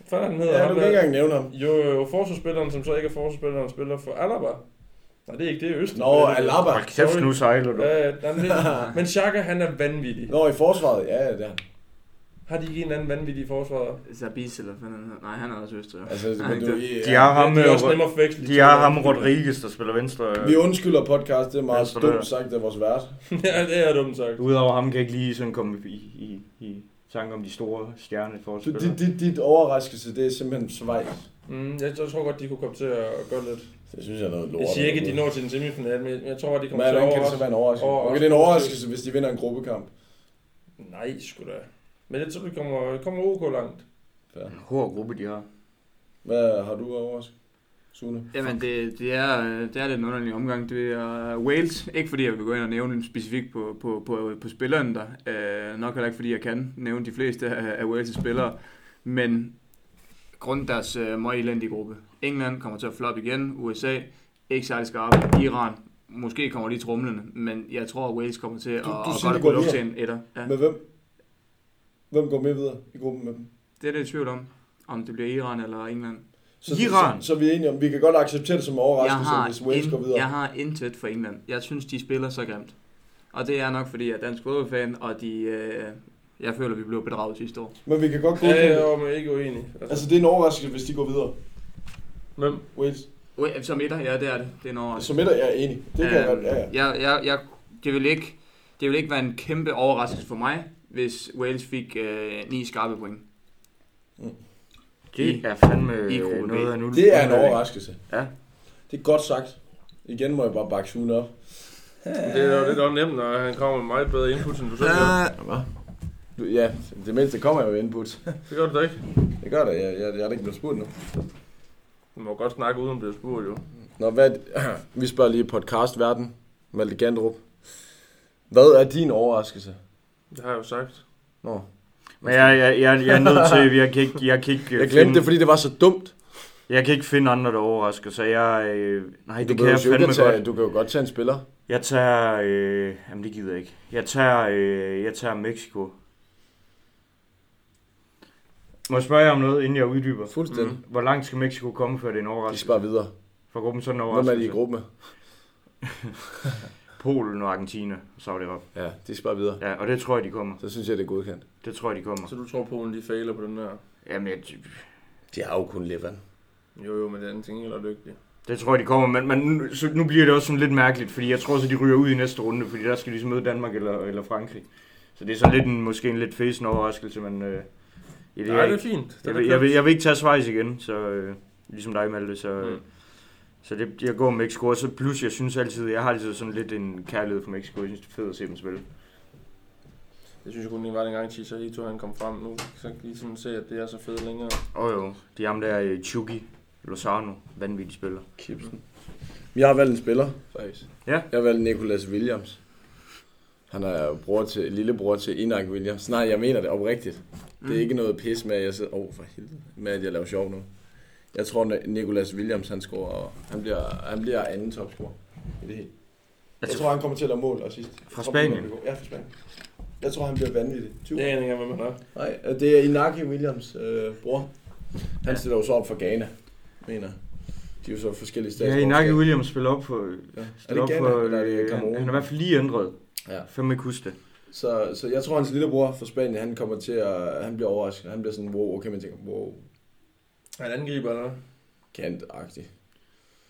Speaker 1: hvad fanden han hedder
Speaker 2: Ja, du
Speaker 1: ham
Speaker 2: kan
Speaker 1: der?
Speaker 2: ikke engang nævne ham.
Speaker 1: Jo, jo, forsvarsspilleren, som så ikke er forsvarsspilleren, spiller for Alaba. Nej, det er ikke det, det er Østen.
Speaker 2: Nå, Alaba.
Speaker 3: Hold kæft, nu sejler du.
Speaker 1: Ja, ja, nej, men det- men Xhaka, han er vanvittig.
Speaker 2: Nå, i forsvaret. Ja, ja, det er han.
Speaker 1: Har de ikke en anden vanvittig forsvarer?
Speaker 4: Zabis, eller hvad han hedder. Nej, han er også østrig.
Speaker 2: Altså,
Speaker 4: Nej,
Speaker 2: men
Speaker 4: ikke
Speaker 2: du,
Speaker 4: det.
Speaker 2: I-
Speaker 3: De har ham,
Speaker 1: det er også
Speaker 3: øh,
Speaker 1: nemmere at forveksle.
Speaker 3: de har ham Rodriguez, der spiller venstre.
Speaker 2: Vi undskylder podcast, det er meget
Speaker 3: Venstre dør.
Speaker 2: dumt sagt af vores vært.
Speaker 1: ja, det er dumt sagt.
Speaker 3: Udover ham kan jeg ikke lige sådan komme i, i, i tanke om de store stjerne for
Speaker 2: Så dit, dit, dit overraskelse, det er simpelthen Schweiz.
Speaker 1: Mm, jeg, jeg tror godt, de kunne komme til at gøre lidt.
Speaker 2: Det synes jeg er noget lort.
Speaker 1: Jeg siger ikke, at de når til en semifinal, men jeg- jeg tror, at de
Speaker 2: Men
Speaker 1: kommer til at
Speaker 2: hvordan kan det
Speaker 1: overraske.
Speaker 2: så være en overraskelse?
Speaker 1: Overraskelse.
Speaker 2: Okay, det er en overraskelse, hvis de vinder en gruppekamp.
Speaker 1: Nej, sgu da. Men jeg tror, vi kommer, kommer OK langt.
Speaker 2: Fair.
Speaker 3: En hård gruppe, de har.
Speaker 2: Hvad har du af overraskelse? Sune?
Speaker 4: Jamen, det, det, er, øh, det er lidt en underlig omgang. Det er Wales. Ikke fordi jeg vil gå ind og nævne dem specifikt på, på, på, på spilleren der. Øh, nok heller ikke fordi jeg kan nævne de fleste af, af Wales' spillere. Men grund deres øh, meget elendige gruppe. England kommer til at floppe igen. USA ikke særlig skarpe. Iran måske kommer lige trumlende. Men jeg tror, at Wales kommer til at,
Speaker 2: du
Speaker 4: at
Speaker 2: siger,
Speaker 4: godt
Speaker 2: de
Speaker 4: at
Speaker 2: går
Speaker 4: kunne lukke til
Speaker 2: videre.
Speaker 4: en etter. Ja.
Speaker 2: Med hvem? Hvem går med videre i gruppen med dem?
Speaker 4: Det er det i tvivl om. Om det bliver Iran eller England.
Speaker 2: Så,
Speaker 3: Iran.
Speaker 2: Så, så, vi er enige om, vi kan godt acceptere det som en
Speaker 4: jeg
Speaker 2: overraskelse,
Speaker 4: har,
Speaker 2: hvis Wales går
Speaker 4: in,
Speaker 2: videre.
Speaker 4: jeg har intet for England. Jeg synes, de spiller så grimt. Og det er nok, fordi jeg er dansk fodboldfan, og de, øh, jeg føler, vi blev bedraget sidste år.
Speaker 2: Men vi kan godt
Speaker 1: Ja,
Speaker 2: godkende
Speaker 1: jeg
Speaker 2: det.
Speaker 1: er ikke uenig. Altså,
Speaker 2: Altså, det er en overraskelse, hvis de går videre.
Speaker 1: hvem?
Speaker 2: Wales.
Speaker 4: Ui, Som etter, ja, det er det. Det er en overraskelse. Øh,
Speaker 2: Som midter, jeg er enig. Det kan jeg godt, ja, ja.
Speaker 4: jeg, jeg, jeg, det, vil ikke, det vil ikke være en kæmpe overraskelse for mig, hvis Wales fik øh, ni skarpe point.
Speaker 3: Det er fandme øh,
Speaker 4: I gruppe B.
Speaker 3: noget af nu.
Speaker 2: Det er en overraskelse.
Speaker 3: Ja.
Speaker 2: Det er godt sagt. Igen må jeg bare bakke Sune op.
Speaker 1: Det er jo lidt også nemt, når han kommer med meget bedre input, end du selv gør.
Speaker 2: Hvad? Du- Ja, det mindste kommer jeg jo input.
Speaker 1: Det gør du da ikke.
Speaker 2: Det gør det. Jeg, jeg, jeg er da ikke blevet spurgt nu.
Speaker 1: Du må godt snakke uden at blive spurgt, jo.
Speaker 2: Nå, hvad, vi spørger lige podcastverden. Malte Gandrup. Hvad er din overraskelse?
Speaker 1: Det har jeg jo sagt.
Speaker 2: Nå.
Speaker 3: Men jeg, jeg, jeg, jeg er nødt til, jeg kan ikke, jeg kan ikke øh,
Speaker 2: Jeg glemte
Speaker 3: finde,
Speaker 2: det, fordi det var så dumt.
Speaker 3: jeg kan ikke finde andre, der overrasker, så jeg, øh, nej, det
Speaker 2: Du
Speaker 3: kan
Speaker 2: kan,
Speaker 3: jeg
Speaker 2: jo,
Speaker 3: fandme
Speaker 2: kan tage,
Speaker 3: godt.
Speaker 2: du kan jo godt tage en spiller.
Speaker 3: Jeg tager, øh, jamen det gider jeg ikke. Jeg tager, øh, jeg tager Mexico. Må jeg spørge jer om noget, inden jeg uddyber?
Speaker 2: Fuldstændig. Mm.
Speaker 3: Hvor langt skal Mexico komme, før det er en
Speaker 2: De skal
Speaker 3: overraskelse?
Speaker 2: bare videre.
Speaker 3: For gruppen sådan en
Speaker 2: Hvem
Speaker 3: Mm-hmm. overraskelse?
Speaker 2: er de i gruppe med?
Speaker 3: Polen og Argentina, så er det op.
Speaker 2: Ja, de skal bare videre.
Speaker 3: Ja, og det tror jeg, de kommer.
Speaker 2: Så synes jeg, det er godkendt.
Speaker 3: Det tror jeg, de kommer.
Speaker 1: Så du tror, Polen de fejler på den her?
Speaker 3: Jamen, jeg,
Speaker 2: De har jo kun Levan.
Speaker 1: Jo, jo, men den ting er dygtig.
Speaker 3: det tror jeg, de kommer, men, men nu, så, nu bliver det også sådan lidt mærkeligt, fordi jeg tror så, de ryger ud i næste runde, fordi der skal de så møde Danmark eller, eller Frankrig. Så det er så lidt en, måske en lidt fæsen overraskelse, men øh, ja, det
Speaker 1: Det
Speaker 3: er
Speaker 1: er, Nej,
Speaker 3: jeg,
Speaker 1: det er
Speaker 3: ikke.
Speaker 1: fint. Den
Speaker 3: Jeg,
Speaker 1: er
Speaker 3: vil, jeg, vil,
Speaker 1: købt.
Speaker 3: jeg vil ikke tage Schweiz igen, så, øh, ligesom dig, Malte, så, øh,
Speaker 1: Mm.
Speaker 3: så det, jeg går med Mexico, og så plus, jeg synes altid, jeg har altid sådan lidt en kærlighed for Mexico, jeg synes, det er fedt at se dem spille.
Speaker 1: Jeg synes jo kun, det var dengang Chisa Hito, han kom frem nu. Så kan jeg lige sådan se, at det er så fedt længere.
Speaker 3: Åh oh, jo, de ham der, øh, Chucky, Lozano, vanvittig spiller.
Speaker 2: Kipsen. Jeg har valgt en spiller, faktisk.
Speaker 3: Ja.
Speaker 2: Jeg har valgt Nicolas Williams. Han er jo bror til, lillebror til Inak Williams. Nej, jeg mener det oprigtigt. Det
Speaker 3: Mm.
Speaker 2: er ikke noget pis med, at jeg sidder over for helvede, med at jeg laver sjov nu. Jeg tror, at Nicolas Williams, han scorer, og han bliver, han bliver anden topscorer i det hele. Jeg tror, han kommer til at lave mål og sidst. Jeg
Speaker 3: Fra
Speaker 2: tror, han
Speaker 3: Spanien?
Speaker 2: bliver god. Ja, fra Spanien. Jeg tror, han bliver vanvittig. 20.
Speaker 1: Det aner jeg ikke, hvem han er.
Speaker 2: Nej, og det er Inaki Williams øh, bror. Han stiller jo så op for Ghana, mener jeg. De er jo så forskellige
Speaker 3: Ja,
Speaker 2: statsborgerskaber.
Speaker 3: Inaki Williams spiller op for...
Speaker 2: Ja. Er
Speaker 3: Stiller
Speaker 2: det
Speaker 3: op
Speaker 2: Ghana,
Speaker 3: for
Speaker 2: eller er det
Speaker 3: øh, han,
Speaker 2: Cameroon?
Speaker 3: han er i hvert fald lige ændret.
Speaker 2: Ja.
Speaker 3: Fem ikke huske det.
Speaker 2: Så, så jeg tror, hans lillebror fra Spanien, han kommer til at... Han bliver overrasket. Han bliver sådan, wow, okay, man tænker, wow,
Speaker 1: Er han angriber, eller?
Speaker 2: kant-agtig.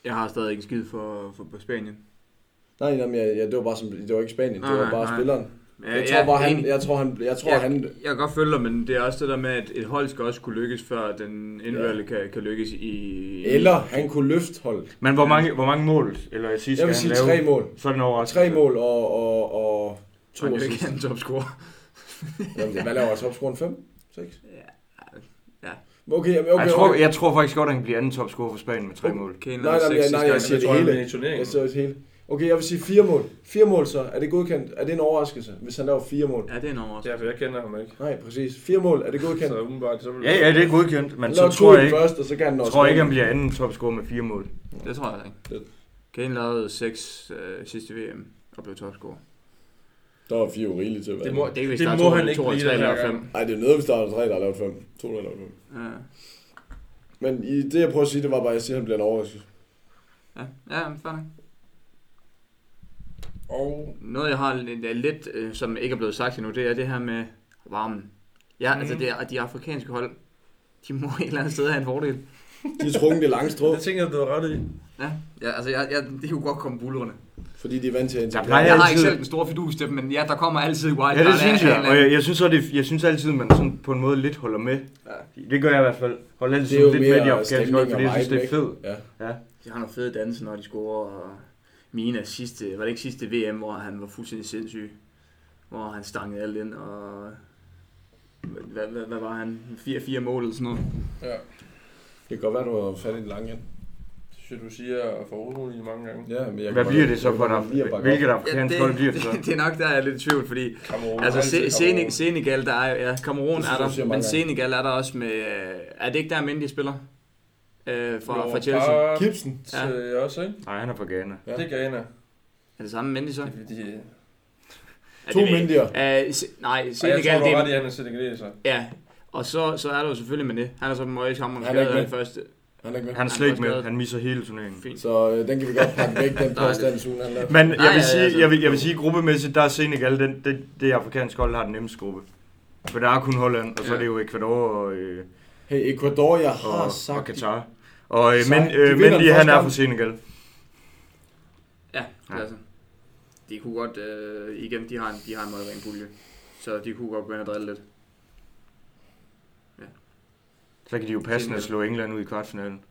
Speaker 4: Jeg har stadig ikke en skid for, for, for Spanien.
Speaker 2: Nej, nej, men jeg, jeg, det var bare som, det var ikke Spanien, det
Speaker 4: Nej,
Speaker 2: var bare
Speaker 4: nej.
Speaker 2: spilleren.
Speaker 4: Ja,
Speaker 2: Jeg tror bare, han,
Speaker 4: enig.
Speaker 2: jeg tror, han, jeg tror,
Speaker 4: Ja.
Speaker 2: han,
Speaker 4: Jeg kan godt følge dig, men det er også det der med, at et hold skal også kunne lykkes, før den indvalgte kan, kan lykkes i...
Speaker 2: eller han kunne løfte holdet.
Speaker 3: Men hvor mange, hvor mange mål, eller jeg siger,
Speaker 2: Jeg
Speaker 3: skal
Speaker 2: vil
Speaker 3: han
Speaker 2: sige
Speaker 3: lave?
Speaker 2: tre mål.
Speaker 3: Så er den overraskelse.
Speaker 2: Tre mål og, og, og
Speaker 4: To
Speaker 2: to
Speaker 4: han er jo
Speaker 2: assist.
Speaker 4: ikke en topscorer.
Speaker 2: Jamen, det- hvad laver topscoren? Fem? Seks?
Speaker 4: ja.
Speaker 2: Okay, jamen,
Speaker 3: Okay,
Speaker 2: okay,
Speaker 3: jeg, tror,
Speaker 2: okay.
Speaker 3: jeg tror faktisk godt, at han bliver anden topscorer for Spanien med tre mål.
Speaker 4: Kane
Speaker 2: Nej,
Speaker 4: lavede
Speaker 2: nej, jeg-
Speaker 4: seks sidste
Speaker 2: nej,
Speaker 4: gang.
Speaker 2: jeg siger
Speaker 1: Jeg
Speaker 2: det
Speaker 1: tror, han
Speaker 2: hele.
Speaker 1: er med i turneringen.
Speaker 2: Jeg så et hele. Okay, jeg vil sige fire mål. Fire mål så. Er det godkendt? Er det en overraskelse, hvis han laver fire mål?
Speaker 4: Ja, det er en overraskelse.
Speaker 1: Ja, for jeg kender ham ikke.
Speaker 2: Nej, præcis. Fire mål. Er det godkendt?
Speaker 1: Så umiddelbart, så vil
Speaker 3: Ja, ja, det er godkendt, men
Speaker 2: Han
Speaker 3: så
Speaker 2: laver to
Speaker 3: tror
Speaker 2: i
Speaker 3: jeg
Speaker 2: den
Speaker 3: ikke,
Speaker 2: første, og så kan han nå
Speaker 3: jeg
Speaker 2: at
Speaker 3: tror
Speaker 2: score.
Speaker 3: ikke, han bliver anden topscorer med fire mål.
Speaker 4: Det tror jeg ikke. Kane lavede seks øh, sidste VM og blev topscorer.
Speaker 2: Der var fire urigelige til at være.
Speaker 1: Det må,
Speaker 2: med.
Speaker 1: det, det må han ikke blive den her gang.
Speaker 2: Ej, det er noget, hvis der er tre, der har lavet fem. To, der har lavet fem.
Speaker 4: Ja,
Speaker 2: Men i det, jeg prøver at sige, det var bare, at jeg siger, at han bliver en overraskelse.
Speaker 4: ja, ja fair nok.
Speaker 1: Og
Speaker 4: Noget, jeg har lidt, er lidt øh, som ikke er blevet sagt endnu, det er det her med varmen. Ja,
Speaker 3: Mhm.
Speaker 4: mm. altså det er, at de afrikanske hold, de må et eller andet sted have en fordel.
Speaker 2: De har trukket det lange strå,
Speaker 1: det tænker jeg, du har ret i.
Speaker 4: Ja, ja altså jeg, jeg, det kunne godt komme bullerne.
Speaker 2: fordi de er vant til at
Speaker 3: Der
Speaker 2: integrere.
Speaker 3: plejer
Speaker 4: Jeg har ikke
Speaker 3: altid-
Speaker 4: selv den store fidus til dem, men ja, der kommer altid wildcard.
Speaker 3: Ja, det synes
Speaker 4: af en
Speaker 3: jeg,
Speaker 4: eller
Speaker 3: og
Speaker 4: anden.
Speaker 3: jeg, jeg, synes, så, det, jeg synes altid, at man sådan på en måde lidt holder med. Det gør jeg i hvert fald. Holder altid
Speaker 2: Det er jo
Speaker 3: sådan lidt med de
Speaker 2: mere
Speaker 3: afrikanske
Speaker 2: stemning
Speaker 3: hold,
Speaker 2: og
Speaker 3: fordi jeg synes, det er
Speaker 2: vibe,
Speaker 3: fedt.
Speaker 2: Ja.
Speaker 3: Ja.
Speaker 4: De har nogle fede danser, når de scorer. Og Mina sidste, var det ikke sidste VM, hvor han var fuldstændig sindssyg? Hvor han stangede alt ind, og... Hvad, hvad, hvad var han? 4-4 mål eller sådan noget.
Speaker 2: ja. Det kan godt være, du har fat i den lange ende.
Speaker 1: Det synes jeg, du siger for urolig mange gange.
Speaker 2: Ja, men jeg
Speaker 3: Hvad
Speaker 2: kan
Speaker 3: bliver
Speaker 2: godt-
Speaker 3: det så
Speaker 2: jeg
Speaker 3: for
Speaker 2: kan godt lide at
Speaker 3: dig?
Speaker 2: bakke
Speaker 3: Hvilket
Speaker 2: op.
Speaker 3: afrikansk hold bliver det så?
Speaker 4: det, det, er nok der, jeg er lidt i tvivl, fordi...
Speaker 1: Kamerun.
Speaker 4: Altså,
Speaker 1: altid
Speaker 4: Se-
Speaker 1: Kamerun.
Speaker 4: Senig- Senegal, der er, ja, Kamerun
Speaker 2: Det synes
Speaker 4: er
Speaker 2: jeg, du
Speaker 4: der,
Speaker 2: siger
Speaker 4: men
Speaker 2: mange gange.
Speaker 4: Senegal er der også med... øh, Er det ikke der, Mendy spiller? Øh, fra,
Speaker 1: Nå,
Speaker 4: fra Chelsea.
Speaker 1: bare
Speaker 2: Kipsen.
Speaker 1: til øh, også, ikke?
Speaker 3: Nej, han er fra Ghana.
Speaker 2: Ja.
Speaker 1: Det er Ghana.
Speaker 4: Er det samme Mendy så?
Speaker 1: Det er fordi,
Speaker 4: Er
Speaker 2: To
Speaker 4: det-
Speaker 2: Mendy'er.
Speaker 4: Øh, se, nej,
Speaker 1: og jeg tror,
Speaker 4: Senegal,
Speaker 1: du
Speaker 4: det
Speaker 1: har
Speaker 4: er
Speaker 1: ret i, at han er senegaleser.
Speaker 4: Ja, og så, så er der jo selvfølgelig med det. Han er så møjs hammer,
Speaker 2: Han er ikke
Speaker 4: skadet
Speaker 2: med.
Speaker 4: den første.
Speaker 2: Han er ikke med.
Speaker 3: Han er slet ikke med. Han misser hele turneringen.
Speaker 4: Fint.
Speaker 2: Så øh, den kan vi godt pakke væk, den påstand, Sune han lavede.
Speaker 3: Men
Speaker 4: Nej,
Speaker 3: jeg
Speaker 4: ja,
Speaker 3: vil
Speaker 4: ja, så-
Speaker 3: sige, jeg vil, jeg vil sige gruppemæssigt, der er Senegal, den, det, det afrikanske hold, der har den nemmeste gruppe. For der er kun Holland, og så er det jo Ecuador og, øh,
Speaker 2: Hey, Ecuador, jeg har
Speaker 3: og, og
Speaker 2: sagt...
Speaker 3: Katar. Og øh,
Speaker 2: Så,
Speaker 3: men,
Speaker 2: de
Speaker 3: øh,
Speaker 2: vinder
Speaker 3: Mendy,
Speaker 2: den
Speaker 3: han
Speaker 2: første
Speaker 3: er
Speaker 2: kamp.
Speaker 3: fra Senegal.
Speaker 5: Ja, det
Speaker 3: Ja.
Speaker 5: er så. De kunne godt, øh, igen, de har, en, de har en meget ren pulje. Så de kunne godt begynde at drille lidt.
Speaker 3: Så kan de jo passende
Speaker 5: Senegal.
Speaker 3: slå England ud i kvartfinalen.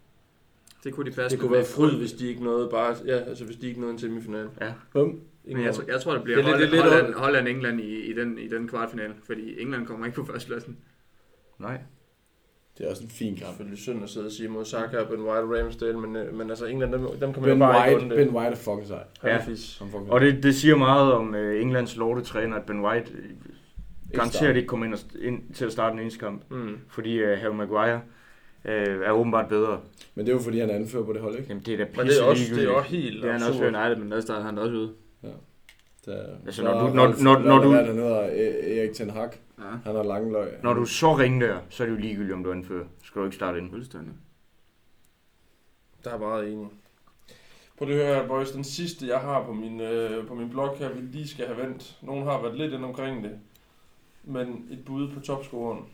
Speaker 5: Det kunne de passe.
Speaker 1: Det kunne være fryd, hvis de ikke nåede bare, ja, altså hvis de ikke nåede en semifinal.
Speaker 3: Ja.
Speaker 2: Bum.
Speaker 5: Men jeg, tror- jeg tror, det bliver
Speaker 1: Det er lidt-
Speaker 5: Holland,
Speaker 1: det er
Speaker 5: Holland,
Speaker 1: lidt
Speaker 5: Holland, England i, i, den, i den kvartfinale, fordi England kommer ikke på førstepladsen.
Speaker 3: Nej.
Speaker 2: Det er også en fin
Speaker 1: Det er
Speaker 2: kamp.
Speaker 1: selvfølgelig synd at sidde og sige mod Saka og Ben White og Ramsdale, men, øh, men altså England, dem, dem kan man
Speaker 2: Ben
Speaker 1: jo bare
Speaker 2: White,
Speaker 1: ikke
Speaker 2: ben White er fucking sej.
Speaker 1: Ja.
Speaker 3: Ja.
Speaker 2: Han fucking
Speaker 3: Og det, det siger meget om øh, Englands lortetræner, at Ben White øh, garanteret
Speaker 2: starter.
Speaker 3: ikke kommer ind, og, st- ind til at starte en eneste kamp.
Speaker 1: Mm.
Speaker 3: Fordi øh, Harry Maguire øh, er åbenbart bedre.
Speaker 2: Men det er jo fordi, han er anfører på det hold, ikke?
Speaker 3: Jamen det er da
Speaker 1: Men det
Speaker 3: pisse
Speaker 1: er også, det er også helt
Speaker 4: Det er han også for
Speaker 1: absurd.
Speaker 4: United, men der starter han også ude.
Speaker 2: Der,
Speaker 3: Altså, når du- når- når- når du-
Speaker 2: Han hedder E- Erik Ten Hag.
Speaker 5: Ja.
Speaker 2: Han har lange løg.
Speaker 3: Når du er så ringer der, så er det jo ligegyldigt, om du anfører. Så Skal du ikke starte ind.
Speaker 4: Fuldstændig.
Speaker 1: Der er meget enig. Prøv lige at høre her, boys. Den sidste, jeg har på min, øh, på min blog her, vi lige skal have vendt. Nogen har været lidt ind omkring det. Men et bud på topscoren.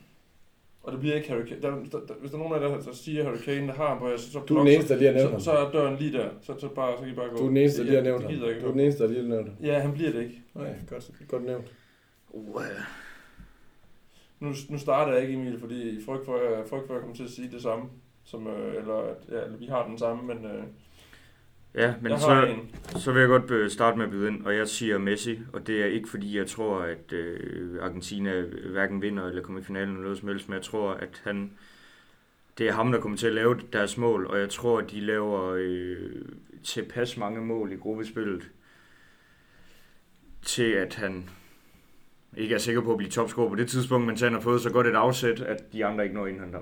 Speaker 1: Og det bliver ikke Harry Kane. Der, der, der, hvis der er nogen af jer, der, der siger Harry Kane, der har ham på jer, så, så,
Speaker 2: Du er den eneste, der lige har nævnt
Speaker 1: så,
Speaker 2: ham.
Speaker 1: så, er døren lige der. Så, så, bare, så kan I bare gå.
Speaker 2: Du er den eneste, der lige har nævnt
Speaker 1: det
Speaker 2: ham.
Speaker 1: gider jeg
Speaker 2: Du er
Speaker 1: ikke.
Speaker 2: den eneste, der lige har nævnt ham.
Speaker 1: Ja, han bliver det ikke.
Speaker 2: Nej, godt, godt nævnt.
Speaker 5: Uh,
Speaker 1: Nu, nu starter jeg ikke, Emil, fordi i frygt for, øh, frygt for at komme til at sige det samme. Som, øh, eller, at, ja, eller vi har den samme, men, øh,
Speaker 3: Ja, men
Speaker 1: jeg
Speaker 3: så...
Speaker 1: har en.
Speaker 3: Så vil jeg godt øh, starte med at byde ind, og jeg siger Messi, og det er ikke fordi, jeg tror, at øh, Argentina hverken vinder eller kommer i finalen eller noget som helst, men jeg tror, at han, det er ham, der kommer til at lave deres mål, og jeg tror, at de laver øh, tilpas mange mål i gruppespillet, til at han ikke er sikker på at blive topscorer på det tidspunkt, men så han har fået så godt et afsæt, at de andre ikke når ind han der.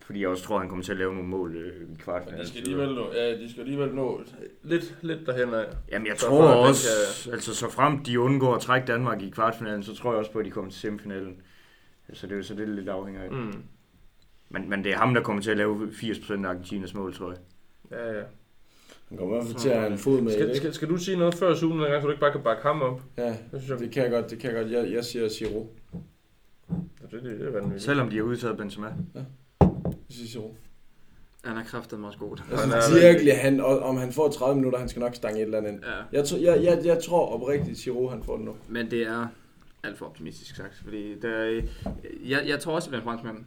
Speaker 3: Fordi jeg også tror, at han kommer til at lave nogle mål øh, i
Speaker 1: Men
Speaker 3: kvartfinalen.
Speaker 1: de skal alligevel nå, ja, de skal alligevel nå lidt, lidt derhen af.
Speaker 3: Jamen jeg
Speaker 1: Så
Speaker 3: tror
Speaker 1: for at den
Speaker 3: også, altså så frem de undgår at trække Danmark i kvartfinalen, så tror jeg også på, at de kommer til semifinalen. Så det er jo så det det lidt afhænger af. Mm.
Speaker 1: Mm.
Speaker 3: Men, men det er ham, der kommer til at lave 80% af Argentinas mål, tror jeg.
Speaker 1: Ja, ja.
Speaker 2: Han kommer i hvert fald til at have en fod med i det,
Speaker 1: Skal,
Speaker 2: ikke?
Speaker 1: skal, skal du sige noget før Zoomen, så du ikke bare kan bakke ham op?
Speaker 2: Ja,
Speaker 1: Det synes jeg,
Speaker 2: det kan jeg godt, det kan jeg godt. Jeg, jeg siger Siro.
Speaker 1: det, det, det er vanvittigt.
Speaker 3: Selvom de har udtaget Benzema.
Speaker 2: Jeg siger Siro.
Speaker 5: han har kraftet mig også godt.
Speaker 2: Jeg
Speaker 1: Han
Speaker 2: synes
Speaker 1: er-
Speaker 2: virkelig, han, og- om han får 30 minutter, han skal nok stange et eller andet ind.
Speaker 5: Ja.
Speaker 2: Jeg, tror, jeg, jeg, jeg tror oprigtigt, Siro han får den nu.
Speaker 5: Men det er alt for optimistisk sagt, fordi der, jeg, jeg tror også, at det bliver en franskmand.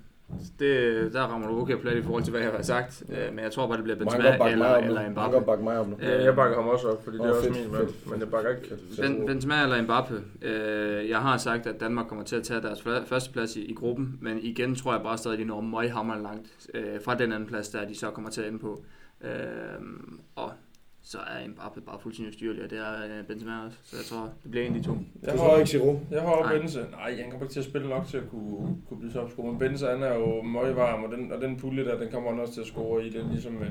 Speaker 5: Det, der rammer du okay plet i forhold til, hvad jeg har sagt,
Speaker 2: Ja.
Speaker 5: øh, men jeg tror bare, det bliver
Speaker 2: Man kan
Speaker 5: Benzema
Speaker 2: godt bakke mig
Speaker 5: eller,
Speaker 2: op nu.
Speaker 5: eller
Speaker 2: Man kan godt
Speaker 5: Mbappe.
Speaker 2: bakke mig op nu.
Speaker 1: Ja, jeg bakker ham også op, fordi det
Speaker 2: Åh,
Speaker 1: er også
Speaker 2: fedt,
Speaker 1: min mand,
Speaker 2: fedt,
Speaker 1: men
Speaker 2: fedt.
Speaker 1: jeg bakker ikke.
Speaker 5: Ben, Benzema eller Mbappe. Øh, jeg har sagt, at Danmark kommer til at tage deres fla- førsteplads i, i gruppen, men igen tror jeg bare stadig, at de når møghammer langt øh, fra den anden plads, der de så kommer til at ende på. Øh, og så er Mbappe bare fuldstændig styrlig, og det er øh, Benzema også. Så jeg tror, det bliver en af de to.
Speaker 1: Jeg har,
Speaker 2: Du tror ikke Siro?
Speaker 1: jeg har også
Speaker 5: Nej.
Speaker 1: Benze. Nej, han kommer ikke til at spille nok til at kunne, kunne blive topscorer, men Benze han er jo møgvarm, og den, og den pulje der, den kommer han også til at score i, den ligesom... Øh,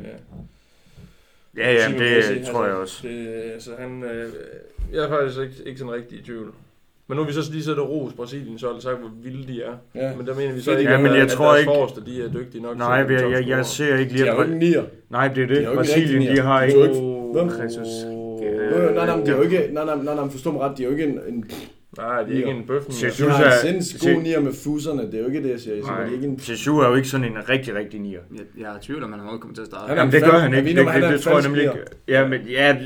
Speaker 3: Ja, ja,
Speaker 1: Simon
Speaker 3: det
Speaker 1: Messi,
Speaker 3: tror jeg
Speaker 1: altså,
Speaker 3: også.
Speaker 1: Det, altså, han, øh, jeg er faktisk ikke, ikke sådan rigtig i tvivl. Men nu har vi så lige siddet og ros Brasilien, så har det sagt, hvor vilde de er.
Speaker 2: Ja.
Speaker 1: Men der mener vi så
Speaker 2: Fedt,
Speaker 1: ikke,
Speaker 3: ja,
Speaker 1: at-
Speaker 3: men jeg
Speaker 1: at
Speaker 3: tror
Speaker 1: deres
Speaker 3: ikke-
Speaker 1: forreste, de er dygtige nok.
Speaker 3: Nej,
Speaker 1: til at blive
Speaker 3: jeg, jeg, jeg
Speaker 1: topscorer.
Speaker 3: ser ikke
Speaker 2: De
Speaker 3: lige...
Speaker 2: har jo ikke
Speaker 3: At...
Speaker 2: en nier.
Speaker 3: Nej, det er
Speaker 2: De har jo
Speaker 3: det.
Speaker 2: ikke
Speaker 3: Brasilien,
Speaker 2: rigtig
Speaker 3: de har
Speaker 2: nier.
Speaker 3: ikke...
Speaker 2: De har Hvem?
Speaker 3: Jesus. Øh,
Speaker 2: Jo, jo, nej, nej, men de
Speaker 3: det
Speaker 2: er jo ikke, nej, nej, nej, nej, forstå mig ret, de er jo ikke en, en
Speaker 1: Nej, det er ikke en bøf. men-
Speaker 3: Ser
Speaker 2: de
Speaker 3: Synes
Speaker 2: har en
Speaker 3: jeg-
Speaker 2: sindssygt god
Speaker 3: se-
Speaker 2: nier med fuserne, det er jo ikke det, jeg siger, jeg siger, bare,
Speaker 3: Nej,
Speaker 2: Altså, de er ikke en
Speaker 3: Sissou er jo ikke sådan en rigtig, rigtig nier.
Speaker 5: Jeg, jeg er i tvivl om, at han overhovedet kommer til at starte.
Speaker 2: Han er
Speaker 3: Jamen,
Speaker 2: en
Speaker 3: det
Speaker 2: fal-
Speaker 3: gør han
Speaker 2: jeg
Speaker 3: ikke.
Speaker 2: mener,
Speaker 3: Det,
Speaker 2: han
Speaker 3: det,
Speaker 2: er en
Speaker 3: det tror jeg
Speaker 2: falsk
Speaker 3: nemlig ikke. Ja, men ja,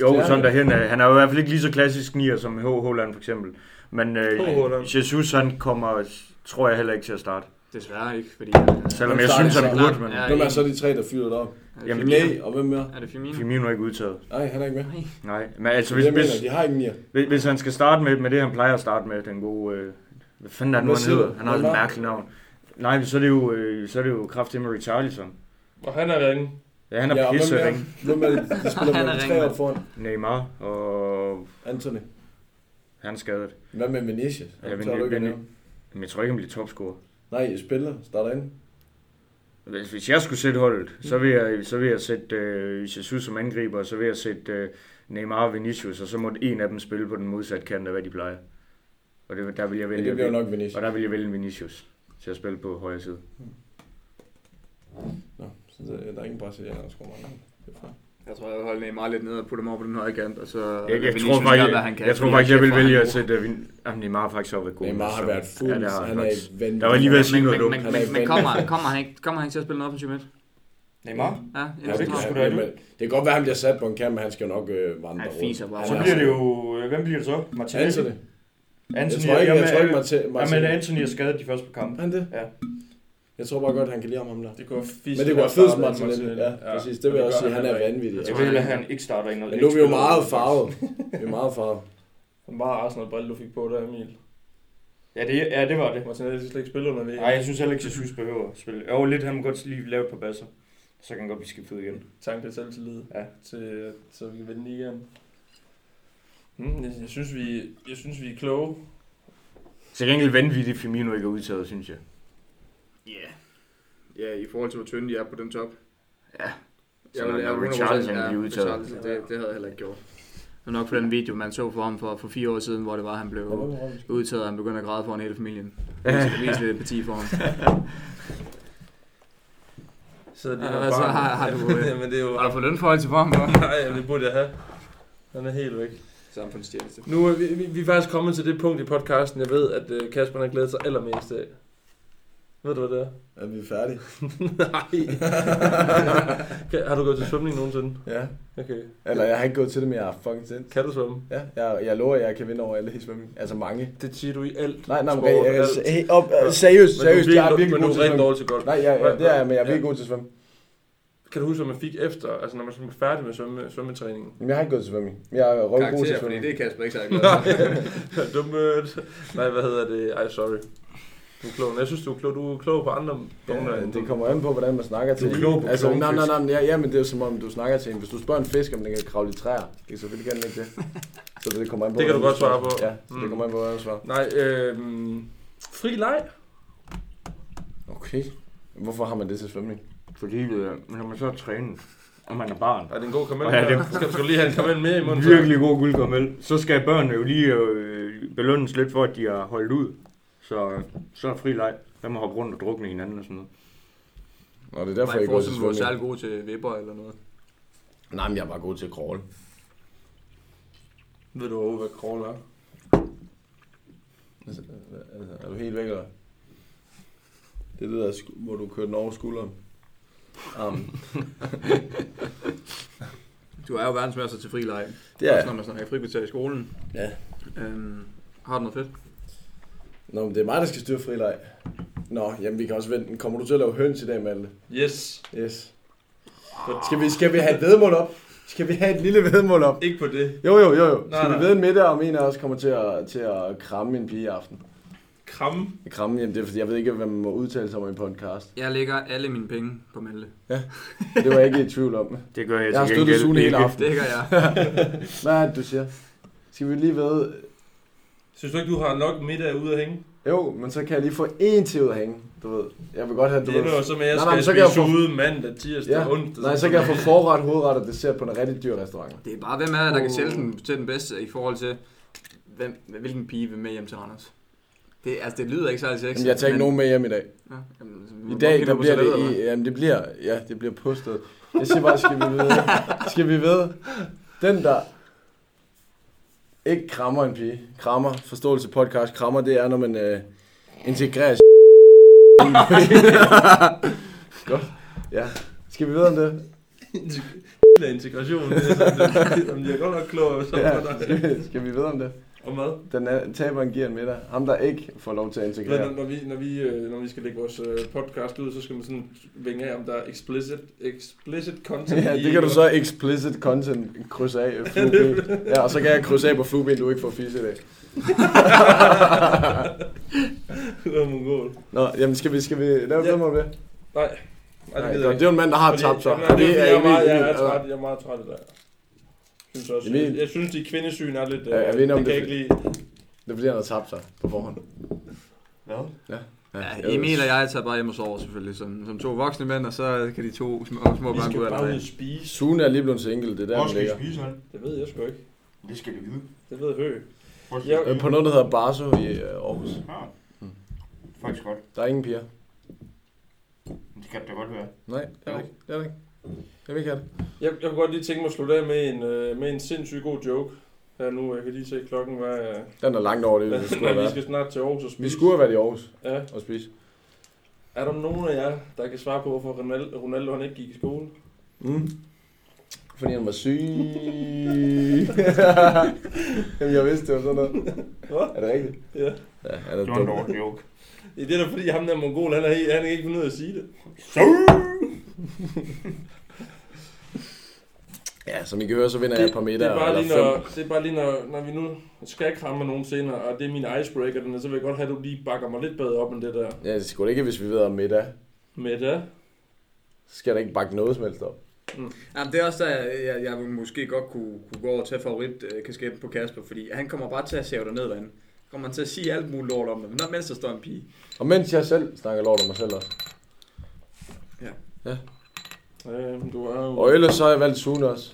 Speaker 3: jo,
Speaker 2: Stjerne.
Speaker 3: sådan derhen. øh, Han er jo i hvert fald ikke lige så klassisk nier som H. Holland for eksempel. Men øh,
Speaker 1: H. Haaland.
Speaker 3: Jesus, han kommer, tror jeg heller ikke til at starte.
Speaker 5: Desværre ikke, fordi... Øh,
Speaker 3: Selvom
Speaker 2: Han
Speaker 3: jeg
Speaker 2: starter
Speaker 3: synes, han
Speaker 5: så.
Speaker 3: burde, men
Speaker 5: Ja.
Speaker 2: Hvem er så de tre, der fyrer det op?
Speaker 5: Jamen,
Speaker 3: Jamen,
Speaker 2: Næ,
Speaker 5: det
Speaker 2: og hvem mere?
Speaker 5: er det Firmino?
Speaker 3: Firmino er ikke udtaget.
Speaker 2: Nej, han er ikke med.
Speaker 3: Nej, men altså,
Speaker 2: Så
Speaker 3: hvis,
Speaker 2: jeg mener,
Speaker 3: hvis,
Speaker 2: de har ikke en nier.
Speaker 3: hvis, hvis han skal starte med, med det, han plejer at starte med, den gode... Øh, hvad fanden er det nu,
Speaker 2: Hvad
Speaker 3: han
Speaker 2: siger du?
Speaker 3: hedder? Han har et
Speaker 2: Neymar?
Speaker 3: mærkeligt navn. Nej, så er det jo, øh, så er det jo kraftigt med Richarlison.
Speaker 1: Og han er ringe.
Speaker 3: Ja, han er
Speaker 2: Ja,
Speaker 3: ja,
Speaker 2: og hvem
Speaker 3: pisse
Speaker 2: mere?
Speaker 3: ring.
Speaker 2: Hvem er det, de spiller
Speaker 5: Han
Speaker 2: med
Speaker 5: er
Speaker 2: de tre
Speaker 5: ringmand.
Speaker 2: op foran?
Speaker 3: Neymar, og
Speaker 2: Anthony.
Speaker 3: han er skadet.
Speaker 2: Hvad med Vinicius?
Speaker 3: Ja,
Speaker 2: Ham
Speaker 3: Vin-
Speaker 2: tør du ikke at
Speaker 3: Vin-
Speaker 2: nævne.
Speaker 3: Men jeg tror ikke, han bliver topscorer.
Speaker 2: Nej, spiller, starter ind.
Speaker 3: Hvis, hvis jeg skulle sætte holdet, så vil jeg, så vil jeg sætte øh, Jesus som angriber, og så vil jeg sætte øh, Neymar og Vinicius, og så må en af dem spille på den modsatte kant af, hvad de plejer. Og det, der vil jeg
Speaker 2: Men
Speaker 3: vælge,
Speaker 2: det bliver jo
Speaker 3: og
Speaker 2: nok Vinicius.
Speaker 3: der vil jeg vælge Vinicius til at spille på højre side.
Speaker 2: Nå, så der, der er ingen brasilianer, der scorer mange. mål. Det er fair.
Speaker 4: Jeg tror, jeg vil holde Neymar lidt ned og putte ham over på den høje kant, og så...
Speaker 3: Jeg, jeg,
Speaker 4: Vinicius
Speaker 3: tror
Speaker 4: gør,
Speaker 3: faktisk,
Speaker 4: hvad han
Speaker 3: jeg,
Speaker 4: kan,
Speaker 3: jeg tror
Speaker 4: fordi
Speaker 3: faktisk, jeg
Speaker 4: han
Speaker 3: vil
Speaker 4: er
Speaker 3: vælge at
Speaker 4: god.
Speaker 3: sætte... Vin- Jamen, Neymar har faktisk også været god.
Speaker 2: Neymar har
Speaker 3: så-
Speaker 2: været fuld.
Speaker 3: Ja, det har
Speaker 2: han er et vanvittigt.
Speaker 3: Der var lige ved at sige
Speaker 4: Men,
Speaker 3: noget
Speaker 4: men,
Speaker 3: dumt.
Speaker 4: men,
Speaker 2: Han er
Speaker 4: men, men
Speaker 2: fandme-
Speaker 4: kommer, kommer, han ikke, kommer han ikke til at spille noget for Schmidt?
Speaker 1: Neymar?
Speaker 4: Ja,
Speaker 2: Ja,
Speaker 4: inden
Speaker 2: det,
Speaker 4: ja,
Speaker 1: kan sgu
Speaker 2: kan,
Speaker 1: da
Speaker 2: ja,
Speaker 1: nu.
Speaker 2: men, det kan godt være, at han bliver sat på en kamp, men han skal jo nok øh, vandre
Speaker 4: Han
Speaker 2: rundt.
Speaker 4: fiser bare.
Speaker 2: Han
Speaker 3: Så
Speaker 2: er-
Speaker 3: bliver det jo... øh, Hvem bliver det så? Martinelli?
Speaker 2: Anthony. Jeg
Speaker 3: Anthony,
Speaker 2: tror ikke, jeg
Speaker 3: jamen,
Speaker 2: tror ikke,
Speaker 3: øh,
Speaker 2: Martin.
Speaker 3: Jamen, Anthony er skadet de første par kampe.
Speaker 2: Han det?
Speaker 3: Ja.
Speaker 2: Jeg tror bare godt, han kan lide om ham der.
Speaker 1: Det kunne
Speaker 2: Men
Speaker 1: fisk.
Speaker 2: det kunne være fedt, Martin. Ja, præcis. Det vil jeg også sige. Han er vanvittig.
Speaker 3: Jeg
Speaker 4: tror,
Speaker 3: vil,
Speaker 4: han-
Speaker 3: at han ikke starter ind.
Speaker 2: Men nu er vi jo meget farvet. Vi er meget farvet.
Speaker 1: En meget Arsenal-brille, du fik på der, Emil.
Speaker 3: Ja, det, ja, det var det.
Speaker 1: Martinelli skal slet ikke spille under VM.
Speaker 3: Nej, jeg synes heller ikke, Jesus behøver at spille. Jo, lidt, han må godt lige lave et par basser. Så kan han godt blive skiftet ud igen.
Speaker 1: tanke det selvtillid,
Speaker 3: Ja.
Speaker 1: til, så vi kan vinde ligaen. Mm, jeg, jeg, synes, vi, jeg synes, vi er kloge.
Speaker 3: Til gengæld vanvittigt, Firmino ikke er udtaget, synes jeg.
Speaker 4: Ja. Ja, i forhold til hvor tynde de er på den top. Ja.
Speaker 3: Så når Richarlison bliver udtaget.
Speaker 4: Richarlison, det, det havde jeg heller ikke gjort. Men nok for den video, man så for ham for, for fire år siden, hvor det var, han blev udtaget, og han begyndte at græde foran hele familien. Vise, vise lidt parti for ham.
Speaker 1: Så
Speaker 4: Ja, hvad så? Har- har du, øh,
Speaker 1: Jamen, det er jo...
Speaker 4: Har du fået lønforhold til for ham? hva'?
Speaker 1: Nej, jamen, det burde jeg have. Han er helt væk.
Speaker 5: Samfundstjeneste.
Speaker 1: Nu er vi, vi, vi er faktisk kommet til det punkt i podcasten, jeg ved, at øh, Kasper han har glædet sig allermest af. Ved du, hvad det er?
Speaker 2: Er vi færdige?
Speaker 1: Nej. Kan- har du gået til svømning nogensinde?
Speaker 2: Ja.
Speaker 1: Okay.
Speaker 2: Eller jeg har ikke gået til det, men jeg har fucking sindssygt.
Speaker 1: Kan du svømme?
Speaker 2: Ja, jeg, jeg lover, at jeg kan vinde over alle i svømning. Altså mange.
Speaker 1: Det siger du i alt.
Speaker 2: Nej, nej, men
Speaker 1: sport,
Speaker 2: jeg, jeg,
Speaker 1: alt.
Speaker 2: hey, op, øh, seriøst,
Speaker 1: Men du er
Speaker 2: seriøst, jeg er virkelig
Speaker 1: men
Speaker 2: god
Speaker 1: du
Speaker 2: til
Speaker 1: er
Speaker 2: at
Speaker 1: rigtig
Speaker 2: svømme.
Speaker 1: dårlig til golf.
Speaker 2: Nej, ja, ja,
Speaker 1: Hvad-
Speaker 2: det er jeg, men jeg er
Speaker 1: hvad-
Speaker 2: virkelig god til at svømme.
Speaker 1: Kan du huske, hvad man fik efter, altså når man var færdig med svømme, svømmetræningen?
Speaker 2: Jamen, jeg har ikke gået til svømning. Jeg er røv god til
Speaker 4: Karakter, fordi
Speaker 2: svømning.
Speaker 4: det er Kasper ikke særlig glad
Speaker 1: Nej,
Speaker 4: for.
Speaker 1: du er mødt. Nej, hvad hedder det? Ej, sorry. Du er klog. Men Jeg synes, du er klog. Du er klog på andre punkter.
Speaker 2: Ja,
Speaker 1: end-
Speaker 2: det kommer an på, hvordan man snakker til
Speaker 1: Du er klog på
Speaker 2: altså,
Speaker 1: kloge
Speaker 2: nej, nej,
Speaker 1: fisk.
Speaker 2: nej, men ja, ja, men det er jo som om, du snakker til en. Hvis du spørger en fisk, om den kan kravle i træer, det, selvfølgelig kan den ikke det. Så det kommer an på,
Speaker 1: Det kan du godt
Speaker 2: hvordan
Speaker 1: svare
Speaker 2: spørger.
Speaker 1: på.
Speaker 2: Ja, så
Speaker 1: Mm.
Speaker 2: det kommer an på, hvordan du svarer.
Speaker 1: Nej, øh, fri leg.
Speaker 2: Okay. Hvorfor har man det til svømning?
Speaker 3: Fordi øh, når man så er trænet, og man er barn,
Speaker 1: Ej, det er en god kamel.
Speaker 3: Ja, det-
Speaker 1: der. Skal du skal lige have en kamel med i munden? så?
Speaker 3: virkelig god guldkommel, så skal børnene jo lige øh, belønnes lidt for, at de har holdt ud. Så, øh, så er fri leg. Der må hoppe rundt og drukne hinanden og sådan noget.
Speaker 2: Nå, det er
Speaker 4: Derfor
Speaker 2: derfor,
Speaker 4: jeg
Speaker 2: jeg
Speaker 4: får
Speaker 2: går til
Speaker 4: sådan, du er særlig
Speaker 2: svømning.
Speaker 4: god til vipper eller noget.
Speaker 2: Nej, men jeg er bare god til at kravle.
Speaker 1: Ved du overhovedet, hvad crawl er?
Speaker 2: Altså, altså, er du helt væk, eller? Det er det der, sku- hvor du kører den over skulderen. Um,
Speaker 4: Du er jo verdensmester til fri leg.
Speaker 2: det er
Speaker 4: Også
Speaker 2: jeg.
Speaker 4: når man snakker frikvarter i skolen.
Speaker 2: Ja.
Speaker 4: Øhm, har du noget fedt?
Speaker 2: Nå, men det er mig, der skal styre frileg. Nå, jamen vi kan også vente. Kommer du til at lave høns i dag, Malte?
Speaker 1: Yes.
Speaker 2: Yes. Skal vi, skal vi have et vedmål op? Skal vi have et lille vedmål op?
Speaker 1: Ikke på det.
Speaker 2: Jo, jo, jo, jo.
Speaker 1: Nej,
Speaker 2: Skal
Speaker 1: nej.
Speaker 2: vi vide med det, om en af os kommer til at, til at kramme en pige i aften?
Speaker 1: Kram.
Speaker 2: Kramme, jamen det er fordi, jeg ved ikke, hvad man må udtale sig om i en podcast.
Speaker 4: Jeg lægger alle mine penge på Malte.
Speaker 2: Det var jeg ikke i tvivl om.
Speaker 3: Det gør jeg,
Speaker 2: Jeg har
Speaker 3: til
Speaker 2: støttet
Speaker 3: gengæld
Speaker 2: Sune hele
Speaker 3: ikke.
Speaker 2: aften.
Speaker 4: Det gør jeg.
Speaker 2: Hvad er det, du siger? Skal vi lige vide?
Speaker 1: Synes du ikke, du har nok middag ude at hænge?
Speaker 2: Jo, men så kan jeg lige få én til ud at hænge, du ved. Jeg vil godt have, du
Speaker 1: Det er jo
Speaker 2: ved.
Speaker 1: så med, at jeg
Speaker 2: Nej, nej,
Speaker 1: skal
Speaker 2: men så kan jeg
Speaker 1: spise
Speaker 2: få-
Speaker 1: ude mandag, tirsdag,
Speaker 2: Ja.
Speaker 1: onsdag.
Speaker 2: Nej, så kan jeg få forret, hovedret og dessert på en rigtig dyr restaurant.
Speaker 4: Det er bare, hvem er det, der kan
Speaker 1: Uh.
Speaker 4: sælge den til den bedste i forhold til, hvem, hvilken pige vil med hjem til Randers? Det, altså, det lyder ikke særlig sexet.
Speaker 2: Jamen, jeg tager ikke nogen med hjem i dag.
Speaker 4: Ja, jamen, så-
Speaker 2: I
Speaker 4: hvor
Speaker 2: dag,
Speaker 4: kan
Speaker 2: der
Speaker 4: du på
Speaker 2: bliver
Speaker 4: toilettet,
Speaker 2: det, i, jamen, det bliver, ja, det bliver postet. Jeg siger bare, skal vi vide, skal vi vide, den der ikke krammer en pige, krammer, forståelse podcast, krammer, det er, når man øh, integrerer Godt. Ja. Skal vi vide om det?
Speaker 1: Af integration. Det er sådan, det- Jamen, jeg er godt nok klog. Så ja.
Speaker 2: Ja. Skal, vi, skal vi vide om det?
Speaker 1: Og mad.
Speaker 2: Den er, taberen giver en middag. Ham, der ikke får lov til at
Speaker 1: Men når,
Speaker 2: integrere.
Speaker 1: når, vi, når, vi, øh, når vi skal lægge vores øh, podcast ud, så skal man sådan vinge af, om der er explicit, explicit content
Speaker 2: Ja,
Speaker 1: i,
Speaker 2: det kan du
Speaker 1: eller-
Speaker 2: så explicit content krydse af. øh, Flueben. Ja, og så kan jeg krydse af på flueben, du ikke får fisse i dag.
Speaker 1: Du er mongol.
Speaker 2: Nå, jamen skal vi, skal vi lave
Speaker 1: Ja.
Speaker 2: ja. om det?
Speaker 1: Nej. Nej, det gider
Speaker 2: Nej, det,
Speaker 1: jeg
Speaker 2: det
Speaker 1: ikke.
Speaker 2: er jo en mand, der har
Speaker 1: Fordi-
Speaker 2: tabt sig.
Speaker 1: Jamen, det er fordi, jeg, er meget, jeg, er
Speaker 2: Emil,
Speaker 1: træt, jeg er meget træt af det der. Synes også,
Speaker 2: Emil.
Speaker 1: jeg, jeg synes, de kvindesyn er lidt... øh,
Speaker 2: Ja, jeg ved ikke, om
Speaker 1: det kan jeg
Speaker 2: det-
Speaker 1: ikke lide.
Speaker 2: Det er fordi, han har tabt sig på forhånd.
Speaker 3: Hvad?
Speaker 4: eller- Ja, Emil og jeg tager bare hjem og sover selvfølgelig, som, som to voksne mænd, og så kan de to små, små
Speaker 1: Vi
Speaker 4: børn
Speaker 1: skal
Speaker 4: gå
Speaker 1: bare ud
Speaker 4: allerede.
Speaker 1: og spise.
Speaker 2: Sune er lige blevet single, det er der,
Speaker 3: Hvor
Speaker 2: han
Speaker 3: skal I
Speaker 2: ligger.
Speaker 3: spise, han?
Speaker 1: Det ved jeg sgu ikke.
Speaker 3: Det skal de vide.
Speaker 1: Det ved Høg.
Speaker 3: Hvor skal
Speaker 1: Ja.
Speaker 3: I
Speaker 2: Øh, På noget, der hedder Barso i øh, Aarhus.
Speaker 3: Ah. Faktisk godt.
Speaker 2: Der er ingen piger.
Speaker 3: Men Det kan det da godt være.
Speaker 2: Nej, det er det ikke. Det er det ikke. Jeg vil ikke have det.
Speaker 1: Jeg, jeg kunne godt lige tænke mig at slutte af med en, øh, med en sindssygt god joke. Her nu, jeg kan lige se klokken, hvad,
Speaker 2: Den er langt over det,
Speaker 1: hvad
Speaker 2: vi skulle have
Speaker 1: vi
Speaker 2: været.
Speaker 1: skal snart til Aarhus og spise.
Speaker 2: Vi skulle have været i Aarhus
Speaker 1: Ja.
Speaker 2: og spise.
Speaker 1: Er der nogen af jer, der kan svare på, hvorfor Ronaldo, Ronaldo han ikke gik i skole?
Speaker 2: Mm. Fordi han var syg. Jamen, jeg vidste, det var sådan noget.
Speaker 1: Hvad?
Speaker 2: Er det rigtigt?
Speaker 1: Ja.
Speaker 2: Ja, han er
Speaker 3: Det var en
Speaker 2: dum.
Speaker 3: dårlig joke.
Speaker 1: Det er da fordi, ham der mongol, han er, he- han er ikke fundet ud af at sige det.
Speaker 2: Ja, som I kan høre, så vinder jeg et par
Speaker 1: Det er
Speaker 2: middag
Speaker 1: bare
Speaker 2: eller
Speaker 1: lige, når,
Speaker 2: fem.
Speaker 1: det er bare lige når, når vi nu skal kramme nogen senere, og det er min icebreaker, den er, så vil jeg godt have, at du lige bakker mig lidt bedre op end det der.
Speaker 2: Ja, det skulle ikke, hvis vi ved om middag.
Speaker 1: Med det.
Speaker 2: Så skal der ikke bakke noget som helst op.
Speaker 4: Jamen, det er også der, jeg, jeg, jeg måske godt kunne, kunne gå over og tage favoritkasketten på Kasper, fordi han kommer bare til at sæve dig ned, derinde. Kommer han til at sige alt muligt lort om dig, men når mens der står en pige.
Speaker 2: Og mens jeg selv snakker lort om mig selv også.
Speaker 1: Øh, du er jo...
Speaker 2: Og ellers så har jeg valgt Sune også.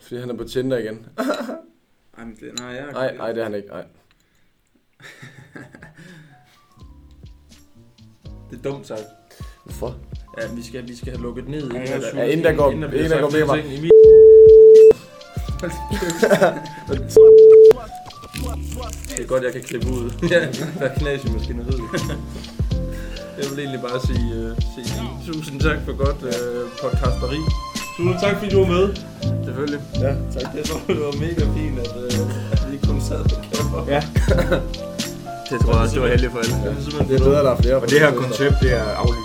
Speaker 2: Fordi han er på Tinder igen.
Speaker 4: Ej, men det, nej, jeg...
Speaker 2: Nej, nej, det er han ikke. Nej.
Speaker 1: Det er dumt sagt.
Speaker 2: Hvorfor?
Speaker 1: Ja, vi skal, vi skal have lukket ned.
Speaker 3: jeg
Speaker 1: inden
Speaker 3: er
Speaker 1: der-
Speaker 2: Ja, inden der går,
Speaker 1: inden
Speaker 2: inden
Speaker 1: der bliver
Speaker 2: der går
Speaker 1: sagt
Speaker 2: med mig.
Speaker 1: ting i min- Det er godt, jeg kan klippe ud. ja, der er knas i maskineriet. Jeg vil egentlig bare sige, uh, sige tusind tak for godt uh, podcasteri. Tusind tak, fordi du var med.
Speaker 4: Selvfølgelig.
Speaker 1: Ja, tak. Jeg tror, det var mega fint, at, uh, at vi kun sad på kamera. Ja.
Speaker 4: Det tror jeg også, det var heldigt for alle.
Speaker 1: Det er simpelthen
Speaker 2: Det er bedre, at der er flere.
Speaker 3: Og det her koncept, det er aflyst.